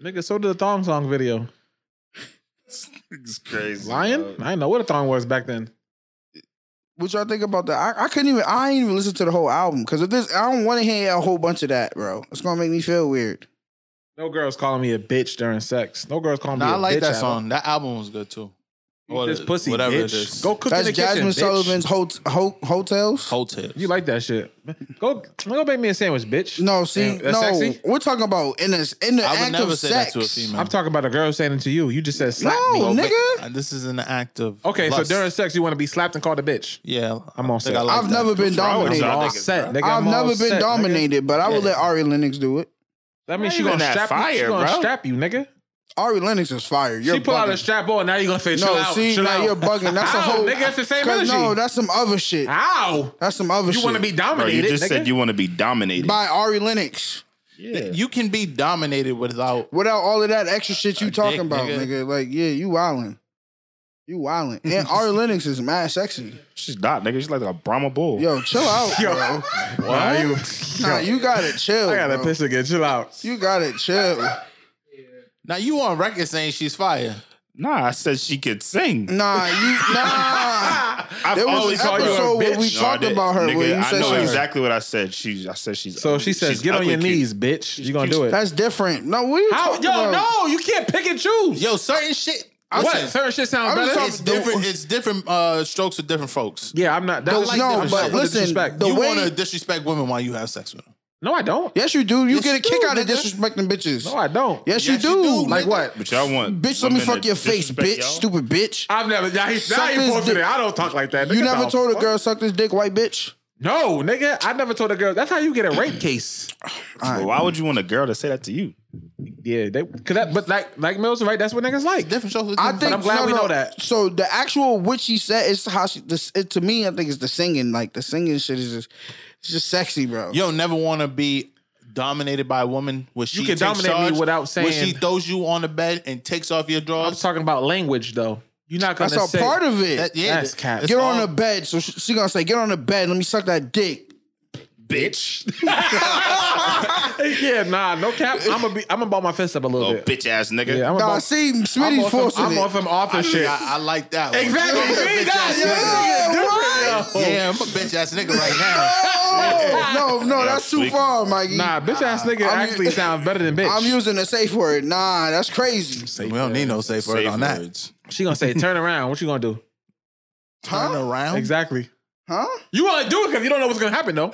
B: Nigga, so did the thong song video.
C: It's crazy.
B: Lion? I didn't know what a thong was back then.
A: What y'all think about that? I, I couldn't even. I ain't even listen to the whole album because if this, I don't want to hear a whole bunch of that, bro. It's gonna make me feel weird.
B: No girls calling me a bitch during sex. No girls calling me
D: Nah,
B: a
D: I like
B: bitch
D: that
B: at all.
D: song. That album was good too.
B: Eat this
D: it-
B: pussy,
D: whatever
B: bitch.
D: it is.
B: Go cook
A: That's
B: in the kitchen,
A: Jasmine
B: bitch.
A: Sullivan's ho- ho- hotels.
D: Hotel.
B: You like that shit? Go, go make me a sandwich, bitch.
A: no, see,
B: Damn, that's
A: no,
B: sexy?
A: we're talking about in the in the
D: I would
A: act
D: never
A: of
D: say
A: sex.
D: that to a female.
B: I'm talking about a girl saying it to you. You just said slap
A: No,
B: me.
A: Oh, nigga.
D: and This is an act of.
B: Okay,
D: lust.
B: so during sex, you want to be slapped and called a bitch.
D: Yeah,
B: I'm all set.
D: think I like
A: I've
D: that.
A: never been
C: wrong with
B: I'm
A: dominated.
C: y'all?
B: all
C: niggas,
B: set,
C: bro.
B: nigga.
A: I've
B: I'm all
A: never been
B: set, nigga.
A: dominated, but I would
D: Yeah.
A: let Ari Lennox do it.
B: That means
C: Not
B: she
C: even
B: gonna
C: that
B: strap you. She
C: fire,
B: gonna
C: bro.
B: strap you, nigga.
A: Ari Lennox is fire. You're
B: she pull out
A: bugging.
B: a strap on. Now you gonna say, chill
A: no,
B: out,
A: see,
B: chill
A: now
B: out.
A: you're bugging. That's a
B: Ow,
A: whole.
B: nigga, it's the same
A: 'cause
B: energy.
A: No, that's some other shit.
B: Ow!
A: That's some other shit.
B: You want to be
C: Bro,
B: dominated?
C: you just
B: nigga.
C: said you want to be dominated.
A: by Ari Lennox
C: Yeah.
D: You can be dominated without.
A: without all of that extra shit you
D: A
A: talking
D: dick,
A: about, nigga.
D: nigga.
A: Like, yeah, you wildin'. You wildin'. And Ari Lennox is mad sexy.
C: She's not, nigga. She's like a Brahma bull.
A: Yo, chill out,
B: Yo.
A: bro.
B: Why you?
A: Nah, you gotta chill.
B: I gotta
A: bro.
B: piss again. Chill out.
A: You gotta chill.
D: Now you on record saying she's fire.
C: Nah, I said she could sing.
A: Nah, you nah.
C: I've
A: There was
C: always
A: an
C: Oh, called you a
A: episode where we
C: bitch. No, I
A: talked
C: didn't.
A: about her,
C: Nigga,
A: where you
C: I
A: said
C: know
A: she's-
C: exactly what I said. She, I said she's.
B: So
C: ugly.
B: she says,
C: She's
B: "Get on
C: ugly
B: your
C: cute."
B: knees, bitch. You gonna
C: cute.
B: do it?
A: That's different. No, what are you
B: How?
A: talking
B: Yo,
A: about?
B: no, you can't pick and choose.
D: Yo, certain shit. I'm
B: what?
D: saying,
B: Certain shit sounds
A: I'm just
B: better.
A: talking-
D: it's different. It's different uh, strokes with different folks.
B: yeah, I'm not. That's
D: like
A: no,
D: different
A: but
D: shit.
A: listen,
B: disrespect.
A: the
D: you
A: way
D: want to disrespect women while you have sex with them.
B: no, I don't.
A: Yes, you do. You
D: Yes,
A: get a
D: you
A: kick
D: do,
A: out of
D: nigga.
A: disrespecting bitches.
B: No, I don't.
A: yes, you
D: Yes,
A: do.
D: you do,
A: like
D: nigga.
A: what?
C: But y'all want
A: Bitch, let me
C: women to
A: fuck your face,
C: disrespect
A: bitch.
C: y'all?
A: Stupid bitch.
B: I've never. Now he's now
A: Suck
B: he
A: his
B: posted
A: dick.
B: it. I don't talk like that.
A: You
B: Nigga,
A: never
B: the
A: told a
B: fuck?
A: girl suck this dick, white bitch.
B: No, nigga, I never told a girl. That's how you get a rape case.
C: Well, why would you want a girl to say that to you?
B: yeah, they cause that, but like like Mills, right? That's what niggas like.
D: Different shows.
A: I think
B: I'm glad
A: no,
B: we
A: no.
B: know that.
A: So the actual what she said is how she. This, it, to me, I think it's the singing. Like the singing shit is just, it's just sexy, bro.
D: Yo, never want to be dominated by a woman where she
B: can
D: takes
B: dominate me
D: charge,
B: without
D: where she
B: saying-
D: throws you on the bed and takes off your
B: I'm
D: drawers.
B: talking about language though. You're not gonna
A: That's a
B: say
A: part of it.
D: That- yeah,
B: That's cap.
D: it's
A: get on
D: all-
A: the bed. So she, she gonna say, "Get on the bed. Let me suck that dick."
C: bitch.
B: yeah, nah, no cap. I'm gonna be I'm gonna ball my fist up a little
C: Oh,
B: bit.
C: bitch ass nigga.
B: Yeah, I'm
A: Nah,
B: gonna
A: see,
B: I'm
A: Smitty's
B: off, him,
A: forcing
B: I'm
A: it.
B: off him off and
D: I,
B: shit.
D: I like that. one.
B: Exactly.
D: I'm a
B: See,
D: bitch
B: that-
D: ass
A: yeah,
B: different,
A: right?
D: nigga. Yeah, I'm a bitch ass nigga right now.
A: Oh, no, no,
C: Yeah,
A: that's too
C: sweet.
A: far, Mikey.
B: Nah, bitch ass nigga
A: I'm-
B: actually sounds better than bitch.
A: I'm using a safe word. Nah, that's crazy.
D: we don't need no safe word
C: Safe
D: on that.
C: words.
B: she gonna say, turn around. What you gonna do?
D: Turn
A: Huh?
D: around.
B: Exactly.
A: Huh?
B: You want to do it because you don't know what's gonna happen though.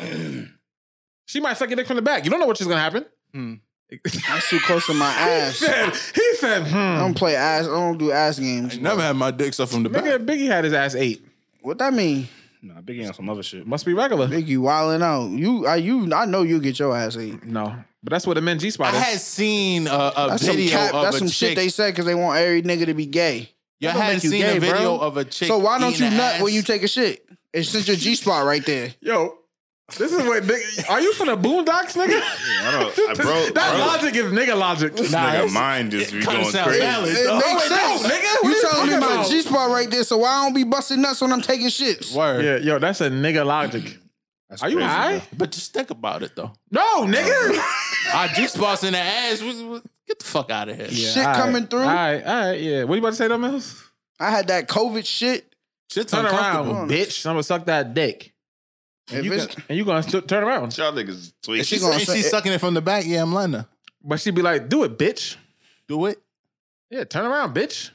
B: she might suck your dick from the back. You don't know what's gonna happen.
A: That's too close to my ass. I
B: Said- he said, hmm.
A: don't play ass. I don't do ass games.
D: Never had my dick stuff from the back.
B: Nigga, Biggie had his ass eight.
A: What that mean?
C: Nah, Biggie on some other shit.
B: Must be regular.
A: Biggie wilding out. You, I, you, I know you get your ass ate.
B: No, but that's what the men G
D: I
B: spot is.
D: had seen a, a
A: That's some
D: video
A: cap.
D: of
A: That's
D: a
A: some
D: chick.
A: shit they said because they want every nigga to be gay.
D: you
B: don't
D: had
B: make you
D: seen
B: gay,
D: a video
B: bro.
D: of a chick.
A: So why don't you
D: eating
A: nut
D: ass.
A: when you take a shit? It's just your G spot right there.
B: Yo, this is what nigga. Are you from the boondocks, nigga?
C: I don't, I, bro,
B: that
C: bro,
B: logic is nigga logic.
C: This
D: Nah,
C: nigga
D: it's-
C: mind is you
D: kinda
C: going
D: sound
C: crazy.
D: valid.
A: It
D: Oh,
A: makes
B: wait, no,
A: sense,
B: nigga. What
A: You
B: you
A: telling me
B: talking
A: my
B: about?
A: G spot right there? So why I don't be busting nuts when I'm taking shits?
D: Word.
B: yeah, yo, that's a nigga logic.
C: That's
B: Are you
C: crazy,
B: high?
C: bro.
D: But just think about it though.
B: No, nigga.
D: Our juice boss in the ass. was- was- Get the fuck out of here.
A: Shit coming through.
B: All right, all right, yeah. What you about to say, though, Mills?
A: I had that COVID shit.
D: Shit's
B: Turn
D: uncomfortable.
B: around, bitch. I'm gonna suck that dick.
A: If
B: And you,
A: it's-
B: gon- and you gonna st- turn around.
C: Y'all niggas tweaking.
D: If
A: she
D: she's,
A: gonna
D: if
A: say-
D: she's sucking it from the back, yeah, I'm letting her.
B: But she'd be like, do it, bitch.
D: Do it.
B: Yeah, turn around, bitch.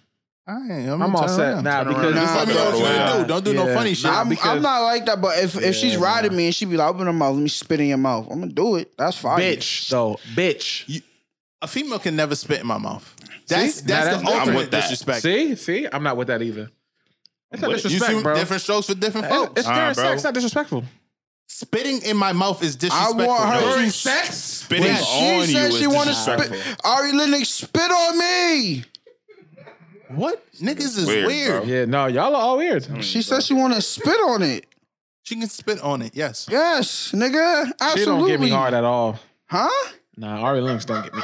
D: I ain't, I'm,
B: I'm all
D: turn
B: set
D: around.
B: now
C: Turn
B: because
C: around.
D: Just
A: Nah,
D: let me know what you
C: Yeah.
D: gonna do. Don't do no
B: Yeah.
D: funny shit.
B: Nah,
A: I'm,
B: because-
A: I'm not like that, but if, if she's
B: Yeah,
A: riding me and she be like, open her mouth, let me spit in your mouth. I'm gonna do it. That's fine.
B: bitch, though, bitch.
D: A female can never spit in my mouth. That's
B: Nah,
D: that's
B: that's- I'm
D: the ultimate
C: with that.
D: disrespect.
B: See, see, I'm not with that either. That's not
C: What? You
D: You
B: disrespect,
D: see
B: bro. Eh?
D: different strokes for different
B: It's-
D: folks.
B: It's
C: Nah,
B: during
C: bro.
B: sex, not disrespectful.
D: Spitting in my mouth is
A: I
D: disrespectful.
A: want her
D: bro.
A: to
B: sex?
C: Spitting
D: When
A: She
C: on
A: said
C: you
A: she
C: is
A: wanna
C: disrespectful.
A: spit. Ari Lennox spit on me.
D: What niggas is
C: Weird,
D: weird.
C: bro.
B: Yeah, no, y'all are all weird.
A: She said she wanna spit on it.
D: She can spit on it. Yes.
A: Yes, nigga. Absolutely.
B: She don't get me hard at all.
A: Huh?
B: Nah, Ari Lennox don't get me.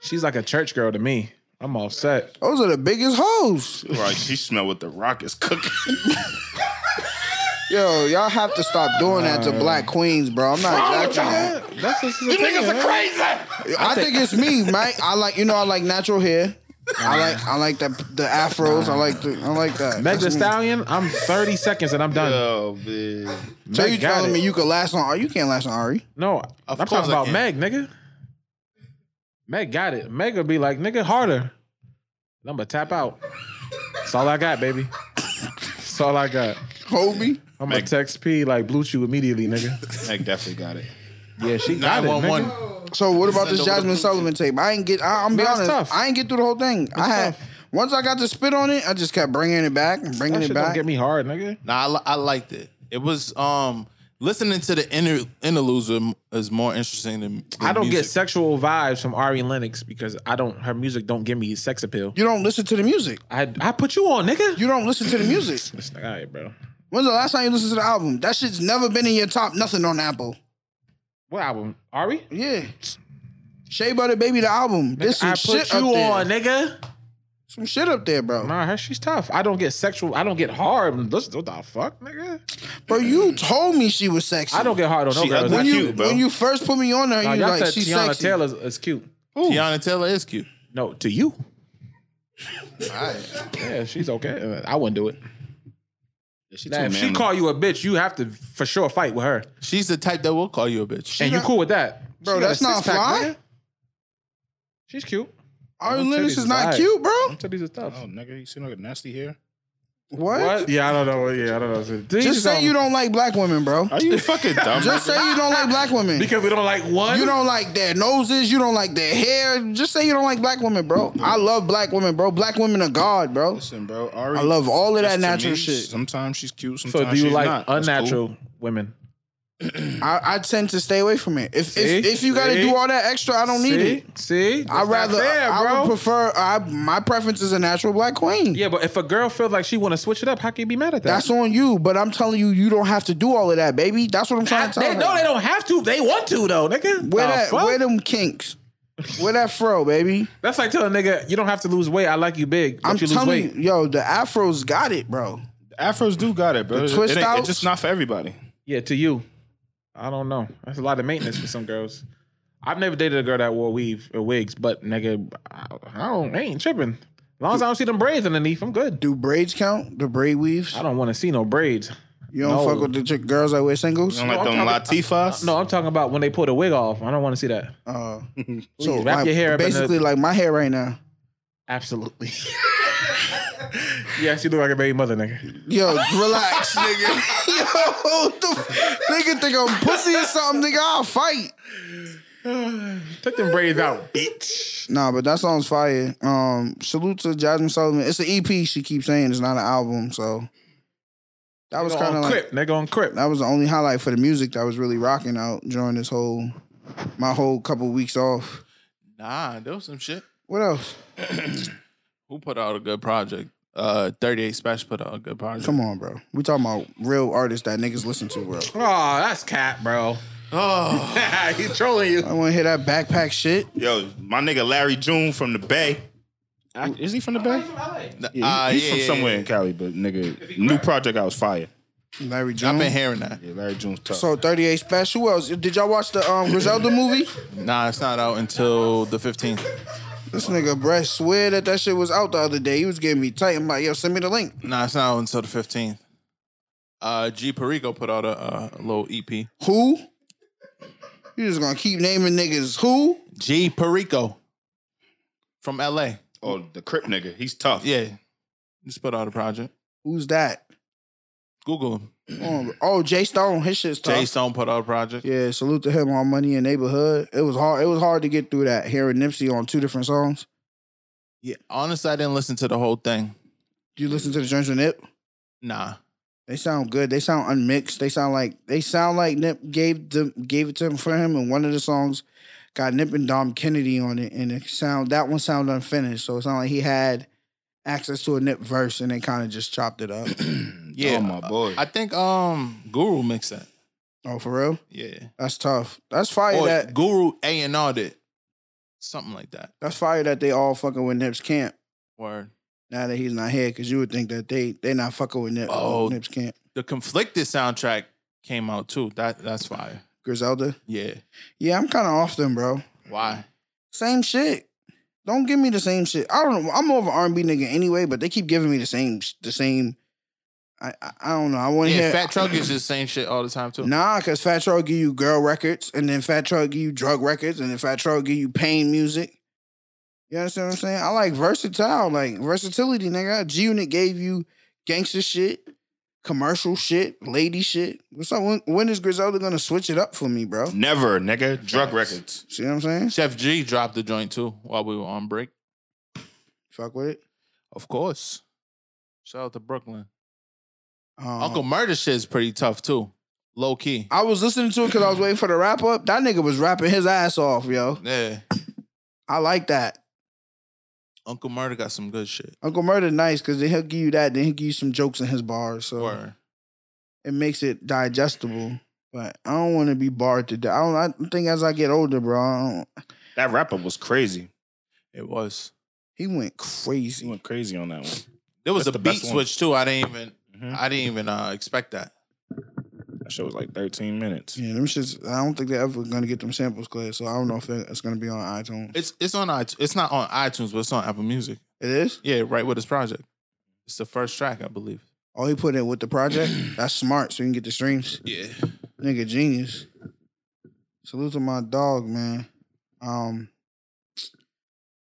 B: She's like a church girl to me. I'm all set.
A: Those are the biggest hoes.
C: Right, she smell what the rock is cooking.
A: Yo, y'all have to stop doing that to
B: Uh,
A: black queens, bro. I'm not exactly that.
B: Eh, That's just you niggas are crazy.
A: I think it's me, Mike. I like you know I like natural hair. I like I like the the afros. I like the I like that.
B: Meg
A: That's
B: the
A: me.
B: Stallion, I'm 30 seconds and I'm done.
C: oh man,
A: So
B: Meg
A: you
B: got
A: telling
B: it.
A: me you could last on? You can't last on Ari.
B: No,
D: Of
B: I'm
D: course
B: talking
D: I
B: about
D: can.
B: Meg, nigga. Meg got it. Meg will be like, nigga, harder. I'm gonna tap out. That's all I got, baby. That's all I got.
A: Kobe.
B: I'm gonna
C: Meg-
B: text P like blue chew immediately, nigga.
C: Meg definitely got it.
B: Yeah, she got it. Nigga.
D: 911.
A: So what about this
D: Send over
A: Jasmine
D: the Bluetooth.
A: Sullivan tape? I ain't get. I, I'm be
B: That's
A: honest.
B: tough.
A: I ain't get through the whole thing. I had
B: tough.
A: once I got to spit on it, I just kept bringing it back and bringing
B: That
A: it
B: shit don't
A: back.
B: get me hard, nigga.
D: Nah, I, li- I liked it. It was um listening to the inter- interludes are- is more interesting than, than
B: I don't get
D: music.
B: sexual vibes from Ari Lennox because I don't. Her music don't give me sex appeal.
A: You don't listen to the music.
B: I I put you on, nigga.
A: You don't listen to the music.
B: This nigga, all right, bro.
A: When's the last time you listened to the album? That shit's never been in your top nothing on Apple.
B: What album? Ari?
A: Yeah. Shea Butter Baby, the album. This some
B: I put
A: shit
B: you
A: up there.
B: on, nigga.
A: Some shit up there, bro.
B: Nah, her, she's tough. I don't get sexual. I don't get hard. Listen, what the fuck, nigga?
A: Bro, you told me she was sexy.
B: I don't get hard on no
C: She
B: girls.
C: ugly.
A: when
B: That's
A: you
B: cute.
C: cute, bro.
A: when you first put me on her,
B: Nah,
A: you
B: y'all
A: was like
B: said
A: she's
B: Tiana
A: sexy.
B: Taylor is, is cute.
D: Tiana Taylor is cute.
B: No, to you. Yeah, she's okay. I wouldn't do it.
C: She
B: Now,
C: too
B: if she
C: manly.
B: call you a bitch, you have to for sure fight with her,
D: She's the type that will call you a bitch.
B: and you
A: not-
B: cool with that,
A: Bro,
B: She got a
A: that's not
B: six-pack,
A: fly.
B: nigga. She's cute.
A: Ari
B: Them
A: Lennox
B: titties
A: is not
B: right.
A: cute, bro.
B: Them titties are tough.
C: Oh nigga, you see like nasty hair?
A: What?
B: What? Yeah, I don't know. Yeah, I don't know. These um
A: Just say
B: are-
A: you don't like black women, bro.
C: Are you fucking dumb?
A: Just say you don't like black women.
B: because we don't like one.
A: you don't like their noses. You don't like their hair. Just say you don't like black women, bro. I love black women, bro. Black women are God, bro.
C: Listen, bro. Ari,
A: I love all of that
C: that's to
A: natural
C: me,
A: shit.
C: Sometimes she's cute. Sometimes
B: So do you
C: she's
B: like
C: not. That's
B: unnatural women?
A: I, I tend to stay away from it. If if,
B: See?
A: if you got to
B: See?
A: do all that extra, I don't need
B: See?
A: it.
B: See,
A: I
B: That's not
A: rather
B: fair,
A: I
B: bro.
A: would prefer I my preference is a natural black queen.
B: yeah, but if a girl feels like she want to switch it up, how can you be mad at that?
A: That's on you, but I'm telling you, you don't have to do all of that, baby. That's what I'm trying to tell
B: they
A: you.
B: know they don't have to. They want to though, nigga.
A: Where
B: The
A: that?
B: fuck?
A: Where them kinks? Where that fro, baby?
B: That's like telling a nigga you don't have to lose weight. I like you big, but
A: I'm
B: you lose
A: telling
B: weight.
A: you, yo, the afros got it, bro.
C: Afros do got it, bro.
A: The
C: It-
A: twist
C: it, ain't-
A: outs?
C: It's just not for everybody.
B: Yeah, to you. I don't know. That's a lot of maintenance for some girls. I've never dated a girl that wore weave or wigs, but nigga, I, I don't. I ain't tripping. As long as I don't see them braids underneath, I'm good.
A: Do braids count? The braid weaves?
B: I don't want to see no braids.
A: You don't
B: No.
A: fuck with the chick girls that wear singles?
C: You don't like
B: I'm
C: them
B: talking-
C: Latifas?
B: No, I'm talking about when they pull the wig off. I don't want to see that.
A: Uh, so
B: wrap
A: like,
B: your hair up in the-
A: basically like my hair right now.
B: Absolutely. yes, you look like a baby mother, nigga.
A: Yo, relax, nigga. Yo, what the f- nigga think I'm pussy or something, nigga. I'll fight.
B: Take them braids out, bitch.
A: Nah, but that song's fire. Um, salute to Jasmine Sullivan. It's an EP. She keeps saying it's not an album, so that was
B: Nigga
A: kind
B: on
A: of like
B: Crip. Nigga on Crip.
A: that was the only highlight for the music that was really rocking out during this whole my whole couple weeks off.
D: Nah, there was some shit.
A: What else?
D: Who put out a good project? Uh, 38 Special put out a good project.
A: Come on, bro. We talking about real artists that niggas listen to, bro.
B: Oh, that's cat, bro.
D: Oh,
B: he trolling you.
A: I want to hear that backpack shit.
C: Yo, my nigga Larry June from the Bay. Is he from the Bay?
D: yeah,
C: Yeah, he- he's
B: Ah,
C: from
D: yeah,
C: somewhere
D: yeah.
C: in Cali, but nigga, new project I was fired.
A: Larry Jones.
D: I've been hearing that.
C: Yeah, Larry June's tough.
A: So 38 special. Who else? Did y'all watch the um, Griselda movie?
D: Nah, it's not out until the 15th.
A: This nigga Brett swear that that shit was out the other day. He was getting me tight. I'm like, yo, send me the link.
D: Nah, it's not out until the 15th. Uh, G Perico put out a, uh little EP.
A: Who? You just gonna keep naming niggas who?
D: G Perico from LA.
C: oh, the Crip nigga, he's tough.
D: Yeah, just put out a project.
A: Who's that?
D: Google him.
A: Um, oh, Jay Stone. His shit's tough.
D: Jay Stone put out a project.
A: Yeah, salute to him on Money and Neighborhood. It was hard. It was hard to get through that hearing Nipsey on two different songs.
D: Yeah, honestly, I didn't listen to the whole thing.
A: Do you listen to the joints with Nip?
D: Nah,
A: They sound good. They sound unmixed. They sound like they sound like Nip gave them gave it to him for him. And one of the songs got Nip and Dom Kennedy on it, and it sound that one sound unfinished. So it sounded like he had access to a Nip verse, and they kind of just chopped it up.
D: yeah.
C: Oh,
A: Uh,
C: my boy.
D: I think um Guru mixed that.
A: oh, for real?
D: Yeah,
A: That's tough. That's fire.
D: or
A: that
D: Guru A and R did something like that.
A: that's fire. That they all fucking with Nip's camp
D: Word.
A: now that he's not here, because you would think that they they not fucking with Nip.
D: Oh.
A: Nip's camp.
D: The conflicted soundtrack came out too. That that's fire.
A: Griselda.
D: Yeah.
A: Yeah, I'm kind of off them, bro.
D: Why?
A: Same shit. Don't give me the same shit. I don't know. I'm more of an R&B nigga anyway, but they keep giving me the same, sh- the same. I I, I don't know. I want to
D: Yeah,
A: hear
D: Fat Truck is just saying shit all the time too.
A: Nah, cause Fat Truck give you girl records, and then Fat Truck give you drug records, and then Fat Truck give you pain music. You understand what I'm saying? I like versatile, like versatility, nigga. G Unit gave you gangster shit, commercial shit, lady shit. What's up? When, when is Griselda gonna switch it up for me, bro?
C: Never, nigga. Drug records.
A: See what I'm saying?
D: Chef G dropped the joint too while we were on break.
A: Fuck with it.
D: Of course. Shout out to Brooklyn.
A: Um,
D: Uncle Murder shit is pretty tough too. Low key.
A: I was listening to it because I was waiting for the wrap up. That nigga was rapping his ass off, yo.
D: Yeah.
A: I like that.
D: Uncle Murder got some good shit.
A: Uncle Murder nice because he'll give you that, then he'll give you some jokes in his bars. So
D: Word.
A: it makes it digestible. But I don't want to be barred to death. I don't I think as I get older, bro, I don't,
C: That rapper was crazy.
D: It was.
A: he went
C: He
A: crazy.
C: went crazy on that one.
D: There was
C: That's the
D: a beat
C: best one.
D: switch too. I didn't even
C: Mhm.
D: I didn't even uh, expect that.
C: That shit was like 13 minutes.
A: Yeah, them shits. I don't think they're ever gonna get them samples cleared. So I don't know if it- it's gonna be on iTunes.
D: It's it's on iTunes. It's not on iTunes, but it's on Apple Music.
A: It is.
D: Yeah, right with his project. It's the first track, I believe.
A: Oh, he put it with the project. That's smart. So you can get the streams.
D: Yeah.
A: Nigga genius. Salute to my dog, man. Um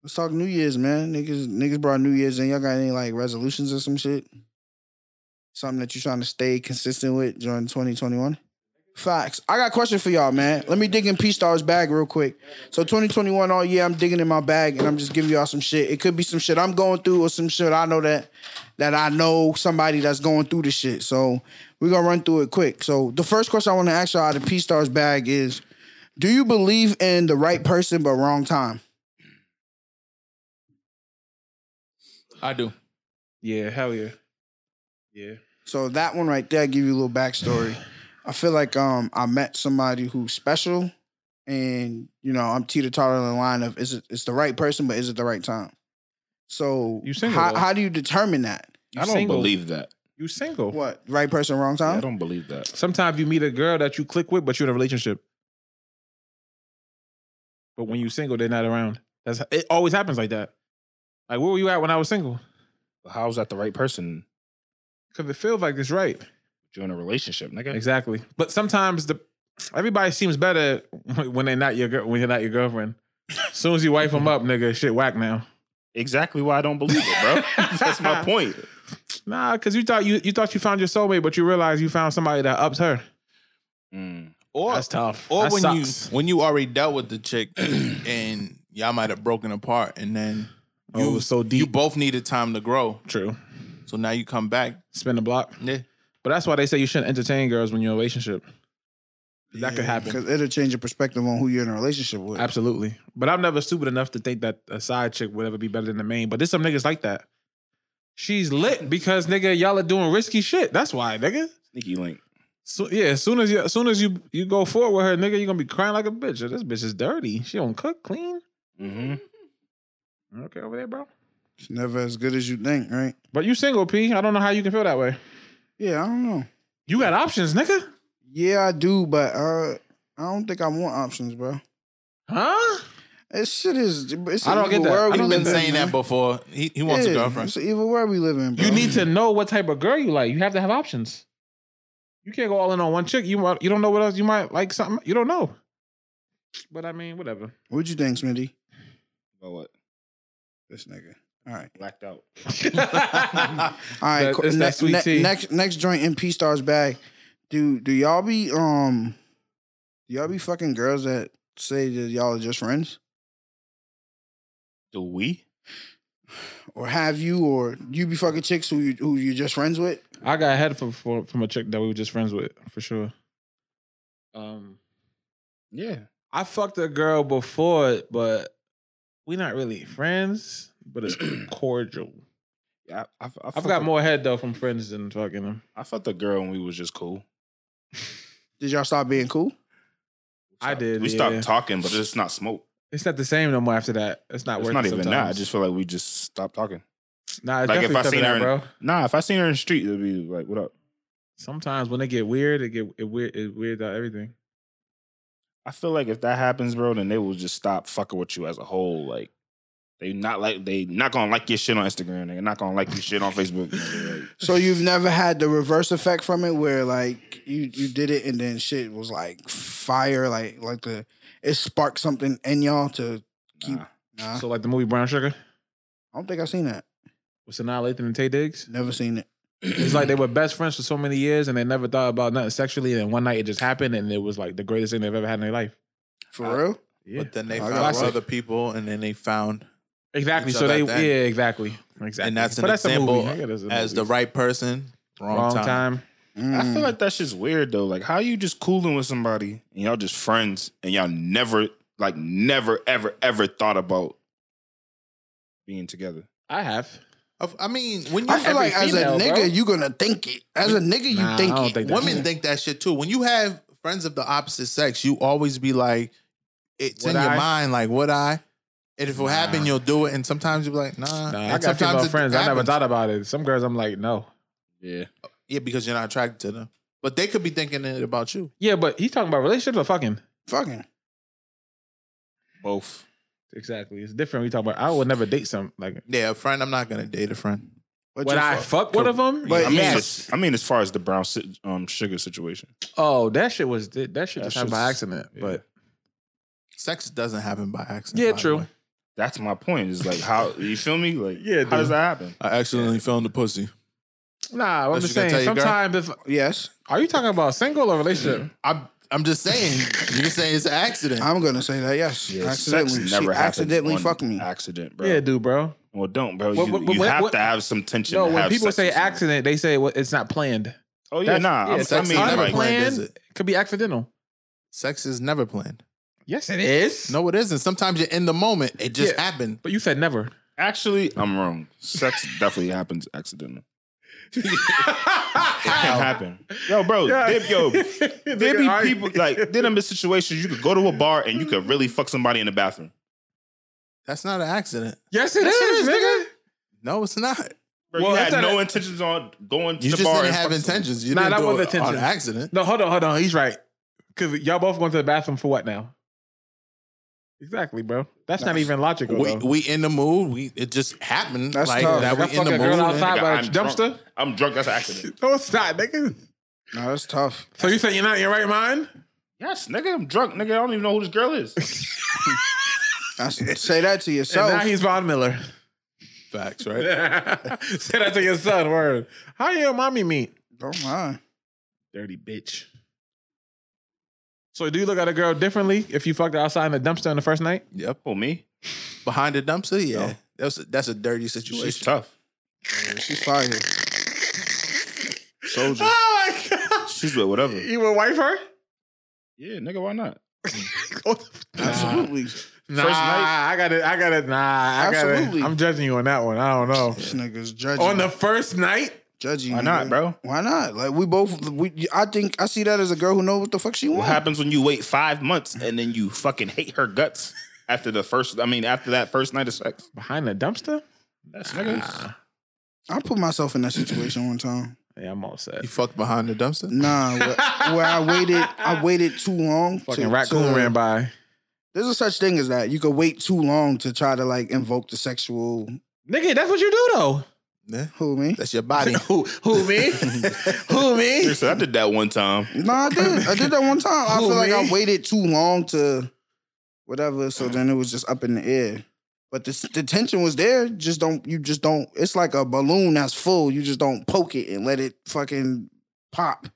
A: Let's talk New Year's, man. Niggas niggas brought New Year's in. Y'all got any like resolutions or some shit? Something that you trying to stay consistent with during 2021? Facts. I got a question for y'all, man. Let me dig in P Star's bag real quick. So 2021 all year, I'm digging in my bag and I'm just giving y'all some shit. It could be some shit I'm going through or some shit I know that that I know somebody that's going through the shit. So we're gonna run through it quick. So the first question I want to ask y'all out of P Star's bag is do you believe in the right person but wrong time?
D: I do.
B: Yeah, hell yeah. Yeah.
A: So that one right there give you a little backstory. I feel like um I met somebody who's special, and you know I'm teeter tottering the line of is it it's the right person, but is it the right time? So
B: You single,
A: how
B: though.
A: how do you determine that?
B: You
C: I don't
B: single.
C: believe that.
B: you single.
A: What right person, wrong
C: I
A: time?
C: don't believe that.
B: Sometimes you meet a girl that you click with, but you're in a relationship. But when you single, they're not around. That's it. Always happens like that. Like where were you at when I was single?
C: How's that the right person?
B: Because it feels like it's right.
C: You're in a relationship, nigga.
B: Exactly. But sometimes the everybody seems better when they're not your girl when you're not your girlfriend. As soon as you wipe them up, nigga, shit whack now.
C: Exactly why I don't believe it, bro. That's my point.
B: Nah, because you thought you you thought you found your soulmate, but you realize you found somebody that ups her.
C: Mm.
D: Or
B: That's tough.
D: Or
B: That
D: when
B: sucks.
D: you when you already dealt with the chick and y'all might have broken apart and then
B: Oh, it was so
D: you
B: deep.
D: both needed time to grow.
B: True.
D: So now you come back.
B: Spin the block.
D: Yeah.
B: But that's why they say you shouldn't entertain girls when you're in a relationship. 'Cause That could happen.
A: Because it'll change your perspective on who you're in a relationship with.
B: Absolutely. But I'm never stupid enough to think that a side chick would ever be better than the main. But there's some niggas like that. She's lit because nigga, y'all are doing risky shit. That's why, nigga.
C: Sneaky link.
B: So yeah, as soon as you as soon as you you go forward with her, nigga, you're gonna be crying like a bitch. This bitch is dirty. She don't cook clean.
C: Mm-hmm.
B: Okay, over there, bro.
A: It's never as good as you think, right?
B: But you single, P. I don't know how you can feel that way.
A: Yeah, I don't know.
B: You got options, nigga.
A: Yeah, I do, but uh, I don't think I want options, bro.
B: Huh?
A: This shit is. It's an
B: I don't get
A: evil
B: that.
A: world
D: I
A: we
D: have been
A: live in,
D: saying
A: man.
D: that before. He he wants
A: yeah,
D: a girlfriend.
A: It's an evil world we live in, bro.
B: You need
C: Oh.
B: to know what type of girl you like. You have to have options. You can't go all in on one chick. You want- you don't know what else you might like. Something you don't know. But I mean, whatever.
A: What'd you think, Smitty?
C: About what?
A: This nigga. All right.
C: Blacked out.
A: All right.
B: That-
A: co-
B: it's
A: ne-
B: that sweet
A: ne-
B: tea.
A: Next, next joint in P Star's bag. Do do y'all be um, do y'all be fucking girls that say that y'all are just friends,
C: Do we?
A: or have you, or you be fucking chicks who you who you just friends with?
B: I got head from from from a chick that we were just friends with for sure. Um,
C: Yeah.
B: I fucked a girl before, but we not really friends, but it's cordial.
C: Yeah. I, I, I
B: I've got more head though from friends than fucking them.
C: I felt the girl when we was just cool.
A: Did y'all stop being cool?
B: I did,
C: We
B: yeah.
C: stopped talking, but it's not smoke.
B: It's not the same no more after that. It's not
C: It's
B: worth
C: not
B: it
C: even that. I
B: sometimes.
C: just feel like we just stopped talking.
B: nah, it's
C: like, if
B: definitely
C: I
B: tougher
C: seen
B: than
C: her
B: that,
C: in-
B: bro.
C: Nah, if I seen her in the street, it'd be like, what up?
B: Sometimes when they get weird, it get it weird. It weird out everything.
C: I feel like if that happens, bro, then they will just stop fucking with you as a whole. Like they not like they not gonna like your shit on Instagram. They're not gonna like your shit on Facebook. nigga, like,
A: So you've never had the reverse effect from it, where like you you did it and then shit was like fire, like like the it sparked something in y'all to keep.
C: nah.
D: Uh-huh.
A: Nah,
B: So like the movie Brown Sugar
A: I don't think I've seen that.
B: with Sanaa Lathan and Tay Diggs.
A: Never seen it.
B: It's like they were best friends for so many years and they never thought about nothing sexually. And one night it just happened and it was like the greatest thing they've ever had in their life.
A: For
D: I-
A: real?
B: Yeah.
D: But then they
A: I
D: found
A: got one.
D: other people and then they found
B: Exactly.
D: each
B: So
D: other
B: they,
D: at the end.
B: yeah, exactly. Exactly.
D: and that's an
B: But a
D: example
B: movie. Nigga, that's a
D: as
B: movie.
D: the right person, wrong,
B: wrong
D: time.
B: time.
C: I
A: Mm.
C: feel like that shit's weird though. Like how you just cooling with somebody and y'all just friends and y'all never like never ever ever thought about being together.
B: I have.
D: Of- I mean, when you
A: I feel
B: every
A: like as a
B: female,
A: nigga,
B: bro.
A: you gonna think it. As a nigga, you
B: Nah,
A: think
B: I don't
A: it.
B: think that.
D: women think that shit too. When you have friends of the opposite sex, you always be like, it's
B: Would
D: in your
B: I?
D: mind, like, would I? And if it
B: Nah.
D: happen, you'll do it. And sometimes you be like, nah.
B: Nah,
D: Uh, And
B: I got
D: sometimes
B: female
D: it
B: friends. I never
D: happens.
B: thought about it. Some girls, I'm like, no.
C: Yeah.
D: Yeah, because you're not attracted to them. But they could be thinking it about you.
B: Yeah, but he's talking about relationships or fucking.
A: Fucking.
C: Both.
B: Exactly. It's different. We talk about. I would never date some like.
D: Yeah, a friend, I'm not going to date a friend.
A: What
B: Would
A: you
B: I
A: fuck?
B: fuck one of them?
A: But
C: I mean,
A: yes.
C: as- I mean, as far as the brown si- um, sugar situation,
B: Oh, that shit was that shit
C: That
B: just happened by
C: shit's-
B: accident.
C: yeah.
B: But
D: Sex doesn't happen by accident.
B: Yeah,
D: by the
B: true.
D: way.
C: that's my point. Is like how you feel me? Like,
B: Yeah,
C: how does
B: dude.
C: that happen?
D: I accidentally found the pussy.
B: Nah, I'm
D: Unless
B: just
D: you
B: saying.
D: gonna tell your girl?
B: Sometimes, if
A: Yes,
B: are you talking about single or relationship?
D: I'm I'm just saying. You're saying it's an accident.
A: I'm gonna say that. Yes,
C: Yeah,
A: accidentally,
C: sex
A: she
C: never happens
A: accidentally
C: on
A: fucked me.
C: Accident, bro.
B: yeah, dude, bro.
C: Well, don't, bro.
B: What-
C: you
B: what-
C: you
B: what-
C: have
B: what-
C: to have some tension.
B: No,
C: to
B: when
C: have
B: people
C: sex
B: say
C: with someone.
B: accident, they say well, it's not planned.
C: oh yeah,
B: That's-
C: nah. I'm- I
D: sex
C: mean,
D: is never
C: like,
D: planned. is
B: unplanned
D: it?
B: could be accidental.
D: Sex is never planned.
B: Yes, it is.
D: No, it isn't. Sometimes you're in the moment. It just
B: Yeah.
D: happened.
B: but you said never.
C: actually, I'm wrong. Sex definitely happens accidentally. It can happen. Yo, bro, dip, yo, there be people like there them situations you could go to a bar and you could really fuck somebody in the bathroom.
D: That's not an accident.
B: Yes, it is, nigga.
D: No, it's not.
C: Bro,
B: Well,
C: you
B: that's
C: had
B: not
C: no
B: a-
C: intentions on going to
D: You
C: the
D: just
C: bar.
D: didn't
C: and fuck
D: have
C: someone.
D: intentions. You
B: Nah,
D: didn't
B: that
D: do
B: wasn't
D: it on
B: intentions.
D: accident.
B: No, hold on, hold on. He's right. Because y'all both went to the bathroom for what now? Exactly, bro. That's not even logical.
D: We
B: though.
D: we in the mood. We it just happened.
A: That's
D: like
A: tough.
D: that
B: That
D: we in
B: fucking
D: the mood.
B: girl
D: and-
B: outside-
C: Nigga,
B: by a
C: I'm drunk.
B: dumpster?
C: I'm drunk. That's an accident.
B: No, it's not, nigga.
A: No, that's tough.
B: So you saying you're not in your right mind?
C: Yes, nigga, I'm drunk. Nigga, I don't even know who this girl is.
A: That's, say that to
B: And
A: yourself.
B: now he's Von Miller.
D: Facts, right?
B: Say that to your son. Word. How your mommy meet?
A: Don't lie.
B: Dirty bitch. So do you look at a girl differently if you fucked her outside in the dumpster on the first night?
D: Yep.
C: Who me?
D: Behind the dumpster. Yeah.
C: No.
D: That's a, that's a dirty situation.
C: She's tough.
A: She fired.
C: Soldier.
B: Oh my god.
C: She's with whatever.
B: You would wife her?
C: Yeah, nigga, why not?
A: Absolutely.
B: Nah,
C: First night?
B: I got it. I got it. Nah, I got
A: Absolutely.
B: it. I'm judging you on that one. I don't know.
A: This nigga's judging.
B: on the first night,
A: judging.
C: Why not,
A: nigga.
C: bro?
A: Why not? Like we both. We, I think I see that as a girl who knows what the fuck she
C: What
A: wants.
C: happens when you wait five months and then you fucking hate her guts after the first? I mean, after that first night of sex.
B: behind the dumpster.
C: That's nigga.
B: Ah.
A: I put myself in that situation one time.
B: yeah, I'm all set.
D: You fucked behind the dumpster.
A: Nah, where, where I waited, I waited too long. to-
B: Fucking raccoon
A: to-
B: ran by.
A: There's a such thing as that. You could wait too long to try to like invoke the sexual.
B: Nigga, that's what you do though.
D: Yeah.
A: Who me?
D: That's your body.
B: who, who me? who me?
C: Seriously, I did that one time.
A: No, I did. I did that one time. I
B: Who,
A: feel like
B: me?
A: I waited too long to whatever. So then it was just up in the air. But the, s- the tension was there. Just don't. You just don't. It's like a balloon that's full. You just don't poke it and let it fucking pop.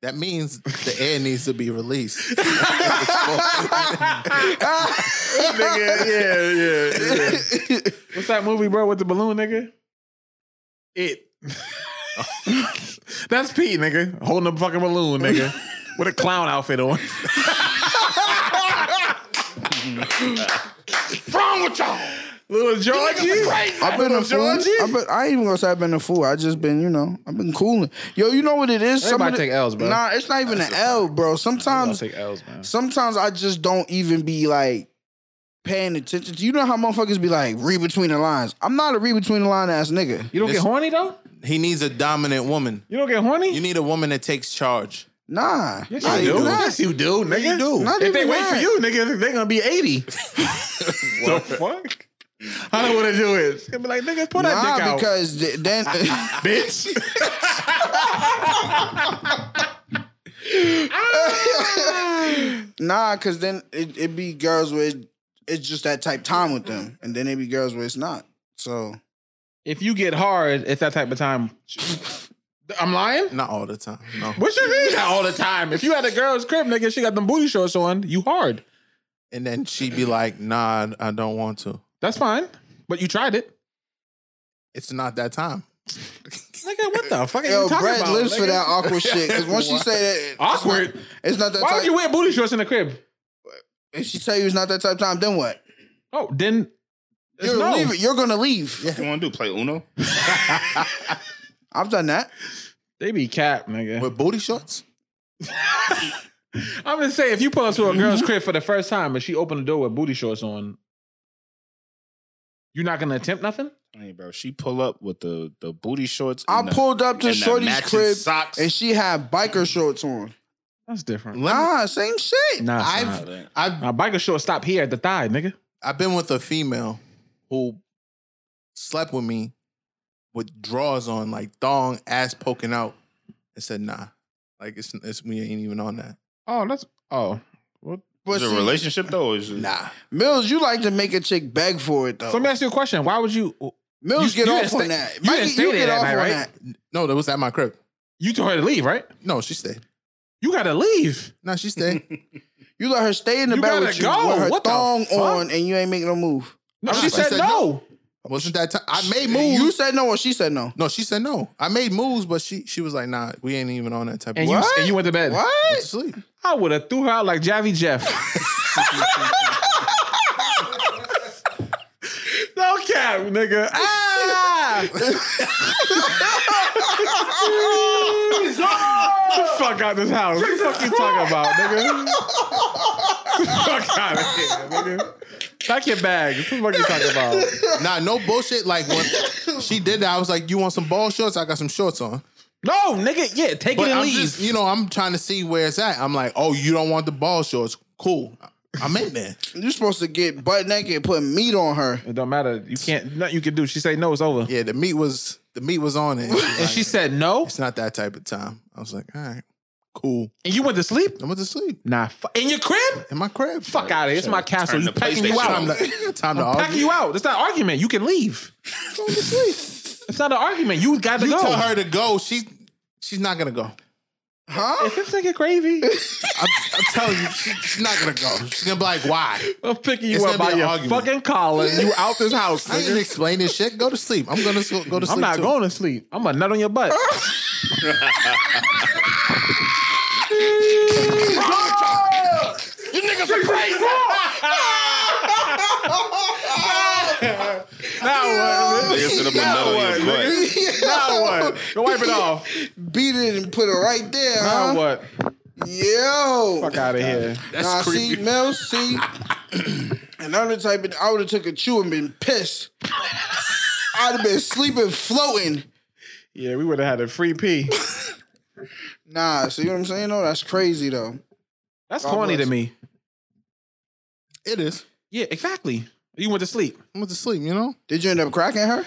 D: That means the air needs to be released.
B: nigga, yeah, yeah, yeah. What's that movie, bro, with the balloon, nigga? It. That's Pete, nigga, holding a fucking balloon, nigga, with a clown outfit on.
E: Wrong with y'all?
B: Little Georgie.
A: I've been a fool.
B: Georgie?
A: I've been, I ain't even gonna say I've been a fool. I just been, you know, I've been cooling. Yo, you know what it is? Some of
B: Everybody
A: the-
B: take L's, bro.
A: Nah, it's not even an L, bro.
B: I'll
A: Sometimes
B: take L's, man.
A: sometimes I just don't even be like paying attention. You know how motherfuckers be like read between the lines. I'm not a read between the line ass nigga.
B: You don't get
D: This-
B: horny though.
D: he needs a dominant woman.
B: You don't get horny.
D: You need a woman that takes charge.
A: Nah,
B: yes,
A: Not
B: you
A: even
B: do.
A: that.
B: Yes, you do, nigga.
D: You do.
A: Not
B: If they
A: even
B: wait for
A: that.
B: you, nigga, they're gonna be eighty. the fuck? I don't want to do it. Gonna be like, nigga, pull that dick
A: Nah,
B: out,
A: because th- then
B: bitch.
A: nah, because then it, it be girls where it, it's just that type time with them, and then it be girls where it's not. So
B: if you get hard, it's that type of time. I'm lying.
D: Not all the time. No.
B: What you mean that all the time? If you at a girl's crib, nigga, she got them booty shorts on. You hard.
D: And then she'd be like, nah, I don't want to.
B: That's fine. But you tried it,
D: It's not that time.
B: nigga. What the fuck are
A: yo,
B: you talking
A: Brett
B: about?
A: lives for
B: nigga?
A: that awkward shit. Because once you
D: Why?
A: say that it's not-
B: Awkward.
A: it's not that
B: Why
A: type.
B: would you wear booty shorts in the crib?
A: if she tell you it's not that type of time, then what?
B: Oh, then it's
A: You're
B: no.
A: leaving. You're gonna leave.
C: What you want to do? Play Uno?
A: I've done that.
B: They be cap, nigga.
D: With booty shorts?
B: I'm just saying, if you pull up to a girl's crib for the first time and she opened the door with booty shorts on, you're not gonna attempt nothing.
C: Hey, bro, she pull up with the the booty shorts.
A: I
C: and the-
A: pulled up to
C: and the
A: Shorty's
C: matching
A: crib
C: Socks.
A: and she had biker shorts on.
B: That's different.
A: Nah, same shit.
B: Nah, i
D: I've- I've
B: now biker shorts stop here at the thigh, nigga.
D: I've been with a female who slept with me with drawers on, like thong, ass poking out, and said, nah. Like it's, it's we ain't even on that.
B: Oh, that's oh.
A: But
C: Is it
A: see,
C: a relationship though? Or is it,
D: Nah.
A: Mills, you like to make a chick beg for it though.
B: So let me ask you a question. Why would you
A: Mills
B: You-
A: get
B: you
A: off
B: didn't
A: on
B: stay-
A: that.
B: you
A: Mikey,
B: didn't stay
A: you
B: there
A: get
B: that
A: off
B: night,
A: on
B: right?
A: that.
D: No, that was at my crib.
B: You told her to leave, right?
D: No, she stayed.
B: You gotta leave.
D: No, she stayed.
A: You let her stay in the
B: You
A: bed
B: gotta
A: with you
B: go.
A: with her
B: What the
A: thong
B: fuck?
A: on, and you ain't making no move.
B: No,
D: Nah,
B: she said, no.
D: Wasn't that time? I made moves.
A: You said no, or she said no.
D: no, she said no. I made moves, but she she was like, nah, we ain't even on that type
B: And
D: of
B: you
D: Went
B: and you went to bed.
D: to
A: What?
D: sleep.
B: I would have threw her out like Javi Jeff. no cap, nigga. Ah! Get the fuck out this house. What the fuck you talking about, nigga? Get the fuck out of here, nigga. Pack your bags. What the fuck you talking about?
D: Nah, no bullshit. Like when she did that, I was like, "You want some ball shorts? I got some shorts on."
B: No, nigga. Yeah, take
D: But
B: it and
D: I'm
B: leave.
D: just, you know, I'm trying to see where it's at. I'm like, "Oh, you don't want the ball shorts? Cool, I'm in there."
A: You're supposed to get butt naked and put meat on her.
B: it don't matter. You can't. Nothing you can do. She say no. It's over.
D: Yeah, the meat was the meat was on it.
B: And she said no.
D: "It's not that type of time." I was like, "All right, cool."
B: And you went to sleep.
D: I went to sleep
B: Nah. Fu- in your crib.
D: in my crib.
B: Fuck out of here. It's my castle.
C: Turn
B: You
C: the
B: packing you out.
C: PlayStation
D: Time to, time to
B: Pack
D: argue.
B: you out. That's not an argument. You can leave. it's not an argument. You got to
D: You
B: go.
D: tell her to go. She she's not gonna go.
B: If this nigga crazy,
D: I'm, I'm telling you, she, she's not gonna go. She's gonna be like, "Why?"
B: I'm picking you
D: It's
B: up
D: gonna
B: by
D: be an
B: your
D: argument.
B: fucking collar. You out this house.
D: I didn't
B: Nigga.
D: explain this shit. Go to sleep. I'm gonna go to sleep.
B: I'm not
D: too.
B: going to sleep. I'm a nut on your butt. now what?
C: Niggas in the Manolo,
B: what,
C: yeah, but-
B: Now what? Go wipe it off.
A: Beat it and put it right there,
B: Now
A: huh?
B: what?
A: Yo.
B: Fuck out of here.
A: nah, see, Mel, see, another type of, I would have took a chew and been pissed. I'd have been sleeping, floating.
B: Yeah, we would have had a free pee.
A: Nah, see what I'm saying? though? that's crazy though.
B: That's
A: God
B: corny to
A: bless.
B: me.
D: It is.
B: Yeah, exactly. You went to sleep.
D: I went to sleep. You know.
A: Did you end up cracking her?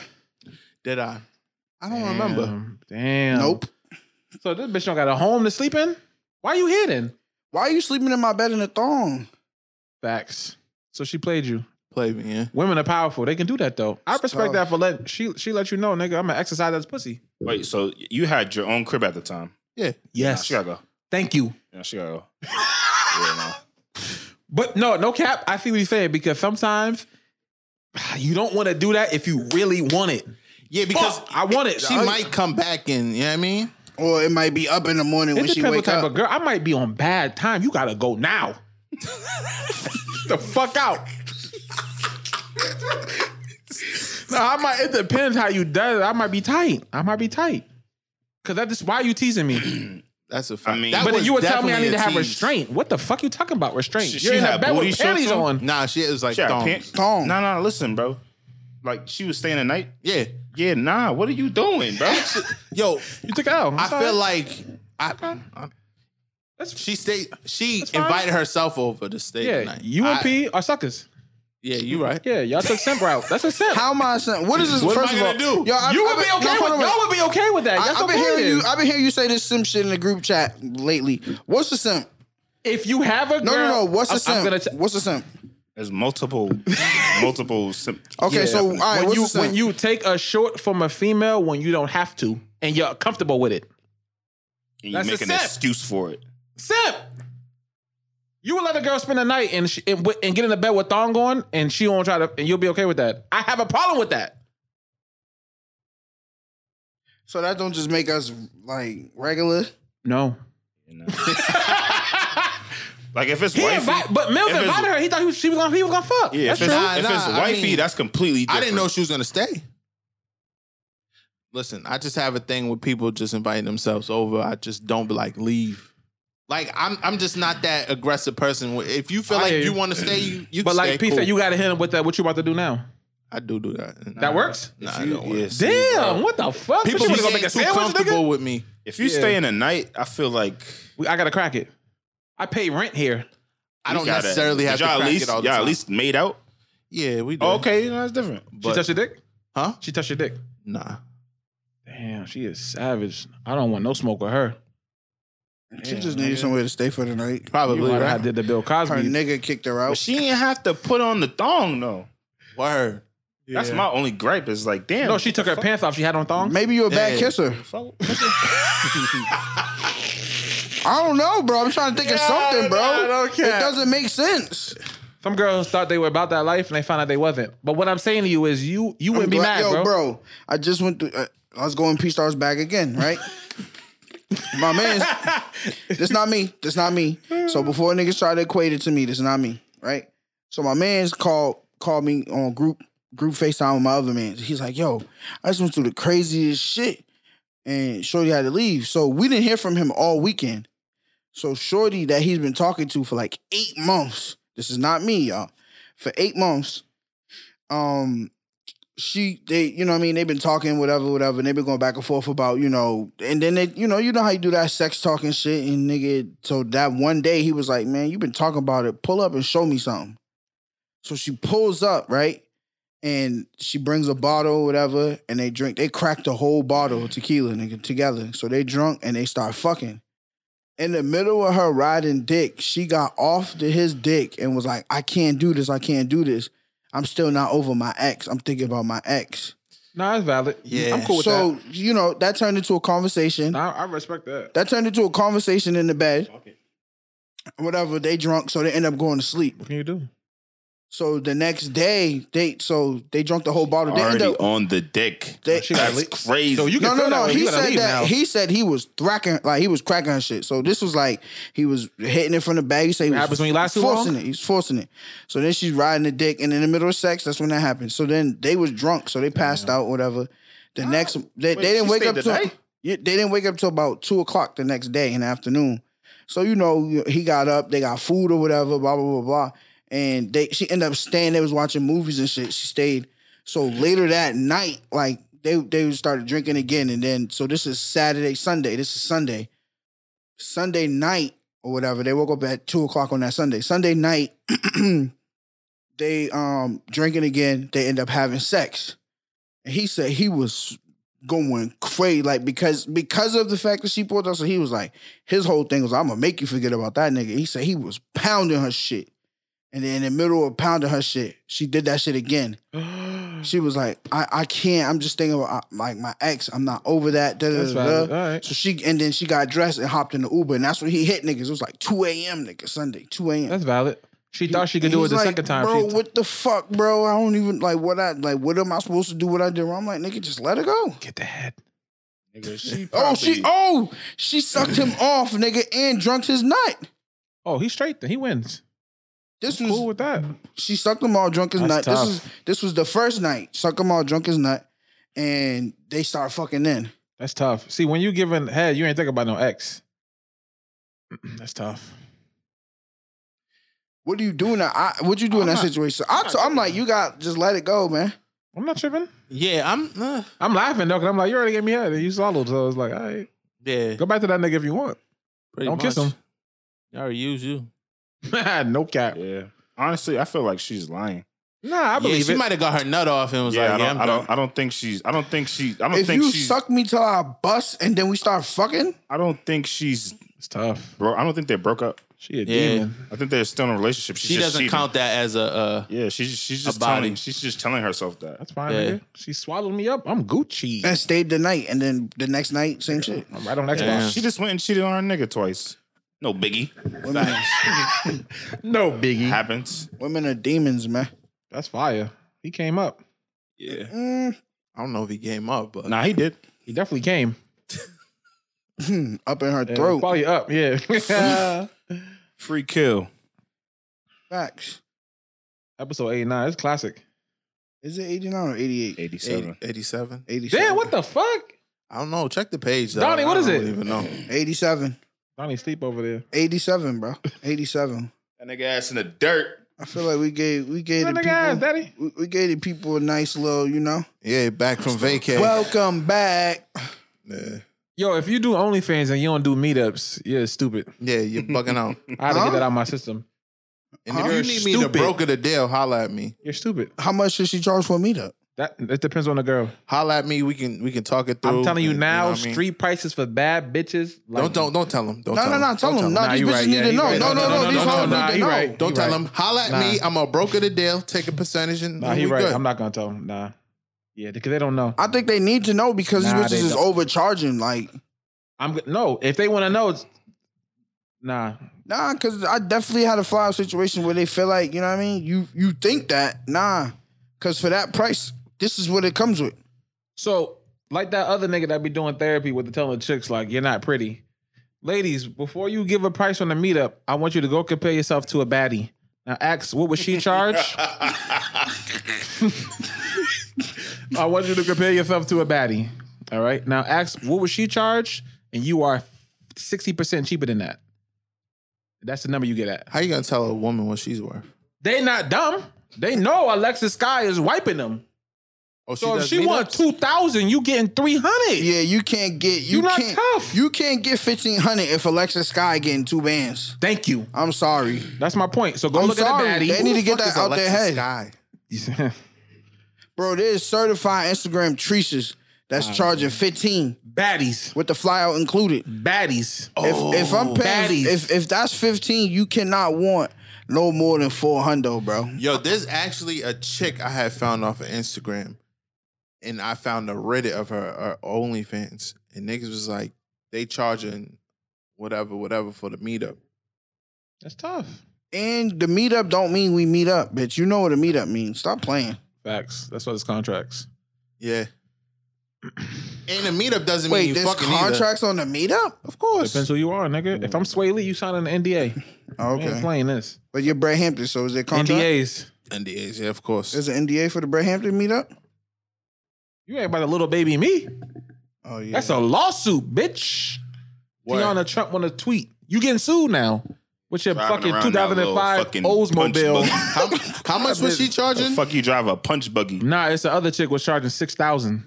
D: Did I? I don't
B: Damn.
D: remember.
B: Damn.
A: Nope.
B: So this bitch don't got a home to sleep in? Why you here then?
A: Why are you sleeping in my bed in a thong?
B: Facts. So she played you.
D: Play me, yeah.
B: Women are powerful. They can do that though. I
A: It's
B: respect
A: tough.
B: that for let she she let you know, nigga. I'm gonna exercise that pussy.
C: Wait, so you had your own crib at the time? Nah,
B: Yes.
C: she gotta go.
B: Thank you.
C: Yeah, she gotta go. yeah, nah.
B: But no, no cap. I feel what you're saying because sometimes you don't want to do that if you really want it.
D: Yeah, because
B: Because I want it.
D: she might come back and you know what I mean?
A: Or it might be up in the morning
B: It
A: when she
B: depends
A: wake
B: what type
A: up.
B: of girl. I might be on bad time. You gotta go now. the fuck out. no, I might. It depends how you does. it. I might be tight. I might be tight. Cause that's why you teasing me.
D: That's a fact.
C: I mean-
D: That
B: But then
D: was
B: you would tell me I
D: definitely
B: need to
D: a
B: have
D: tease.
B: restraint. What the fuck you talking about restraint?
C: She-
B: You're
C: she
B: in a
C: had
B: bed
C: booty
B: with
C: shorts
B: panties
C: on?
B: on.
D: Nah, she is like
C: She had
D: thongs.
C: pants.
A: Thong.
C: Nah, nah, listen, bro. Like she was staying the night.
D: Yeah.
C: Yeah, nah. What are you doing, bro?
D: Yo,
B: You took out.
D: I feel like I,
B: That's-
D: she stayed she
B: fine.
D: invited herself over to stay
B: yeah,
D: tonight.
B: you and
D: I-
B: P are suckers.
D: Yeah, you right.
B: Yeah, y'all took simp route. That's a simp.
A: How am I saying? What is this?
D: What am
A: first
D: I
A: of all,
D: gonna do?
A: Yo, I,
B: you
A: I
B: would be
A: no,
B: okay
A: hold on,
B: with
A: wait.
B: y'all would be okay with that.
A: I,
B: That's
A: have been
B: okay.
A: hearing you. I've been hearing you say this sim shit in the group chat lately. What's the sim?
B: if you have a girl,
A: No, no, no. What's the
B: I'm-
A: sim?
B: I'm gonna t-
A: what's the sim?
C: There's multiple, multiple. Sim-
A: Okay,
B: Yeah.
A: so all right.
B: when
A: what's
B: you
A: the sim?
B: when you take a short from a female when you don't have to and you're comfortable with it,
C: and you
B: That's a
C: make an
B: sip.
C: excuse for it.
B: simp. You will let a girl spend the night and she, and, wi- and get in the bed with thong on, and she won't try to, and you'll be okay with that. I have a problem with that.
A: so that don't just make us like regular.
B: No,
C: You know? like if it's
B: he
C: wifey,
B: invite, but Mills
C: if it's-
B: invited her. He thought he was, she was gonna, he was gonna fuck.
C: yeah, if
B: That's
C: it's,
B: true.
D: Nah,
C: if it's
D: nah, I
C: wifey,
D: mean-
C: that's completely. Different.
D: I didn't know she was gonna stay. Listen, I just have a thing with people just inviting themselves over. I just don't be like leave. Like I'm, I'm just not that aggressive person. If you feel
B: I
D: like
B: hear
D: you,
B: you.
D: want to stay, you, you
B: But
D: can
B: like
D: stay,
B: P
D: cool.
B: said, you gotta hit him with that. What you about to do now?
D: I do do that.
B: That works.
D: Nah,
C: If you-
D: I don't.
C: yeah,
D: Yeah.
C: see,
B: Damn,
C: bro.
B: what the fuck?
D: People
B: Bitch, you wanna
D: be
B: go make a
D: too
B: sandwich,
D: comfortable
B: nigga?
D: with me.
C: If you
B: Yeah.
C: stay in the night, I feel like
B: We- I gotta crack it. I pay rent here.
D: I
C: you
D: don't
C: gotta-
D: necessarily have
C: Did
D: to
C: y'all
D: crack
C: at least,
D: it all the
C: y'all
D: time.
C: at least made out.
D: yeah, we do.
C: Oh, okay, you know, that's different.
B: She touched your dick?
D: huh?
B: She touched your dick.
D: Nah.
B: Damn, she is savage. I don't want no smoke with her.
A: She just needed somewhere to stay for the night.
D: Probably.
B: You know how I
D: Right?
B: did the Bill
A: Her
B: Cosby.
A: nigga kicked her
C: But
A: out.
C: she didn't have to put on the thong though.
D: Word.
C: That's my only gripe. Is like, damn.
B: No, she took her pants off. She had on thongs.
A: Maybe you're a bad
D: Yeah.
A: kisser.
C: Fuck.
A: I don't know, bro. I'm trying to think of something, bro.
C: nah, I don't
A: It
C: care.
A: doesn't make sense.
B: Some girls thought they were about that life and they found out they wasn't. But what I'm saying to you is, you you wouldn't be
A: Glad-
B: mad,
A: yo,
B: bro.
A: I just went through. Uh, I was going P Stars back again, right? My man's. This not me. This not me. So before niggas try to equate it to me, this not me, right? So my man's called called me on group group FaceTime with my other man. He's like, "Yo, I just went through the craziest shit." and Shorty had to leave. So we didn't hear from him all weekend. So Shorty that he's been talking to for like eight months. This is not me, y'all. For eight months, um, she they you know what I mean they've been talking whatever whatever and they've been going back and forth about you know and then they you know you know how you do that sex talking shit and nigga so that one day he was like man you've been talking about it pull up and show me something. So she pulls up right and she brings a bottle or whatever, and they drink. They crack the whole bottle of tequila nigga, together. So they drunk and they start fucking. In the middle of her riding dick, she got off to his dick and was like, "I can't do this. I can't do this. I'm still not over my ex. I'm thinking about my ex."
B: Nah, that's valid.
D: Yeah.
B: I'm cool with
A: so you know that turned into a
B: that.
A: conversation.
B: Nah, I respect that.
A: That turned into a conversation in the bed. Whatever they drunk, so they end up going to sleep.
B: What can you do?
A: So the next day, they so they drunk the whole bottle. They end
C: Already
A: up.
C: on the dick.
A: They,
B: She got
C: That's
B: leave.
C: crazy.
B: So you
A: no,
B: can
A: no,
B: feel
A: no.
B: That way.
A: He
B: You gotta
A: said
B: leave
A: that
B: now.
A: he said he was thracking, like he was cracking her shit. So this was like he was hitting it from the back. He said he was
B: happens when you last too
A: forcing
B: long?
A: it. He's forcing it. So then she's riding the dick, and in the middle of sex, that's when that happened. So then they was drunk, so they passed out, whatever. The next, they, they
C: Wait,
A: didn't
C: she
A: wake
C: stayed
A: up
C: the
A: till
C: night?
A: yeah, they didn't wake up till about two o'clock the next day in the afternoon. So you know he got up, they got food or whatever, blah blah blah blah, and they she ended up staying. They was watching movies and shit. She stayed. So later that night, like they they started drinking again, and then so this is Saturday, Sunday. This is Sunday, Sunday night or whatever. They woke up at two o'clock on that Sunday. Sunday night, they um drinking again. They end up having sex. And he said he was going crazy, like because because of the fact that she pulled up. So he was like, his whole thing was, "I'm gonna make you forget about that nigga." He said he was pounding her shit. And then in the middle of pounding her shit, she did that shit again. She was like, I, I can't. I'm just thinking about uh, like my ex. I'm not over that. Da, da,
B: That's
A: da, da.
B: valid. All right.
A: So she and then she got dressed and hopped in the Uber, and that's when he hit niggas. It was like 2 a.m. nigga Sunday, 2 a.m.
B: That's valid. She thought she could
A: And
B: do it
A: he's
B: the
A: like,
B: second time.
A: Bro,
B: She-
A: what the fuck, bro? I don't even like what I like. What am I supposed to do? What I did wrong? I'm like, nigga, just let it go.
B: Get the head.
C: Nigga, she
A: Oh, she
C: probably-
A: oh she sucked him off, nigga, and drunk his nut.
B: Oh, he's straight. Then he wins.
A: This was
B: Cool with that.
A: she sucked him all drunk as
B: That's
A: nut.
B: tough.
A: This was this was the first night. Suck him all drunk as nut, and they start fucking then.
B: That's tough. See, when you giving head, you ain't thinking about no ex. That's tough.
A: What do you do in that? I, what you do in
D: I'm
A: that
D: not-
A: situation? Uh-huh. I t- I'm like, you got just let it go, man.
B: I'm not tripping.
D: Yeah, I'm. Uh,
B: I'm laughing though, because I'm like, you already gave me head and you swallowed. So I was like, all right,
D: yeah,
B: go back to that nigga if you want.
D: pretty
B: Don't kiss
D: much.
B: him.
D: I already use you.
B: no cap.
C: Yeah. Honestly, I feel like she's lying.
B: Nah, I
D: yeah,
B: believe
D: she
B: it.
D: might have got her nut off and was
C: Yeah,
D: like,
C: I
D: "Yeah,
C: don't.
D: I'm
C: I
D: done."
C: don't. I don't think she's. I don't think she. I don't
A: If
C: think
A: you
C: she's.
A: suck me till I bust and then we start fucking,
C: I don't think she's.
B: It's tough.
C: Bro, I don't think they broke up.
B: She a
D: Yeah.
B: demon.
C: I think they're still in a relationship. She's
D: She
C: just
D: doesn't
C: cheating.
D: count that as a. Uh,
C: Yeah, she's she's just
D: body.
C: telling. She's just telling herself that.
B: That's fine,
D: Yeah.
B: nigga. She swallowed me up. I'm Gucci.
A: and stayed the night, and then the next night, same shit.
B: I'm right on Xbox.
D: Yeah.
C: She just went and cheated on her nigga twice. No biggie.
A: Women,
B: No biggie.
C: Happens.
A: women are demons, man.
B: That's fire. He came up.
D: yeah,
A: Mm,
D: I don't know if he came up, but
C: Nah, he did.
B: He definitely came.
A: up in her
B: Yeah,
A: throat.
B: Probably up.
D: Uh.
B: Yeah.
C: Free kill.
A: Facts.
B: Episode 89. It's classic.
A: Is it 89 or 88?
C: Eighty-seven.
D: 87.
A: 87.
B: Damn, what the fuck?
D: I don't know. Check the page. though.
B: Donnie, what
D: I
B: is
D: don't
B: it?
D: Even know.
A: 87.
B: Donnie sleep over there.
A: 87, bro. 87.
C: That nigga ass in the dirt.
A: I feel like we gave we gave
B: Where
A: the
B: the guys,
A: people
B: daddy?
A: we, we gave the people a nice little, you know.
D: Yeah, back from vacay.
A: Welcome back.
D: yeah.
B: Yo, if you do OnlyFans and you don't do meetups, you're stupid.
D: yeah, you're bugging out.
B: I had to
A: Huh?
B: get that out of my system.
D: And
A: Huh?
D: if you
A: You're
D: need me to
B: stupid.
D: broker the deal, holla at me.
B: You're stupid.
A: How much should she charge for a meetup?
B: That it depends on the girl.
D: Holla at me. We can we can talk it through.
B: I'm telling you
D: and-
B: now,
D: know what I mean?
B: street prices for bad bitches. Like,
D: Don't don't don't tell him. Don't
A: No,
D: tell
A: no,
D: him.
A: no. Tell
D: Don't
A: them. Nah,
B: Nah,
A: these
B: you
A: bitches
B: right.
A: need
B: Yeah,
A: to
B: you
A: know.
B: right.
A: No, no,
D: No,
A: no.
D: no,
A: These
D: no,
A: hoes
D: no,
A: need
B: nah,
A: to
B: you
A: know.
B: right.
D: Don't
B: He
D: tell
B: right.
D: him. Holla at
B: Nah.
D: me. I'm a broker the deal. Take a percentage and
B: Nah,
D: and
B: he
D: we
B: right.
D: good.
B: I'm not gonna tell him. Nah, yeah, because they don't know.
A: I think they need to know because
B: Nah,
A: these
B: they
A: bitches is
B: don't.
A: overcharging. Like,
B: I'm g- no. If they want to know, it's, nah.
A: nah, because I definitely had a fly situation where they feel like, you know what I mean? You you think that. Nah. Because for that price, this is what it comes with.
B: So like that other nigga that be doing therapy with the telling chicks like you're not pretty. Ladies, before you give a price on the meetup, I want you to go compare yourself to a baddie. Now ask what would she charge? I want you to compare yourself to a baddie. All right. Now ask what would she charge? And you are 60% cheaper than that. That's the number you get at.
D: How you gonna tell a woman what she's worth?
B: They not dumb. They know Alexis Sky is wiping them.
D: Oh,
B: So
D: does
B: if she
D: meetups?
B: wants 2,000, you getting 300.
A: Yeah, you can't get you
B: You not
A: can't
B: tough.
A: you can't get fifteen hundred if Alexa Sky getting two bands.
B: Thank you.
A: I'm sorry.
B: That's my point. So go
A: I'm
B: look
A: sorry.
B: at a baddie.
A: They need to get
D: Fuck
A: that
D: is
A: out their
D: Alexis
A: head.
D: Sky?
A: Bro, there's certified Instagram treases that's charging 15
B: baddies,
A: with the flyout included.
B: baddies.
A: if if I'm paying
B: Oh. baddies.
A: if, if that's 15, you cannot want no more than four hundo, bro.
D: Yo, there's actually a chick I had found off of Instagram, and I found a Reddit of her, her OnlyFans, and niggas was like, they charging whatever, whatever for the meetup.
B: That's tough.
A: And the meetup don't mean we meet up, bitch. You know what a meetup means. Stop playing.
B: Facts. That's what it's contracts.
D: Yeah. And the meetup doesn't
A: Wait,
D: mean you
A: there's
D: fucking contract.
A: contracts on the meetup?
D: Of course.
B: Depends who you are, nigga. If I'm Sway Lee, you sign an NDA.
A: Oh,
B: We ain't
A: okay.
B: playing this.
A: But you're Brett Hampton, so is there contract?
B: NDAs.
D: NDAs, yeah, of course.
A: There's an NDA for the Brett Hampton meetup?
B: You ain't about a little baby me.
A: Oh yeah.
B: That's a lawsuit, bitch.
D: Word.
B: Tiana Trump want to tweet. You getting sued now. With your fucking
C: Driving around that little
B: 2005
C: fucking punch
B: Oldsmobile.
C: buggy.
D: How, how much was she
C: The
D: charging?
C: fuck you drive a punch buggy?
B: Nah, it's the other chick was charging 6000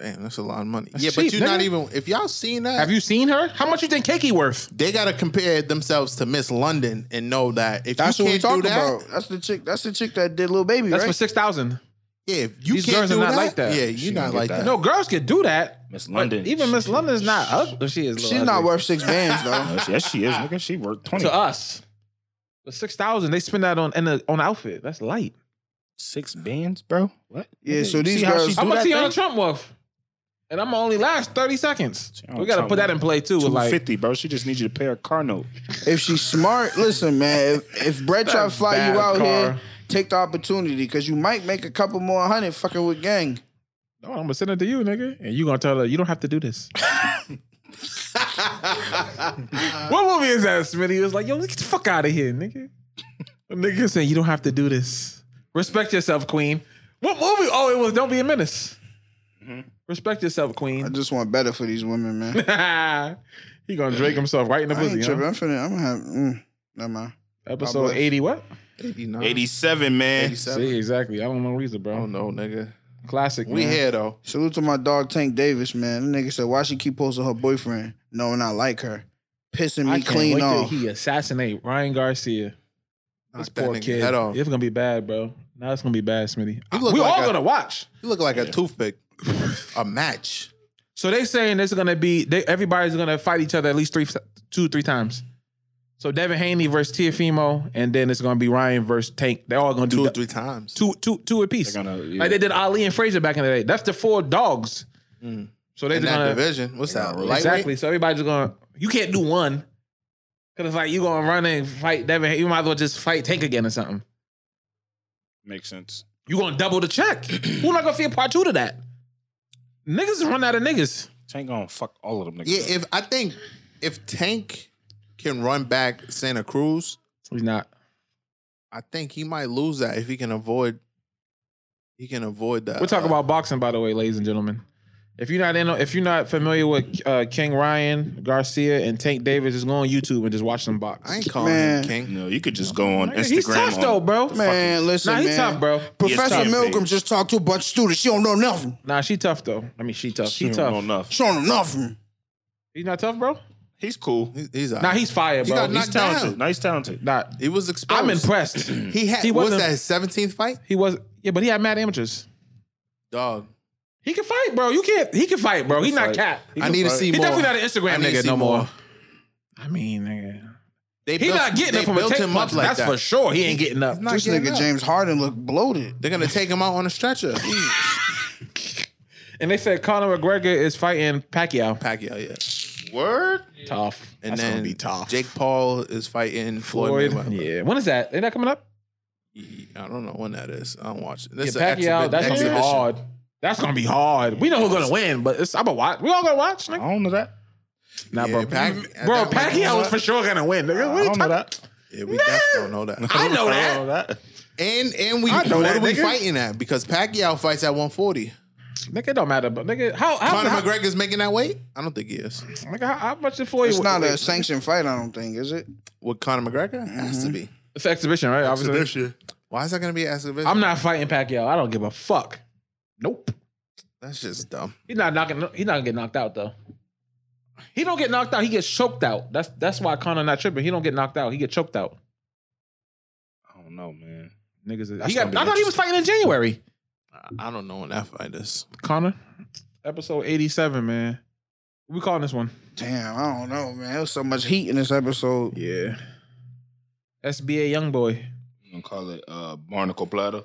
D: Damn, that's a lot of money.
B: That's
D: yeah,
B: cheap,
D: but you're not
B: nigga.
D: even. If y'all seen that,
B: Have you seen her? How much you think Cakey worth?
D: they gotta compare themselves to Miss London and know that if
A: That's
D: you
A: what we talking
D: can't do that,
A: about. That's the chick. That's the chick that did little baby,
B: That's
A: right?
B: for 6000
D: yeah, if you
B: These
D: can't
B: girls are
D: do
B: not
D: that,
B: like that.
D: Yeah, you're not
C: don't
D: like
C: get
D: that.
C: that.
B: No, girls can do that.
C: Miss
B: But
C: London.
B: even Miss London's not ugly. She is. a little
A: She's not
B: ugly.
A: worth six bands though.
C: No, Oh, she- yes, she is. Nigga, she worked twenty
B: to us. But six thousand, they spend that on in a, on outfit. That's light.
C: six bands, bro. What?
A: Yeah,
C: Nigga,
A: so
C: you
A: these
C: see how
A: girls-
C: she
B: How
C: do
B: much
C: that
B: Tiana
C: thing?
B: Trump worth? And I'm only last thirty seconds.
C: Tiana
B: we got to
C: Trump
B: put that
C: worth
B: in play too. with,
C: Two
B: Like
C: fifty, bro. She just needs you to pay her car note.
A: If she's smart, listen, man. If, if Brett try to fly
B: bad
A: you out
B: car.
A: here, take the opportunity because you might make a couple more hundred fucking with gang.
B: No, I'm gonna send it to you, nigga, and you gonna tell her you don't have to do this. what movie is that, Smitty? It was like, yo, get the fuck out of here, nigga. A nigga saying you don't have to do this. Respect yourself, Queen. What movie? Oh, it was Don't Be a Menace.
C: Mm-hmm.
B: Respect yourself,
A: I
B: Queen.
A: just want better for these women, man.
B: he gonna drink himself right in the
A: I
B: pussy.
A: ain't
B: huh?
A: tripping. I'm finna. I'm gonna have. Mm, never mind.
B: Episode
A: Probably.
B: 80 what?
D: 89,
C: Eighty-seven, man.
D: 87.
B: See, exactly. I don't know reason,
D: I
B: bro.
D: don't know, nigga.
B: Classic.
D: We
B: man.
D: here though.
A: Salute to my dog Tank Davis, man. The nigga said, "Why she keep posting her boyfriend? No, I like her, pissing
B: I
A: me
B: can't wait
A: clean
B: till
A: off."
B: he assassinate Ryan Garcia.
D: Knock
B: This
D: that
B: poor
D: nigga
B: kid.
D: head off.
B: It's gonna be bad, bro. Now it's gonna be bad, Smitty.
D: He
B: I-
D: look
B: We're
D: like
B: all
D: a-
B: gonna watch.
D: You look like a toothpick. a match.
B: So they saying this is gonna be they, everybody's gonna fight each other at least three, two, three times. So Devin Haney versus Tiafimo, and then it's gonna be Ryan versus Tank. They're all gonna do
D: Two or
B: the-
D: three times.
B: two, two, two apiece.
C: They're gonna- yeah.
B: Like they did Ali and Frazier back in the day. That's the four dogs.
D: Mm.
B: So they're
D: in that
B: gonna
D: division. What's that? Lightweight?
B: Exactly. So everybody's going. to You can't do one. Cause it's like you gonna run and fight Devin. You might as well just fight Tank again or something.
C: Makes sense.
B: You gonna double the check. Who not gonna feel part two to that? Niggas run out of niggas.
C: Tank gonna fuck all of them niggas.
D: Yeah,
C: up.
D: if I think if Tank can run back Santa Cruz,
B: He's not.
D: I think he might lose that if he can avoid he can avoid that. uh,
B: We're talking about boxing, by the way, ladies and gentlemen. If you're not in, if you're not familiar with uh, King Ryan Garcia and Tank Davis, just go on YouTube and just watch them box.
D: I ain't calling
A: Man.
D: him king.
C: no, you could just go on Instagram.
B: He's tough
C: on-
B: though, bro.
A: Man, listen,
B: nah, he's
A: man.
B: tough, bro.
A: Professor
C: Yes,
A: Milgram
C: Tank.
A: just talked to a bunch of students. She don't know nothing.
B: Nah, she tough though. I mean, she tough. She
C: She
B: tough.
C: don't know nothing.
A: She don't know nothing.
B: He's not tough, bro.
C: He's cool.
D: He's, he's all
B: Nah,
D: right.
B: he's fire,
D: He
B: bro.
D: got
B: He's
D: knocked
B: talented.
D: down.
C: Nice, talented.
B: Nah,
D: He was exposed.
B: I'm impressed.
D: He had
B: He
D: what was
B: wasn't-
D: that his seventeenth fight?
B: He was yeah, but he had mad amateurs.
D: Dog.
B: He can fight, bro. You can't. He can fight, bro. He not cat.
D: I need to see
B: He
D: more.
B: definitely not an Instagram
D: I need to
B: nigga
D: see
B: no more.
D: more.
B: I mean, nigga.
D: They
B: He
D: built-
B: not getting
D: they
B: it from a
D: built
B: take
D: him up
B: punch. That's for sure. He ain't getting up.
D: He's not
A: This
D: getting
A: nigga
D: up.
A: James Harden look bloated.
D: They're gonna take him out on a stretcher.
B: And they said Conor McGregor is fighting Pacquiao.
D: Pacquiao, yeah.
C: Word?
B: Tough.
D: And
B: That's
D: then
B: gonna be tough.
D: Jake Paul is fighting Floyd.
B: Floyd.
D: Mayweather.
B: Yeah. When is that? Ain't that coming up?
D: I don't know when that is. I don't watch it.
B: Yeah,
D: This
B: Pacquiao.
D: is an exhibi-
B: that's gonna be
D: exhibition.
B: hard. That's gonna be hard. We know who's gonna win, but it's, I'm gonna watch. We all gonna watch,
C: I
B: nigga.
C: don't know that.
B: Nah,
D: Yeah,
B: bro. Mm-hmm.
D: Pac- at
B: bro,
D: that point, you know
B: Pacquiao is
D: what?
B: for sure gonna win. Nigga. What are you
C: I don't
B: talking-
C: know that.
D: Yeah, we definitely don't know that.
B: I know that.
D: And and we
B: I know
D: what
B: that,
D: are we
B: nigga.
D: fighting at? Because Pacquiao fights at 140.
B: Nigga, it don't matter, but nigga, how how,
D: Conor
B: how,
D: McGregor's making that weight? I don't think he is.
B: nigga, how, how much did Floyd?
A: It's not
B: wait,
A: a sanctioned fight, I don't think, is it?
D: With Conor McGregor? Has
B: Mm-hmm.
D: to be.
B: it's an exhibition, right? Obviously.
D: Why is that gonna be an exhibition?
B: I'm not fighting Pacquiao. I don't give a fuck. Nope.
D: That's just dumb.
B: He's not knocking. He's not gonna get knocked out though. He don't get knocked out. He gets choked out. That's that's why Conor not tripping. He don't get knocked out. He get choked out.
C: I don't know, man.
B: Niggas. is-
D: That's
B: He got,
D: gonna be
B: I thought he was fighting in January.
D: I- I don't know when that fight is.
B: Conor, episode eighty-seven, man. What we calling this one?
A: Damn, I don't know, man. There's so much heat in this episode.
B: Yeah. SBA young boy.
C: You gonna call it uh, Barnacle Platter?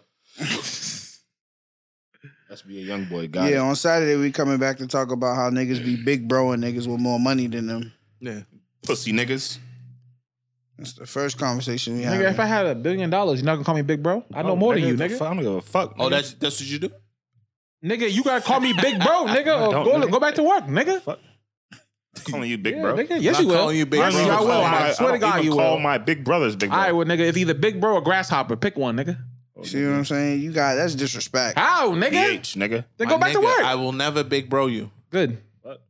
C: That's be a young boy guy.
A: yeah,
C: Yeah.
A: on Saturday we coming back to talk about how niggas be big bro and niggas with more money than them.
D: Yeah.
C: Pussy niggas.
A: That's the first conversation we
B: Nigga, if I
A: had.
B: had a billion dollars, you're not gonna call me big bro. I know more than you, nigga.
C: I don't give a Oh, fuck.
F: Oh,
C: nigga.
F: that's that's what you do.
B: Nigga, you gotta call me big bro, nigga, or
C: don't,
B: go,
C: nigga.
B: go back to work, nigga.
C: calling you big
B: yeah,
C: bro.
B: nigga. Yes,
F: Not
B: you will.
F: calling you big
B: Honestly,
F: bro.
B: I will.
F: Call
B: I,
F: my-
B: swear to God, you will.
C: call my big brothers big
B: All right,
C: bro.
B: well, nigga, it's either big bro or grasshopper. Pick one, nigga.
A: See what I'm saying? You got that's disrespect.
B: How, nigga?
C: BH, nigga.
B: Then go
D: My
B: back to
D: nigga,
B: work.
D: I will never big bro you.
B: Good.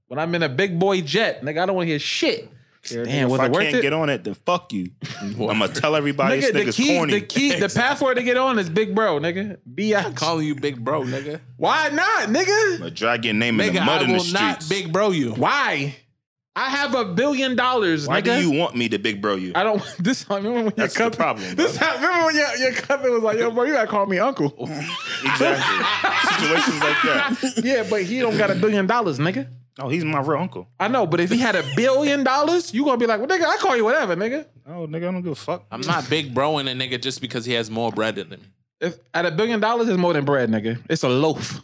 B: When I'm in a big boy jet, nigga, I don't want to hear shit. Damn,
C: if
B: was
C: I
B: it worth
C: can't
B: it?
C: get on it, then fuck you. I'm gonna tell everybody
B: nigga, the
C: this nigga's
B: key,
C: corny.
B: the key, the password to get on is big bro, nigga. B I.
D: Calling you big bro, nigga.
B: Why not, nigga?
C: I'ma drag your name in
D: Nigga,
C: the mud
D: I
C: in the
D: will
C: streets.
D: not big bro you.
B: Why? I have a billion dollars,
C: Why
B: nigga.
C: do you want me to big bro you?
B: I don't. This I remember when
C: That's
B: your
C: the
B: cousin.
C: problem,
B: This I remember when your, your cousin was like, "Yo, bro, you gotta call me uncle."
C: Exactly. Situations like that.
B: yeah, but he don't got a billion dollars, nigga.
C: Oh, he's my real uncle.
B: I know, but if he had a billion dollars, you gonna be like, well, nigga, I call you whatever, nigga.
C: Oh, nigga, I don't give a fuck.
D: I'm not big broing a nigga just because he has more bread than me.
B: If at a billion dollars is more than bread, nigga. It's a loaf.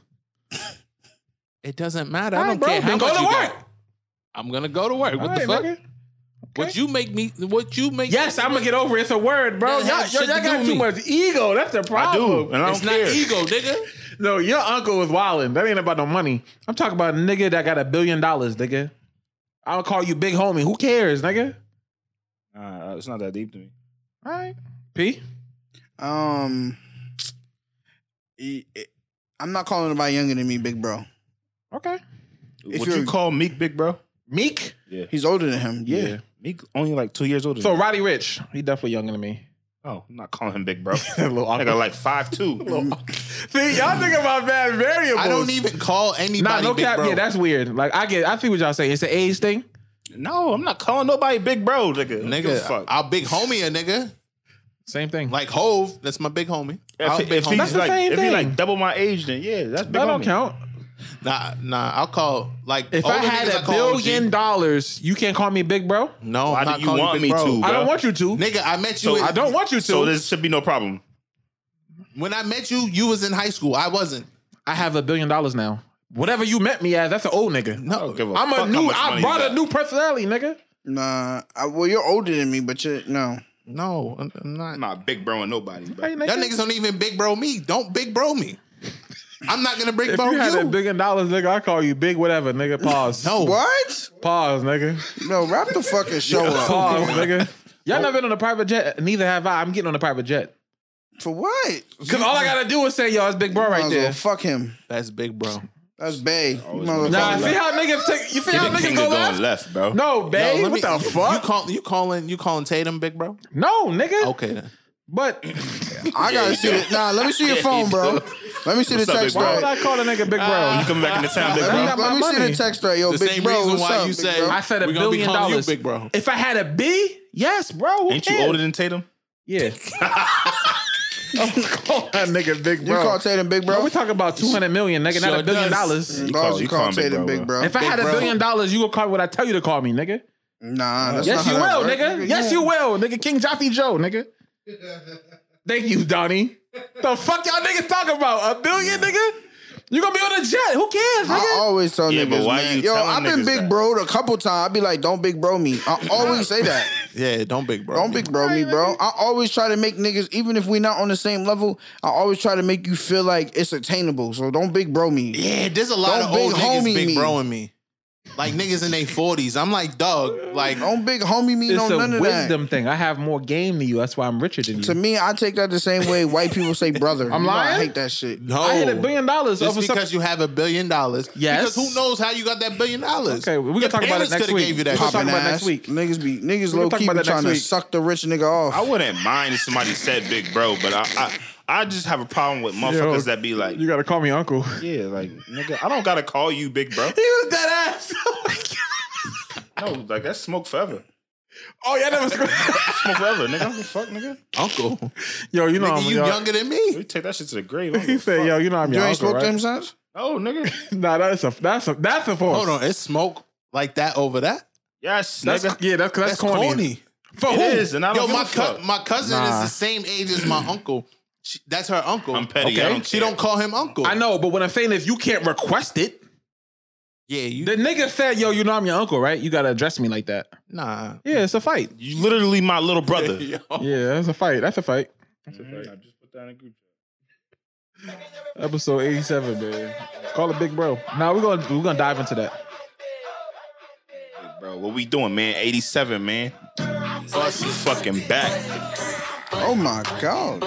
D: It doesn't matter. I
B: All
D: don't
B: right, bro,
D: care how
B: then go
D: much
B: to
D: you
B: work.
D: got. I'm gonna go to work. What the
B: All
D: fuck?
B: right, nigga.
D: What you make me? What you make?
B: Yes, I'm gonna get over it. It's a word, bro.
D: That
B: Y'all,
D: has
B: y'all,
D: shit to
B: y'all
D: do
B: got
D: with
B: too
D: me.
B: much ego. That's the
C: I do,
B: problem.
C: and I don't
D: It's not
C: care.
D: ego, nigga.
B: No, your uncle was wilding. That ain't about no money. I'm talking about a nigga that got a billion dollars, nigga. I'll call you big homie. Who cares, nigga?
C: Nah, it's not that deep to me.
B: All right. P.
A: Um e- e- I'm not calling anybody younger than me, big bro.
B: Okay.
A: If
C: Would you
A: you're-
C: call Meek big bro?
B: Meek.
A: He's older than him. Yeah.
C: Meek only like two years older.
B: So
C: than me.
B: Roddy Rich. He definitely younger than me.
C: oh, I'm not calling him big bro.
B: a little
C: nigga like five two.
B: See, y'all think about bad variables.
D: I don't even call anybody
B: Nah, no
D: big
B: cap.
D: bro.
B: Yeah, that's weird. Like I get, I see what y'all saying. It's an age thing.
C: No, I'm not calling nobody big bro, nigga. Nigga,
D: nigga. I'll big homie a nigga
B: Same thing.
D: like Hove. That's my big homie.
C: if,
D: I'll
C: if
D: big
C: he's
B: That's
D: homie.
B: the
C: like,
B: same
C: if he
B: thing.
C: like double my age, then yeah, that's big.
B: that don't
C: homie.
B: count.
D: Nah, nah. I'll call like
B: If
D: older
B: I had
D: niggas,
B: a
D: I call OG.
B: billion dollars, you can't call me big bro.
D: No,
C: Why
D: I'm
C: do
D: not
C: you
D: calling
C: want
D: big
C: me
D: bro.
C: to?
B: I
C: Bruh.
B: don't want you to.
D: Nigga, I met you.
C: So
D: in-
B: I don't want you to.
C: So this should be no problem.
D: When I met you, you was in high school. I wasn't.
B: I have a billion dollars now. Whatever you met me as, that's an old nigga.
D: No,
C: don't give a
B: I'm
C: fuck how
B: a new.
C: much
B: I
C: money
B: brought
C: you
B: a
C: got.
B: new personality, nigga.
A: Nah. I, well, you're older than me, but you no.
D: no, I'm- I'm not.
C: I'm not uh, big broing nobody.
B: Hey,
C: Bro.
B: nigga.
D: Y'all niggas don't even big bro me. Don't big bro me. I'm not gonna big
B: If you
D: bro you.
B: had a billion dollars, nigga, I call you big whatever, nigga. Pause.
D: no,
A: What?
B: Pause, nigga.
A: No, wrap the fucking show up.
B: Pause, nigga. Y'all never been on a private jet. Neither have I. I'm getting on a private jet.
A: For what?
B: Cause all I gotta do is say, yo, it's Big Bro
A: Might
B: right
A: as well
B: there.
A: fuck him.
D: that's big bro.
A: That's Bay. You
C: Always
A: might as well
C: wanna
B: Nah,
A: call
B: see
A: him.
B: how niggas take. You see how
C: The king
B: niggas
C: is
B: go
C: going
B: left?
C: left, bro.
B: No,
D: Yo,
B: babe.
D: let
B: what
D: me-
B: the
D: You
B: fuck?
D: call you calling you calling Tatum big bro?
B: no, nigga.
D: Okay then.
B: But
A: I gotta see it. Nah, let me see your phone, bro. Let me see the
C: What's up,
A: text
B: why
C: big bro?
A: thread.
B: would I call a nigga Big Bro?
A: Ah.
C: You coming back into town, big
A: Let
B: I
A: me,
C: bro?
B: got my
A: let me see
B: money.
A: the text thread. Yo,
D: The
A: big
D: same
A: bro,
D: reason
A: what's
D: why
A: up,
D: you
A: big
D: say-
A: bro?
B: I said a
D: We gonna be
B: billion
D: calling you
B: dollars.
D: Big Bro.
B: If I had a B, yes, bro. who
C: Ain't you
B: cares?
C: older than Tatum?
B: Yeah. call that nigga big
A: You
B: bro.
A: call Tatum Big
B: bro,
A: Bro?
B: we talking about two hundred million, nigga, not
D: Sure
B: a billion
D: does.
B: dollars.
A: As
C: You
A: long as
C: call-
A: you
C: you
A: call,
C: call him Big
A: Tatum
C: Bro,
A: Big
C: bro.
A: Bro.
B: If I had a billion dollars, you would call me what I tell you to call me, nigga.
A: Nah, that's
B: yes,
A: not
B: you
A: how that
B: will,
A: work.
B: nigga. Yes, you will, nigga. King Joffy Joe, nigga. Thank you, Donnie. The fuck y'all niggas talking about? A billion, nigga? You gonna be on a jet? Who cares,
A: I
B: nigga?
A: always tell
C: Yeah,
A: niggas,
C: but why
A: man.
C: you
A: yo,
C: telling
A: I've been
C: niggas
A: big
C: that?
A: broed a couple times. I'd be like, don't big bro me. I always say that.
G: Yeah, don't big bro.
A: Don't big bro me, bro. I always try to make niggas, even if we're not on the same level, I always try to make you feel like it's attainable. So don't big bro me.
G: Yeah, there's a lot
A: Don't
G: of old
A: big
G: niggas
A: homie
G: big
A: me.
G: broing me. Like niggas in their forties. I'm like, dog, like
A: Don't big homie me,
B: It's
A: no none
B: a
A: of
B: wisdom thing. I have more game than you. That's why I'm richer than
A: that. To
B: you.
A: me, I take that the same way white people say brother.
B: I'm
A: You know I
B: lying?
A: hate that shit.
G: no.
B: I hit a billion dollars
G: Just
B: over some.
G: because you have a billion dollars.
B: Yes.
G: Because who knows how you got that billion dollars?
B: Okay, we
G: Your
B: can talk about it
G: parents
B: next
G: coulda
B: week.
G: gave you that
B: we can
G: shit.
B: talk
A: Popping
B: about it
A: ass.
B: next week.
A: Niggas be niggas
B: We can
A: low
B: talk
A: key
B: about
A: be
B: that next
A: trying to
B: week.
A: suck the rich nigga off.
C: I wouldn't mind if somebody said big bro, but I I, I just have a problem with motherfuckers
B: Yo.
C: that be like,
B: You gotta call me uncle.
C: yeah, like nigga, I don't gotta call you big bro.
B: was dead ass.
C: No, like that's smoke forever.
B: oh yeah, that was.
C: Smoke forever, nigga. I don't give a fuck, nigga.
G: Uncle.
B: yo, you know
G: Nigga,
B: I'm
G: you
B: yo-
G: younger than me.
C: We take that shit to the grave. I don't
B: He
C: give a
B: said,
C: fuck.
B: "Yo, you know I'm
A: you
B: your
A: ain't
B: uncle,
A: smoked
B: right?"
A: them since?
C: No, nigga.
B: Nah, that's a that's a that's a force.
G: Hold on, it's smoke like that over that.
C: Yes,
B: That's,
C: nigga.
B: yeah, that's, that's,
G: That's
B: corny.
G: corny.
B: For
C: It
B: who?
C: is, and I don't
G: Yo,
C: give
G: my
C: a fuck.
G: cu- my cousin
B: Nah.
G: is the same age as my uncle. She, that's her uncle.
C: I'm petty. I don't
G: she
C: care.
G: don't call him uncle.
B: I know, but what I'm saying is you can't request it.
G: Yeah, you
B: The nigga said, "Yo, you know I'm your uncle, right? You gotta address me like that."
G: nah.
B: Yeah, it's a fight.
C: You literally my little brother.
B: Yeah, that's a fight. That's a fight.
C: Mhm. I just put that in a group chat.
B: Episode 87, man. Call it big bro. Now we're gonna we're gonna dive into that.
C: Hey, Bro, what we doing, man? 87, man. Bust is fucking back.
A: Oh my god.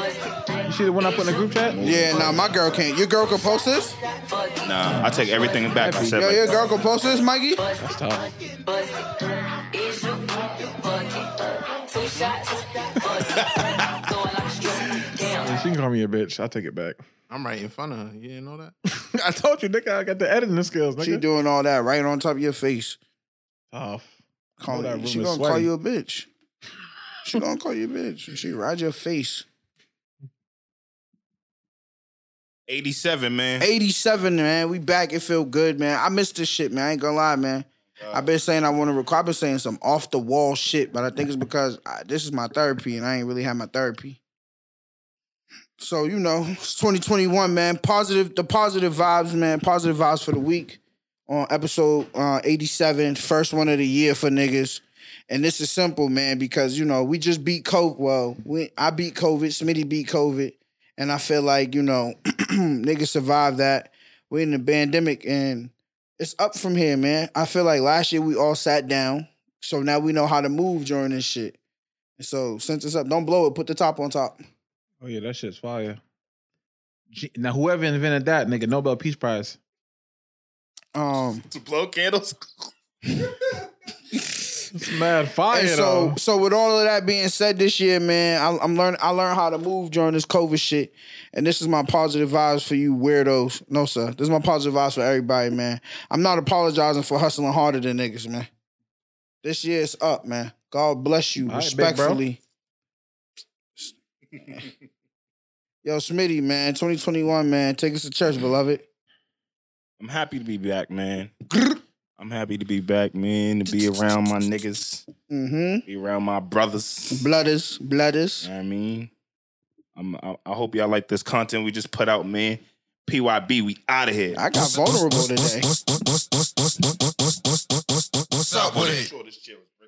B: You see the one I put in the group chat?
A: Yeah, nah, my girl can't. Your girl can post this?
C: Nah, I take everything back. I said,
A: Yo,
C: like,
A: your girl can post this, Mikey?
B: That's tough. Yeah, she can call me a bitch. I take it back.
G: I'm right in front of her. You didn't know that?
B: I told you, nigga, I got the editing skills, nigga.
A: She doing all that right on top of your face.
B: tough.
A: Call
B: Know that
A: you. She
B: room is
A: gonna call
B: sweaty.
A: you a bitch. She gonna call you a bitch. She ride your face.
C: 87, man.
A: 87, man. We back. It feel good, man. I miss this shit, man. I ain't gonna lie, man. I've been saying I want to record. I've been saying some off the wall shit, but I think it's because I, this is my therapy and I ain't really had my therapy. So, you know, it's 2021, man. Positive, the positive vibes, man. Positive vibes for the week on episode uh, 87, first one of the year for niggas. And this is simple, man, because, you know, we just beat COVID. Well, we, I beat COVID, Smitty beat COVID. And I feel like, you know, niggas survived that. We're in the pandemic and it's up from here, man. I feel like last year we all sat down. So now we know how to move during this shit. And so since it's up, don't blow it. Put the top on top.
B: Oh yeah, that shit's fire. G- now whoever invented that, nigga, Nobel Peace Prize.
A: Um
C: To blow candles.
B: It's mad fire
A: and so so with all of that being said this year, man, I am learning I learned how to move during this COVID shit. And this is my positive vibes for you weirdos. No, sir. This is my positive vibes for everybody, man. I'm not apologizing for hustling harder than niggas, man. This year it's up, man. God bless you
B: All right, big bro.
A: respectfully. Yo, Smitty, man, 2021, man, take us to church, beloved.
C: I'm happy to be back, man. I'm happy to be back, man. To be around my niggas,
A: Mm-hmm.
C: be around my brothers.
A: Blooders,
C: You
A: blooders.
C: know what I mean, I'm, I, I hope y'all like this content we just put out, man. PYB, we out of here.
A: I got vulnerable today.
C: What's up with it?